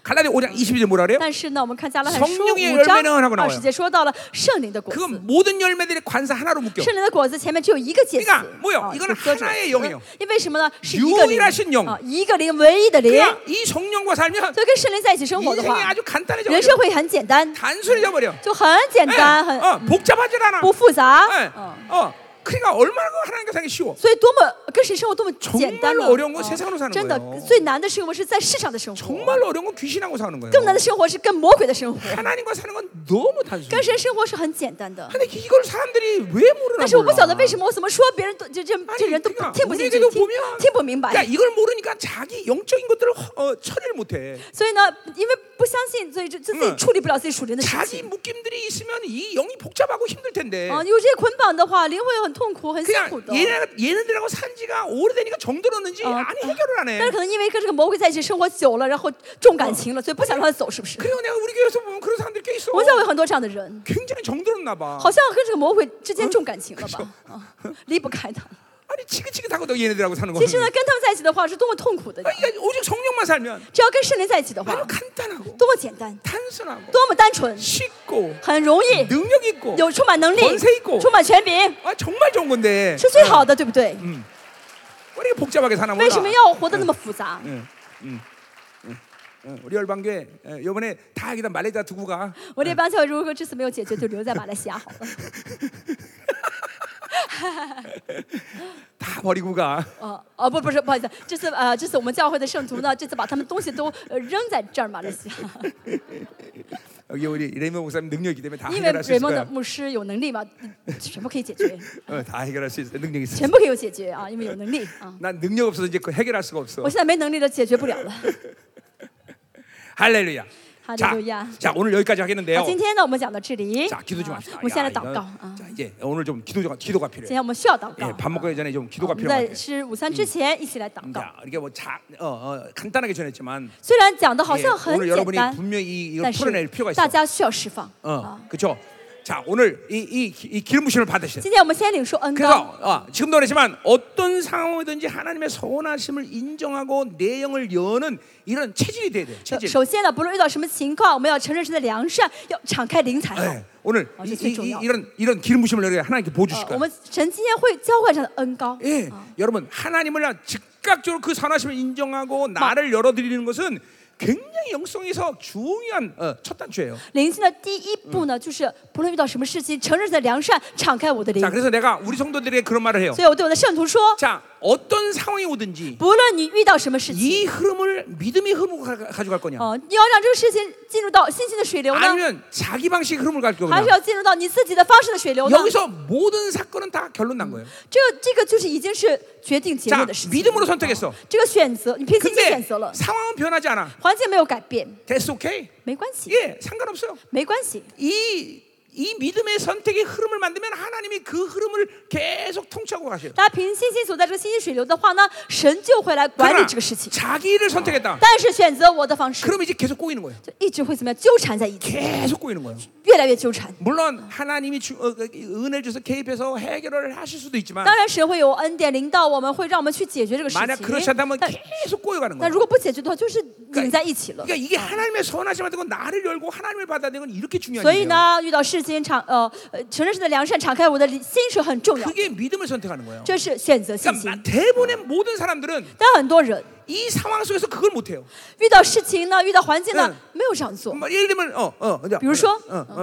갈라디아 5장 22절 뭐라 그래요? 但是呢，我们看加拉太 성 书 령의 五 열매는하나고나와요 章二十节说到了圣灵的果子， 그건 모든 열매들의 관사 하나로 묶여. 圣灵的果子前面只有一个介词 그러니까뭐예요 啊 이거는 就搁着 하나의영이에요 嗯因为什么呢？是一个灵 유일하신영 啊，一个灵，唯一的灵。 그러니까 이 성령과 살면 所以跟圣灵在啊一起生活的 인생이 话， 아주 간단해져. 人生会很简单， 단순해져 버려. 就很简 예, 单，很 어, 복잡하질 않아. 不复杂。 예, 嗯， 어, 그러니까 얼마나 그 하나님과 사기 쉬워. 所以多么跟神生活多么简单呢 정말로어려운건 啊 세상으로사는거예요 真的最难的生活是在世上的生活， 정말로 어려운 건 귀신하고 사는 거예요. 更难的生活是跟魔鬼的生活。 하나님과 사는 건 너무 단순해. 跟神生活是很简单的， 근데 이걸 사람들이 왜 모르나 但是我不晓得 몰라. 为什么我怎么说别人都这这 아니 这人都 그러니까 听不啊进去， 우리들도 听 보면 听不明 그러니까 白。 이걸 모르니까 자기 영적인 것들을 허- 어, 처리를 못해. 所以呢，因为不相信，所以就就自己嗯处理不了自己属灵的事 자기 情。 묶임들이 있으면 이 영이 복잡하고 힘들 텐데. 啊，有这些捆绑的话，灵会很痛苦，很辛苦 그냥 的。 얘네, 얘네들하고 산 지가 오래되니까 정들었는지 어, 아니 해결을 안 但 해. 是可能因为跟这个魔鬼在一起生活久了，然后重感情了，所以不想让他走，是不是？ 그리고 내가 우리 교회에서 보면 그런 사람들 꽤 있어. 我们教会很多这样的人， 굉장히 정들었나 봐. 好像跟这个魔鬼之间重感情了吧？啊，离不开他。 아니 지긋지긋하고도 얘네들하고 사는 거. 其哎实呢，跟他们在一起的话是多么痛苦的， 그러니까 오직 성령만 살면 哎只要跟圣灵在一起的话 아주 ， 간단하고 多么简单， 단순하고 多么单纯， 쉽고 很容易， 능력 있고 有充满能力 권세있고 ，充满权柄， 아, 정말 좋은 건데 是最好的，对不对？ 우리가 복잡하게 사나 为什么 몰라. 要活得那么复杂？ 응, 응, 응, 응. 우리 열방교회 어, 이번에 다 여기다 말레이자 두고 가. 我这帮教会如果这次没有解决，就留在马来西亚好了， 다 버리고 가. 呃，哦，不，不是，不好意思，这次呃，这次我们教会的圣徒呢，这次把他们东西都呃扔在这儿马来西亚， 여기 우리 레몬 목사님 능력이기 때문에 다 因为 해결할 수 있을 瑞蒙的 거야. 牧师有能力嘛，嗯全部可以解决， 어, 다 해결할 수 있어. 능력 있어. 全部可以有解决 啊，因为有能力啊， 난 능력 없어서 이제 그거 해결할 수가 없어. 我现在没能力了，解决不了 了。 할렐루야. 할렐루야. 아, 자, 자 오늘 여기까지 好， 하겠는데요. 今天呢，我们讲到这 里， 자, 기도 좀 啊 합시다. 我们现 야, 在祷告 이거- 啊， 자, 이제 오늘 좀 기도가 기도가 今 필요해. 天我们需要祷告 예, 밥 啊。 먹기 전에 좀 기도가 我们在 필요한 것 吃午餐之前一起来祷告 같아요. 자, 이게 뭐 자, 어, 어, 간단하게 전했지만 虽然讲的好 예, 像很 오늘 简 여러분이 单， 분명히 이- 이걸 但是 풀어낼 필요가 있어. 大家需要释放 어, 啊。 그렇죠. 자, 오늘 이, 이, 기- 이 기름 부심을 받으시는. 今天我们先领受恩膏， 그래서 어, 지금도 그렇지만 어떤 상황이든지 하나님의 선하심을 인정하고 내 영을 여는 이런 체질이 돼야 돼요. 首 체질. 首先呢，不论遇到什么情况，我们要承认神的良善，要敞开灵才好。呃 예, 오늘 어, 이, 진짜 어, 이, 중요하다. 이, 런 이런 기름 부심을 여러분 하나님께 보여주실 呃， 거예요. 我们神今天会交换上的恩膏。 예, 여러분 하나님을 즉각적으로 그 선하심을 인정하고 나를 열어드리는 것은 굉장히 영성에서 중요한 어, 첫 단추예요. 灵性的第一步呢，就是不论遇到什么事情，承认神的良善，敞开我的灵 자 。 그래서 내가 우리 성도들에게 그런 말을 해요. 所以我对我的圣徒说， 자 어떤 상황이 오든지 不论你遇到什么事情， 이 흐름을 믿음의 흐름으로 가- 가져갈 거냐, 哦、你要让这个事情进入到信心的水流呢， 아니면 자기 방식 흐름을 갈 거냐. 还是要进入到你自己的方式的水流呢？ 여기서 모든 사건은 다 결론 난 거예요. 这这个就是已经是决定结 자, 论的事情。哦 믿음으로 선택했어. 这个选择，你凭信心选 근데 择了， 상황은 변하지 않아. 环境没有改变， 됐어, 오케이. 没关系， 예, 상관없어요. 没关系。 이, 이 믿음의 선택의 흐름을 만들면 하나님이 그 흐름을 계속 통치하고 가셔요. 大家凭信心走在这个信心水流的话呢，神就会来管理 그러나 这个事情。 자기를 선택했다. 但是选择我的方式， 그럼 이제 계속 꼬이는 거예요. 就一直会怎么样纠缠在一起， 계속 꼬이는 거예요. 越来越纠缠。 물론 하나님이 주, 어, 그, 은혜 주서 개입해서 해결을 하실 수도 있지만 当然，神会有恩典临到我们，会让我们去解决这个事 만약 그렇지 情。 않다면 但 계속 꼬여가는 但 거예요. 如果不解决的话，就是拧在一起了。 그러니까 이게 하나님의 선하심을 듣고 나를 열고 하나님을 받아들이는 건 이렇게 중요한 所以 일이에요. 呢，遇到事情敞呃呃承认神的良善，敞开我的心是很重 要的， 그게 믿음을 선택하는 거예요. 这是选择信 그러니까 心。 대부분의 모든 사람들은 但很多人 이 상황 속에서 그걸 못 해요. 遇到事情呢，遇到环境呢，没有这样做。 뭐 예를 들면 어어 어, 아. 比如说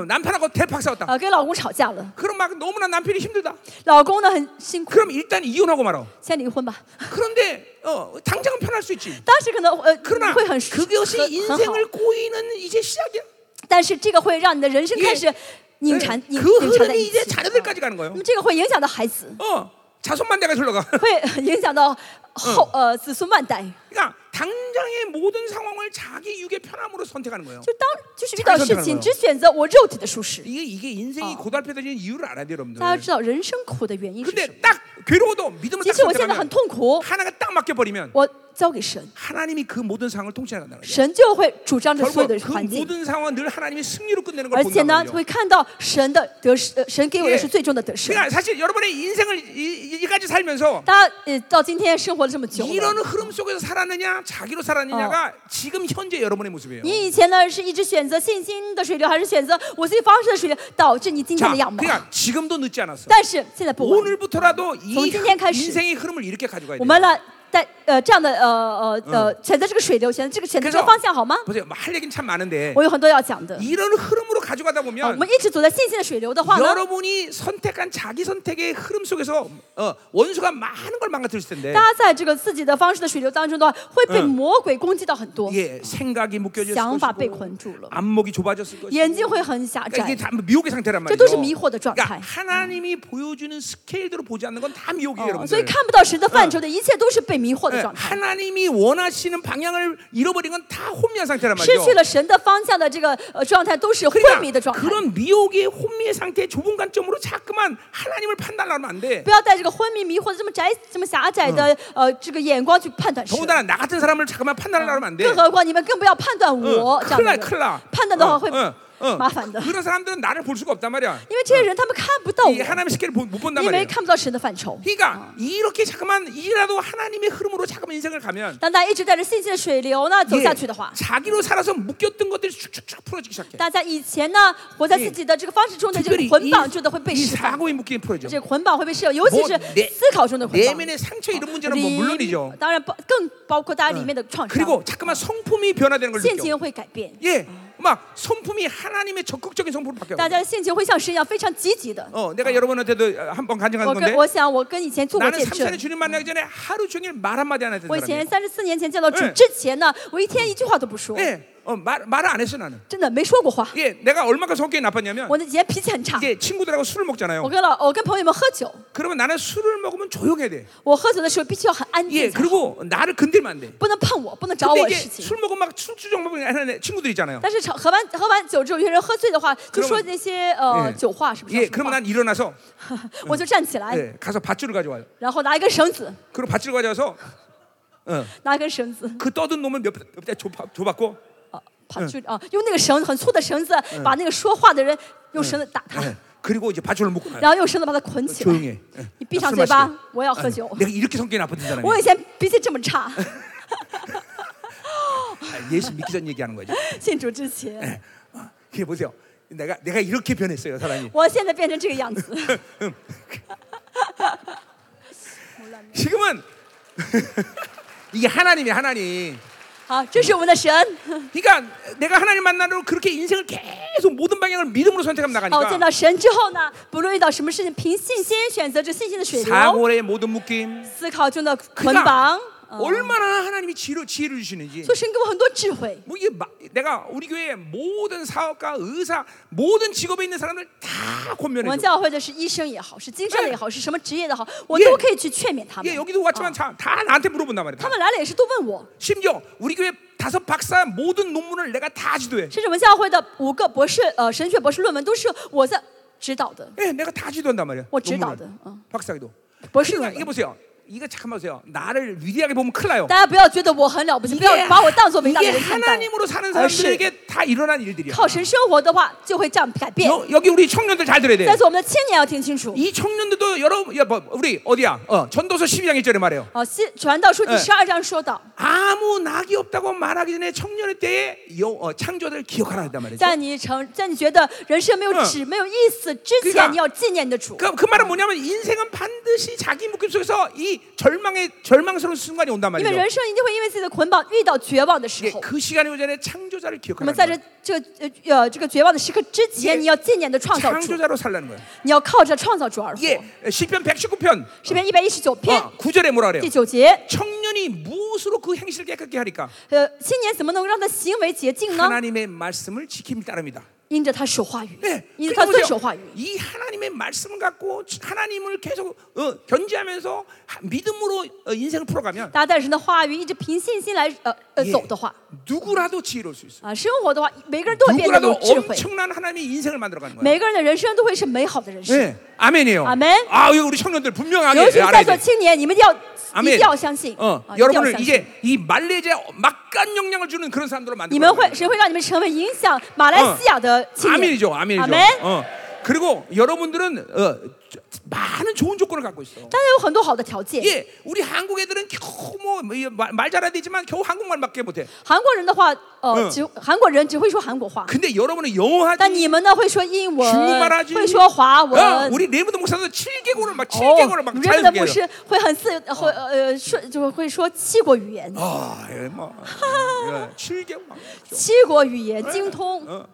남편하고 대박 싸웠다. 呃，跟老公吵架了， 그럼 막 너무나 남편이 힘들다. 老公呢很辛苦， 그럼 일단 이혼하고 말어. 先离婚吧。 그런데 어 당장은 편할 수 있지. 当时可能呃 그러나 会很舒很 그것이 很好， 인생을 꼬이는 이제 시작이야. 但是这个会让你的人生开始拧缠 네. 拧 그 拧缠在 흐름이 一起嗯 이제 。 자녀들까지 가는 거예요. 那么这个会影响到孩 子， 어 자손만대가 흘러가. 会 影响到后呃子孙万代。 그러니까 당장의 모든 상황을 자기 육의 편함으로 선택하는 거예요. 就当就是遇到 자기 事 선택하는 情 거예요 只选择我肉体的舒适。 이게 이게 인생이 어. 고달프다는 이유를 알아야 돼요, 大家 여러분들. 知道人生苦的原因是什么？ 근데 딱 괴로워도 믿음을 即 딱 使我现在很 선택하면 痛苦， 하나가 딱 맡겨 버리면 我交给神， 하나님이 그 모든 상황을 통치한다는 거죠. 神就会主张着所 결국 有的 그 环境， 모든 상황은 늘 하나님이 승리로 끝내는 걸 而且呢 본다는 会 거죠. 看到神的得失，呃神给我的是 예. 最终的得失。 그러니까 사실 여러분의 인생을 이- 이- 이까지 살면서 大家呃到今天生活了这么久了 이런 흐름 속에서 살았느냐, 자기로 살았느냐가 지금 현재 여러분의 어. 모습이에요. 你以前呢是一直选择信心的水流，还是选择我自己方式的水流，导致你今天 자, 的样貌？ 그러니까 지금도 늦지 않았어. 但是现在不晚， 오늘부터라도 이 전今天 흐- 인생의 흐름을 이렇게 가져가야 돼요. 我们呢在呃这样的呃呃呃选择这个水流，选择这个选择这个方向好吗？ 어, 보세요, 뭐할 얘기는 참 많은데 我有很多要讲的。 이런 흐름으로 가져가다 啊我 보면 们一直走在信心的水流的话呢， 여러분이 선택한 자기 선택의 흐름 속에서 어, 원수가 많은 걸 망가뜨릴 텐데 大家在这个自己的方式的水流当中的话，会被魔鬼攻击到很多， 예, 생각이 묶여질 想法被 것이고 捆住了， 안목이 좁아졌을 것이고 眼睛会很狭 그러니까 窄 이게 。다 미혹의 상태란 말이죠. 都是迷惑的状态。 그러니까 하나님이 보여주는 스케일대로 보지 않는 건 다 미혹이에요, 哦所以 여러분들. 看不到神的范畴的一切都是被迷惑的 예, 状态， 하나님이 원하시는 방향을 잃어버린 건 다 혼미한 상태란 失 말이죠. 去了神的方向的这个呃状态都是昏迷的 그러니까 状态。 그런 미혹의 혼미의 상태의 좁은 관점으로 자꾸만 하나님을 판단하면 안 돼. 不要带这个昏迷、迷惑的这么窄、这么狭窄的、呃这个眼光去判断神。 더군다나 나 같은 사람을 자꾸만 판단하면 안 돼. 更何况你们更不要判断 응, 我、这样 큰일 的 나, 人 큰일 나. 判断的话 응, 会 응. 麻烦的，因 그런 사람들은 나를 볼 수가 없단 말이야. 为这些人他们看不到 이 我， 하나님의 시계를 보- 못 본단 因为 어. 말이야. 看不到神的范畴。 그러니까 이렇게 잠깐만 이라도 하나님의 흐름으로 잠깐만 인생을 가면 当大家一直带着信心的水流呢走 예, 下去的话， 자기로 살아서 묶였던 것들이 쭉쭉쭉 풀어지기 시작해. 大家以前呢活在自己的这个方式中的这 특별히 个 이, 捆绑住的会被 이 释放， 사고의 묶임이 풀어져. 这个捆绑会被释放，尤其 뭐 是 내 思考中的捆绑。 내면의 상처 이런 문제는 뭐 물론이죠. 当然包更包括大家里面的创伤， 그리고 잠깐만 성품이 변화되는 걸 陷 느껴. 阱会改变， 예, 막 성품이 하나님의 적극적인 성품으로 바뀌어. 大家的陷阱会像神一样非常积极的。 어, 내가 여러분한테도 한번 간증한 我 건데 跟我想，我跟以前做过 나는 见 삼천의 证。 주님 만나기 전에 하루 종일 말 한마디 안 했던 我以前 사람이에요. 三十四年前见到主嗯之前呢，我一天一句话都不说， 예, 어, 말, 말을 안 했어 나는. 真的没说过话。 예, 내가 얼마큼 성격이 나빴냐면 我的以前脾气很差， 이제 친구들하고 술을 먹잖아요. 我跟老我跟朋友们喝酒， 그러면 나는 술을 먹으면 조용해야 돼. 我喝酒的时候必须要很安 예, 静才好， 그리고 나를 건들면 안 돼. 不能碰我，不能找 근데 我的 이제 事情。 술 먹으면 막 술주정 먹으면 하는 친구들 있잖아요. 但是吵喝完喝完酒之后，有些人喝醉的话，就 그러면 说那些呃 예 酒话什么什 예, 么什 그러면 么 난 일어나서 话，我就站起来， 예, 가서 밧줄을 가져와요. 然后拿一根绳子， 그리고 밧줄 가져와서 어, 拿一根绳子， 그 떠든 놈을 몇대 줘봤고 啊，跑去啊，用那个绳子很粗的绳子把那个说话的人用绳子打他， 예, 그리고 이제 밧줄을 묶고 가요. 然后用绳子把他捆起 조용해. 来 예. 。你闭上 술 嘴 마시게. 巴，我要喝酒 어, 。 내가 이렇게 성격이 나쁜 사람이야. 我以前脾气这么差， 아, 예수 믿기 전 얘기하는 거지. 信主之前， 어, 이게 보세요. 내가 내가 이렇게 변했어요, 사람이. 我现在变成这个样子。 지금은 이게 하나님이야, 하나님. 好，这是我们的神。 그러니까 내가 하나님 만나러 그렇게 인생을 계속 모든 방향을 믿음으로 선택하면 好，见 아, 나가니까 到神之后呢，不论遇到什么事情，凭信心选择这信心的水流， 사고의 모든 묶임 思考中的捆 그가 绑。 어. 嗯 얼마나 하나님이 지혜로, 지혜를 주시는지 所以神给我很多智慧。 뭐 이게 마- 내가 우리 교회 모든 사업가 의사 모든 직업에 있는 사람들 다 我们 권면해줘 教会的是医生也好，是经商的也好，是什么职业的好，我耶都可以去劝勉他们 예, 。 여기도 왔지만 자- 다 나한테 물어본단 말이야 他 다 们来了也是都问我， 심지어 우리 교회 다섯 박사 모든 논문을 내가 다 지도해 甚至我们教会的五个博士，呃，神学博士论文都是我在指导的， 예, 내가 다 지도한단 말이야 어, 지도하다. 논문을. 어. 박사기도 멋있는 그러니까 거야. 이게 보세요 이거 잠깐만 보세요 나를 위대하게 보면 큰일 나요 大家不要觉得我很了不起，不要把我当做伟大的 이게 아, 人看待。 하나님으로 사는 而是 사람들에게 다 일어난 일들이야. 靠神生活的话，就会这样改变。 여, 여기 우리 청년들 잘 들어야 但 돼. 是我们的青年要听清楚。 이 청년들도 여러 야, 뭐, 우리 어디야? 어, 전도서 12장 1절에 말해요. 好，西哦传道书第哎十二章说到， 아무 낙이 없다고 말하기 전에 청년의 때에 여, 어, 창조를 기억하라 했단 말이죠. 在你成，在你觉得人生没有嗯指、没有意思之前，你要纪念你的主。 그, 그 말은 뭐냐면 인생은 반드시 자기 묶임 속에서 이 절망의 절망스러운 순간이 온단 因为 말이죠. 人生一定会因为自己的捆绑遇到绝望的 예, 时候， 그 시간이 오전에 창조자를 那 기억하라. 么在这这呃呃这个绝望的时刻之 예 前，你要纪念你的创造主， 창조자로 살라는 거예요. 你要靠着创造主而活。 예, 시편 119편 诗篇一百一十九篇 어, 9절에 뭐라 第 그래요? 九节， 청년이 무엇으로 그 행실을 깨끗게 하리까? 呃，青年怎么能让他行为洁净呢？ 하나님의 말씀을 지킴 따릅니다. 因着他守话语 네, ，因着 그러니까 他 보세요. 遵守话语。 이 하나님의 말씀을 갖고 하나님을 계속 어, 견지하면서 하- 믿음으로 어, 인생을 풀어가면 大家带着神的话语，一直凭信心来呃呃 예, 走的话， 누구라도 지혜로울 수 있어. 啊，生活的话，每个人都会变得 누구라도 有智慧， 엄청난 하나님의 인생을 만들어가는 거야. 每个人的人生都会是美好的人生。 예, 아멘이에요. 아멘. 아, 이거 우리 청년들 분명하게 尤其是 알아야 在座 돼. 青年，你们一定要一 아멘. 定要相信， 어, 啊一定要 여러분을 相信。 이제 이 말레이시아 막간 영향을 주는 그런 사람들로 你们 만들어. 会谁会让你们成为影响马来西亚的青年？ 아멘이죠, 아멘이죠. 嗯阿门。 어. 그리고 여러분들은 어, 저- 많은 좋은 조건을 갖고 있어. 大家有很多好的条件。 예, 우리 한국 애들은 겨우 뭐말 잘해야 되지만 겨우 한국말밖에 못해. 韩国人的话，呃嗯，只韩国人只会说韩国话， 근데 여러분은 영어 하지, 但你们呢会说英文 중국말 ， 하지. 会说华 어, 文。 우리 레무드 목사도 7개국을 막 哦 7개국을 ，막 你们的 자연스럽게. 牧师会很自会呃顺就会说七国语言， 아, 예, 뭐 7개국 막. 七国语言精通。 어.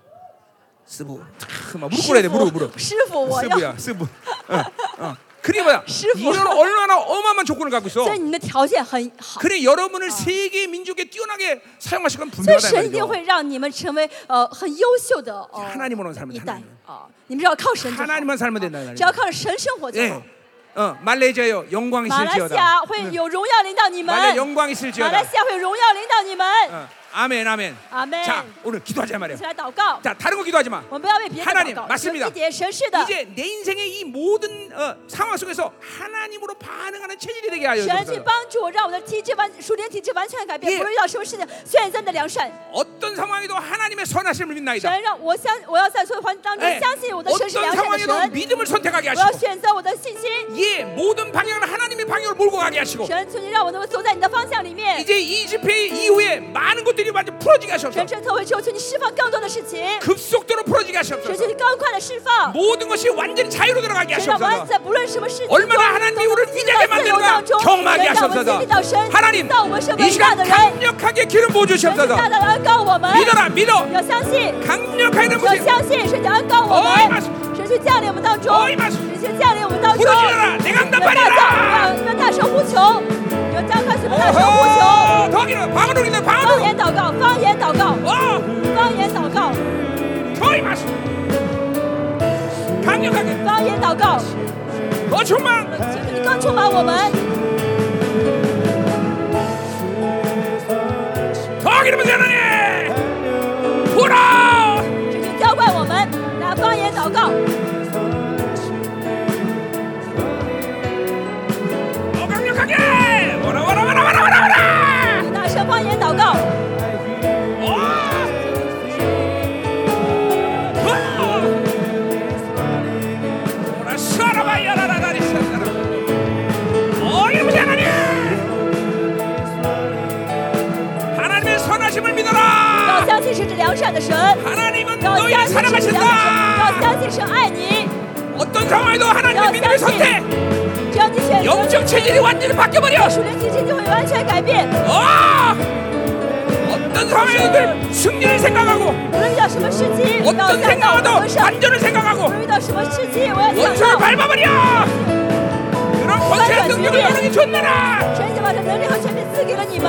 스부. 탁, 막 무릎 꿇어야 돼, 무릎 무릎. 师傅，我要 스부야, 스부. 어, 어. 그게 뭐야? 스부. 이런 얼마나 어마어마한 조건을 갖고 있어. 所以你们的条件很好， 그래 여러분을 세계 민족에 뛰어나게 사용하실 건 所以 분명하다 神一定 말이죠. 会让你们成为呃很优秀的呃 하나님으로는삶을 一 하나 代 님을 啊，你们只要靠神就好， 하나님만 살면 된다는 말이죠. 只要靠着神生活就好 예. 。 어, 말레이시아요 영광이 马来西 있을지어다. 亚会有荣耀领导你们， 말레이 嗯马 영광이 来 있을지어다. 西亚会有荣耀领导你们。 어, 아멘, 아멘. 아멘. 자, 오늘 기도하자 一 말이에요. 起来祷告， 자, 다른 거 기도하지 마. 我们不要为别的 하나님 祷告， 맞 只 습니 有 다 一点神是的。 이제 내 인생의 이 모든 어, 상황 속에서 하나님으로 반응하는 체질이 되게 하여 神去 주옵소서. 帮助我，让我的体质完属灵体质完全改变。 예 无论遇到什么事情，选择你的良善。 어떤 상황에도 하나님의 선하심을 믿나이다. 神让我相，我要在所有环境当中 예, 相信哎我的神是 어떤 良善的 상황에도 神。 믿음을 선택하게 我要 하시고 选择我的信心。 예, 모든 방향을 하나님의 방향으로 몰고 가게 하시고 神，求你让我能够走在你的方向里面。 이제 이 집회 이후에 많은 것들이 완전 풀어지게 神 하셔서 趁特会之后，求你释放更多的事情。 급속도로 풀어지게 神，求 하셔서 你更快的释放。 모든 것이 완전히 자유로 들어가게 神让我们 하셔서 在不论什么事情中， 얼마나 하나님 우리를 위대하게 自由 만드는가 当中， 경험하게 神让我们经 하셔서 历到神， 하나님 到我们是 이 伟大 시간 的人。 강력하게 기름 神是 부어주셔서 大大的恩告我们， 믿어라 믿어 要相信。 강력하게 要 넘으세요 相信神的恩膏我哦们，神去降临我们当中哦，神去降临我们当中。 부르짖어라 내가 要大 응답하리라 叫，要要大声呼求，要张开嘴巴大声呼求， 오호, 더 길어 방언으로 인해 方 방언으로 言祷告，方言祷告， 어, 方言祷告， 더이 마시 강력하게 方言祷告， 더 충만 求你更充满我们， 더 기름 부으세요 하나님 불어 神去浇灌我们，来方言祷告， 더 강력하게 오라 오라 오라 오라 오라 오라 大声方言祷告， 어, 하나님의 선하심을 要 믿어라. 相信神是良善的神， 하나님은 要 너희를 相信神是良善的神，要 사랑하신다. 相信神爱你， 어떤 상황에도 하나님의 要 믿음의 相信 선택, ，只要你选择， 영적 체질이 완전히 바뀌어버려. 属灵体质就会完全改变。 어! 어떤 상황에도 늘 승리를 생각하고 无论遇到什么事情，我要 어떤 想到得 생각하도 胜； 반전을 생각하고 无论遇到什么事情，我要 원수를 想到 밟아버려! 그런 권세의 능력을 너에게 줬나라! 神已经把这能力和权柄赐给了你们，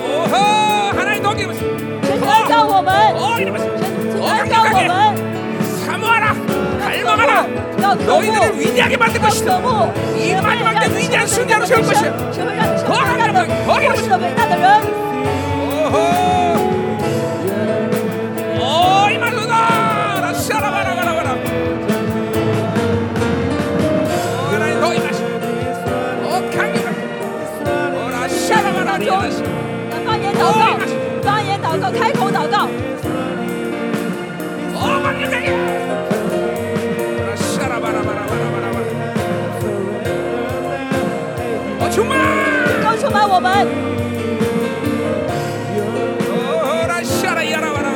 오호! 하나님 더 기름으세 神就恩告我们， 어! 이러면서 神就 어! 恩告我 강력하게 们， 사모하라! 갈망하라! 너渴慕. 너희들을 위대하게 만들 要渴 것이다! 慕， 이 神会 마지막 让 때 你 위대한 成为伟 승리하러 大的 세울 神， 것이야! 神会让你成为伟大的人， 더 我 기름으세 是个伟大的人。 오호! 어! 이마소다! 라시아라 바라 바라 바라! 하나님 더 임하시! 어! 강력하게! 어! 圣 라시아라 灵 바라 当中 바라! ，来方言祷告，方言祷告，开口祷告， 어, 강력하게! 라샤라바라바라바라바라바라. 어, 정말! 更充满我们， 어, 라샤라이야라바라바.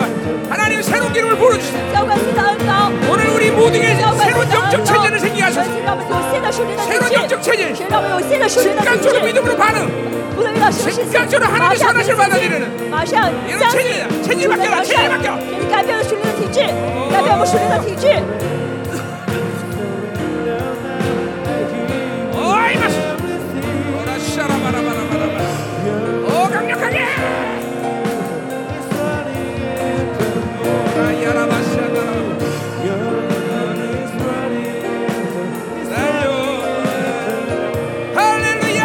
하나님 새로운 기름을 부어주시오 浇灌新的恩膏。 오늘 우리 모두에게 浇灌 새로운 新的 영적 恩 체제를 膏 생기게 神 하소서 就让我们有新的属灵的 새로운 体 영적 质。 체질 神让我们有新的属灵的体 즉각적으로 质。 믿음으로 반응 无论遇到什么事情，马上相信马上相信神的良善，给你改变了属灵的体质，改变我们属灵的体质， 어이 마시 어, 라샤라바라바라바라바라 어 강력하게 라야라바샤다라 할렐루야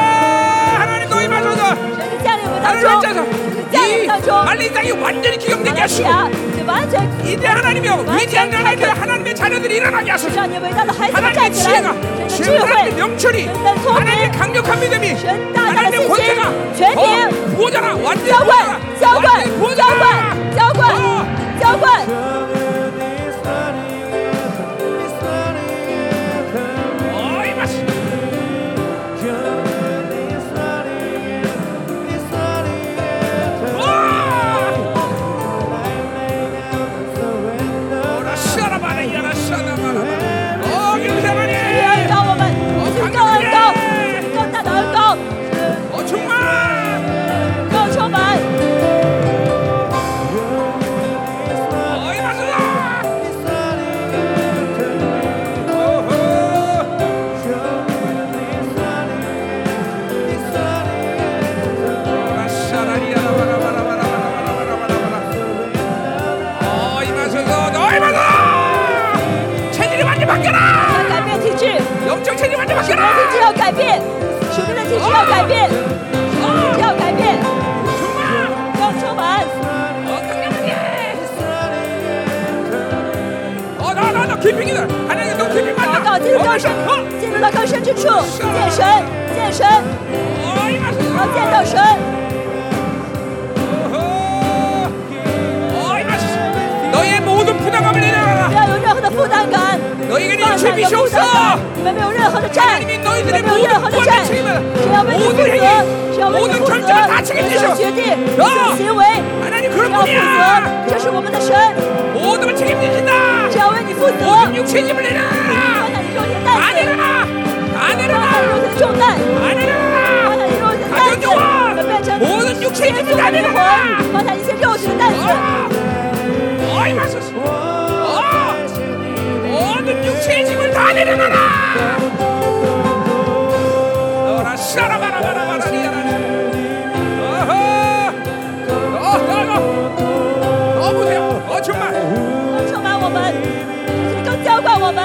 하나님 도임 하소서 神的降临我们当 하나님 中， 찾아서 降临我们当 이 中， 말린 땅이 완전히 기억되게 马西 하시고 亚就完全 이제 하나님이여 위대한 하나님의 하나님의 자녀들이 일어나게 하소서 让你伟大的孩子们 하나님의 站起来 지혜가 ，神的智 하나님의 慧， 명철이 神的聪 하나님의 明， 강력한 믿음이 전 땅에 하나님의 가진 권세가 더전 땅에 구호자라 浇 완전히 灌 구호자라 ，浇灌 완전히 ，浇 구호자라 灌，浇灌，浇灌。 어이 마시 어, 오라시아라 마라이아라시아라 마라 어 이렇게 하나님 高我们，更高，更大的恩高， 어 정말 更充满， 어이 마시라 오호 오라시아라리아라 마라 마라 마라 마라 마라 마라 마라 어이 마셔서 너이 마셔 체질이 완전 바뀌어라 要改变体质， 영적 체질이 완전 体 바뀌어라 质要改变，生命的体质要改变，体质要改变， 정말 更充满， 어, 어, 대핑이다. 하나님 너무 대핑 祷 맞다. 告进入到 어머, 深 어, ，进入到更深之处，见神，见神， 어, 이 맛은 要见到神。 어허. 어, 이 맛은 너의 모든 부담감을 내려라. 不要有任何的负担感，放下你的负担感，你们没有任何的债，你们没有任何的债，谁要为你负责，谁要为你负责，谁要决定，谁行为， 하나님 谁要负 그렇군이야. 责，这是我们的神， 모든 걸 책임지신다. 谁要为你负责， 육체 힘을 내라. 放下你肉体안的担子， 내려라. 안 放下 내려라. 你肉体的重担， 안 放下 내려라. 你肉体的 아, 担子，我们变成耶稣的灵魂，放下一切肉体的担子， 어, 어이 마소스. 어, 모든 육체의 짐을 다 내려놔라. 너라 샤라바라바라바라리야라. 어허. 어, 어, 어. 어, 보세요. 어, 정말. 充满我们，更浇灌我们。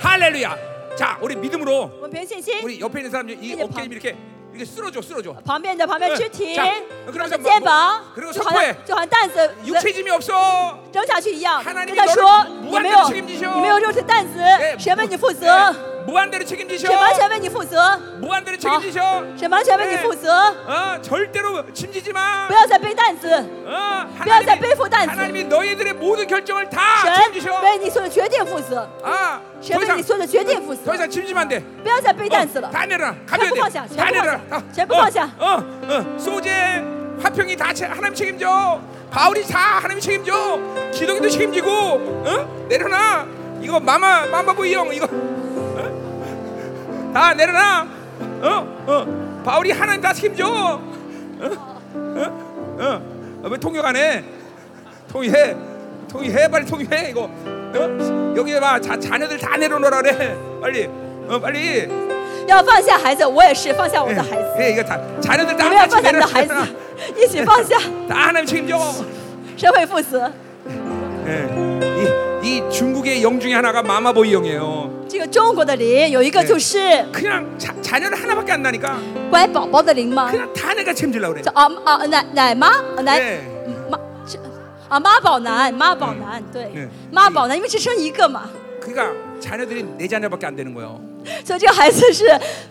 할렐루야. 자, 우리 믿음으로 我们凭信心， 우리 옆에 있는 사람 이 이제 어깨 방- 이렇게 이렇게 쓸어줘, 쓸어줘. 旁边的旁边肢体， 자 我 그러면서 们的肩膀 뭐그리고， 就 선 好 포해 像就好像担子 육체 짐이 없어. 扔下去一样。 하나님이 跟他 너를 说， 무한대로 你没有， 책임지셔 你没有肉体担子， 예, 神为 무- 你负责， 예, 무한대로 책임지셔. 神完全为你负责， 무한대로 책임지셔. 神完全为你 예. 负责， 어, 절대로 짐지지 마. 不要再背担子， 어, 不要再 하나님이, 背负担子， 하나님이 너희들의 모든 결정을 다 神 책임지셔. 为你所有的决定负责， 아, 神 더 为 이상 你所有的决定负 더 责， 이상 짐지면 안 돼. 不要再背担子了， 어, 다 내려라. 전부 가면 放下， 돼. 다 全部 내려라. 放下， 다. 全部放下， 어, 어, 소재, 화평이 다 채- 하나님 책임져. 바울이 다 하나님 책임져. 기독이도 책임지고, 어? 내려놔. 이거 마마 마마보이 형 이거 어? 다 내려놔. 어, 어. 바울이 하나님 다 책임져. 어, 어, 어. 어, 왜 통역 안 해? 통일해, 통일해, 빨리 통일해 이거. 어? 여기 봐, 자, 자녀들 다 내려놓으라 그래. 빨리, 어, 빨리. 要放下孩子，我也是放下我 예, 的孩子， 예, 이거 다 자녀들 你 다 们要 같이 放下你的孩子 내려놔. ，一起放下， 다 하나님 책임져. 神会负责。 예. 이, 이 중국의 영 중에 하나가 마마보이 영이에요. 这个中国的灵有一个就是 그냥 자, 자녀를 하나밖에 안 나니까 乖宝宝的灵吗？ 그냥 다 내가 책임질라 그래. 叫啊啊奶奶妈啊奶 예. 妈这啊妈宝男妈宝男对嗯妈宝男，因为只生一个嘛， 그러니까 자녀들이 내 자녀밖에 안 되는 거예요. 所以这个孩子是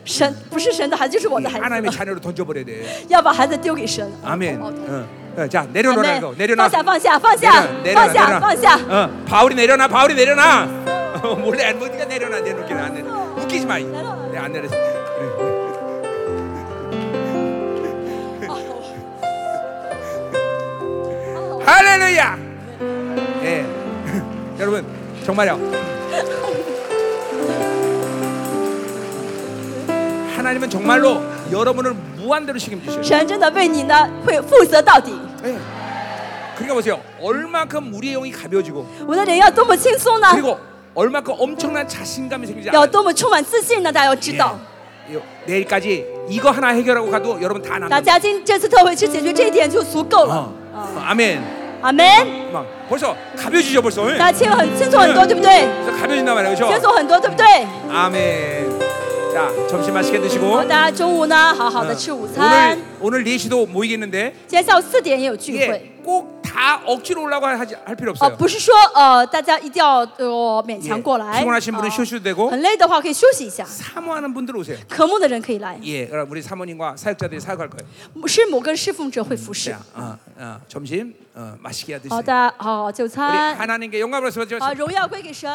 神不是神的孩子，就是我 이 的孩 하나님의 子， 자녀로 던져버려야 돼. 要把孩子丢给神。 아멘. 哦 어. 어, 자 阿 내려놓으라 门 이거 내려놔. 放下放下放下放下放下， 어, 바울이 내려놔, 바울이 내려놔. 어, 몰래 안 보니까 내려놔, 내놓기는 안 내려. 웃기지 마. 내려놔. 내안 내려. 어, 哦 할렐루야. 예, 여러분 정말요. 하나님은 정말로 여러분을 무한대로 책임지셔요. 神真的为你呢会负责到底。 예. 그러니까 보세요. 얼만큼 우리의 영이 가벼워지고 我的灵要多么轻松呢？ 그리고 얼만큼 엄청난 자신감이 생기지 要 않아요. 多么充满自信呢？大家要知道。 예. 요- 내일까지 이거 하나 해결하고 가도 여러분 다 大 남는. 家今这次特会去解决这一点就足够 어. 了。啊 어, 아멘. 阿门。 막 벌써 가벼워지죠 벌써. 예. 大家清了很清楚很多，对不对？ 벌써 가벼워진단 말이에요, 清 그렇죠? 楚很多，对不对？ 아멘. 자 점심 맛있게 然 드시고. 后大家中午呢，好好的吃 어. 午餐 오늘 。 오늘 4시도 모이겠는데 今天下午四点也有聚 이게 会。 꼭 다 억지로 올라가 하지 할 필요 哦， 없어요. 不是说呃，大家一定要呃勉强过来。 예 啊 피곤하신분은쉴수도되고 很累的话可以休息一下。 사모하는 분들 오세요. 渴慕的人可以来， 예, 그럼 우리 사모님과 사역자들이 사역할 거예요. 师母跟侍奉者会服侍 자, 。 어, 어, 점심 어, 맛있게 드세요. 好的，好就 우리 餐， 하나님께 영광을 好 쓰면서 荣耀归给神。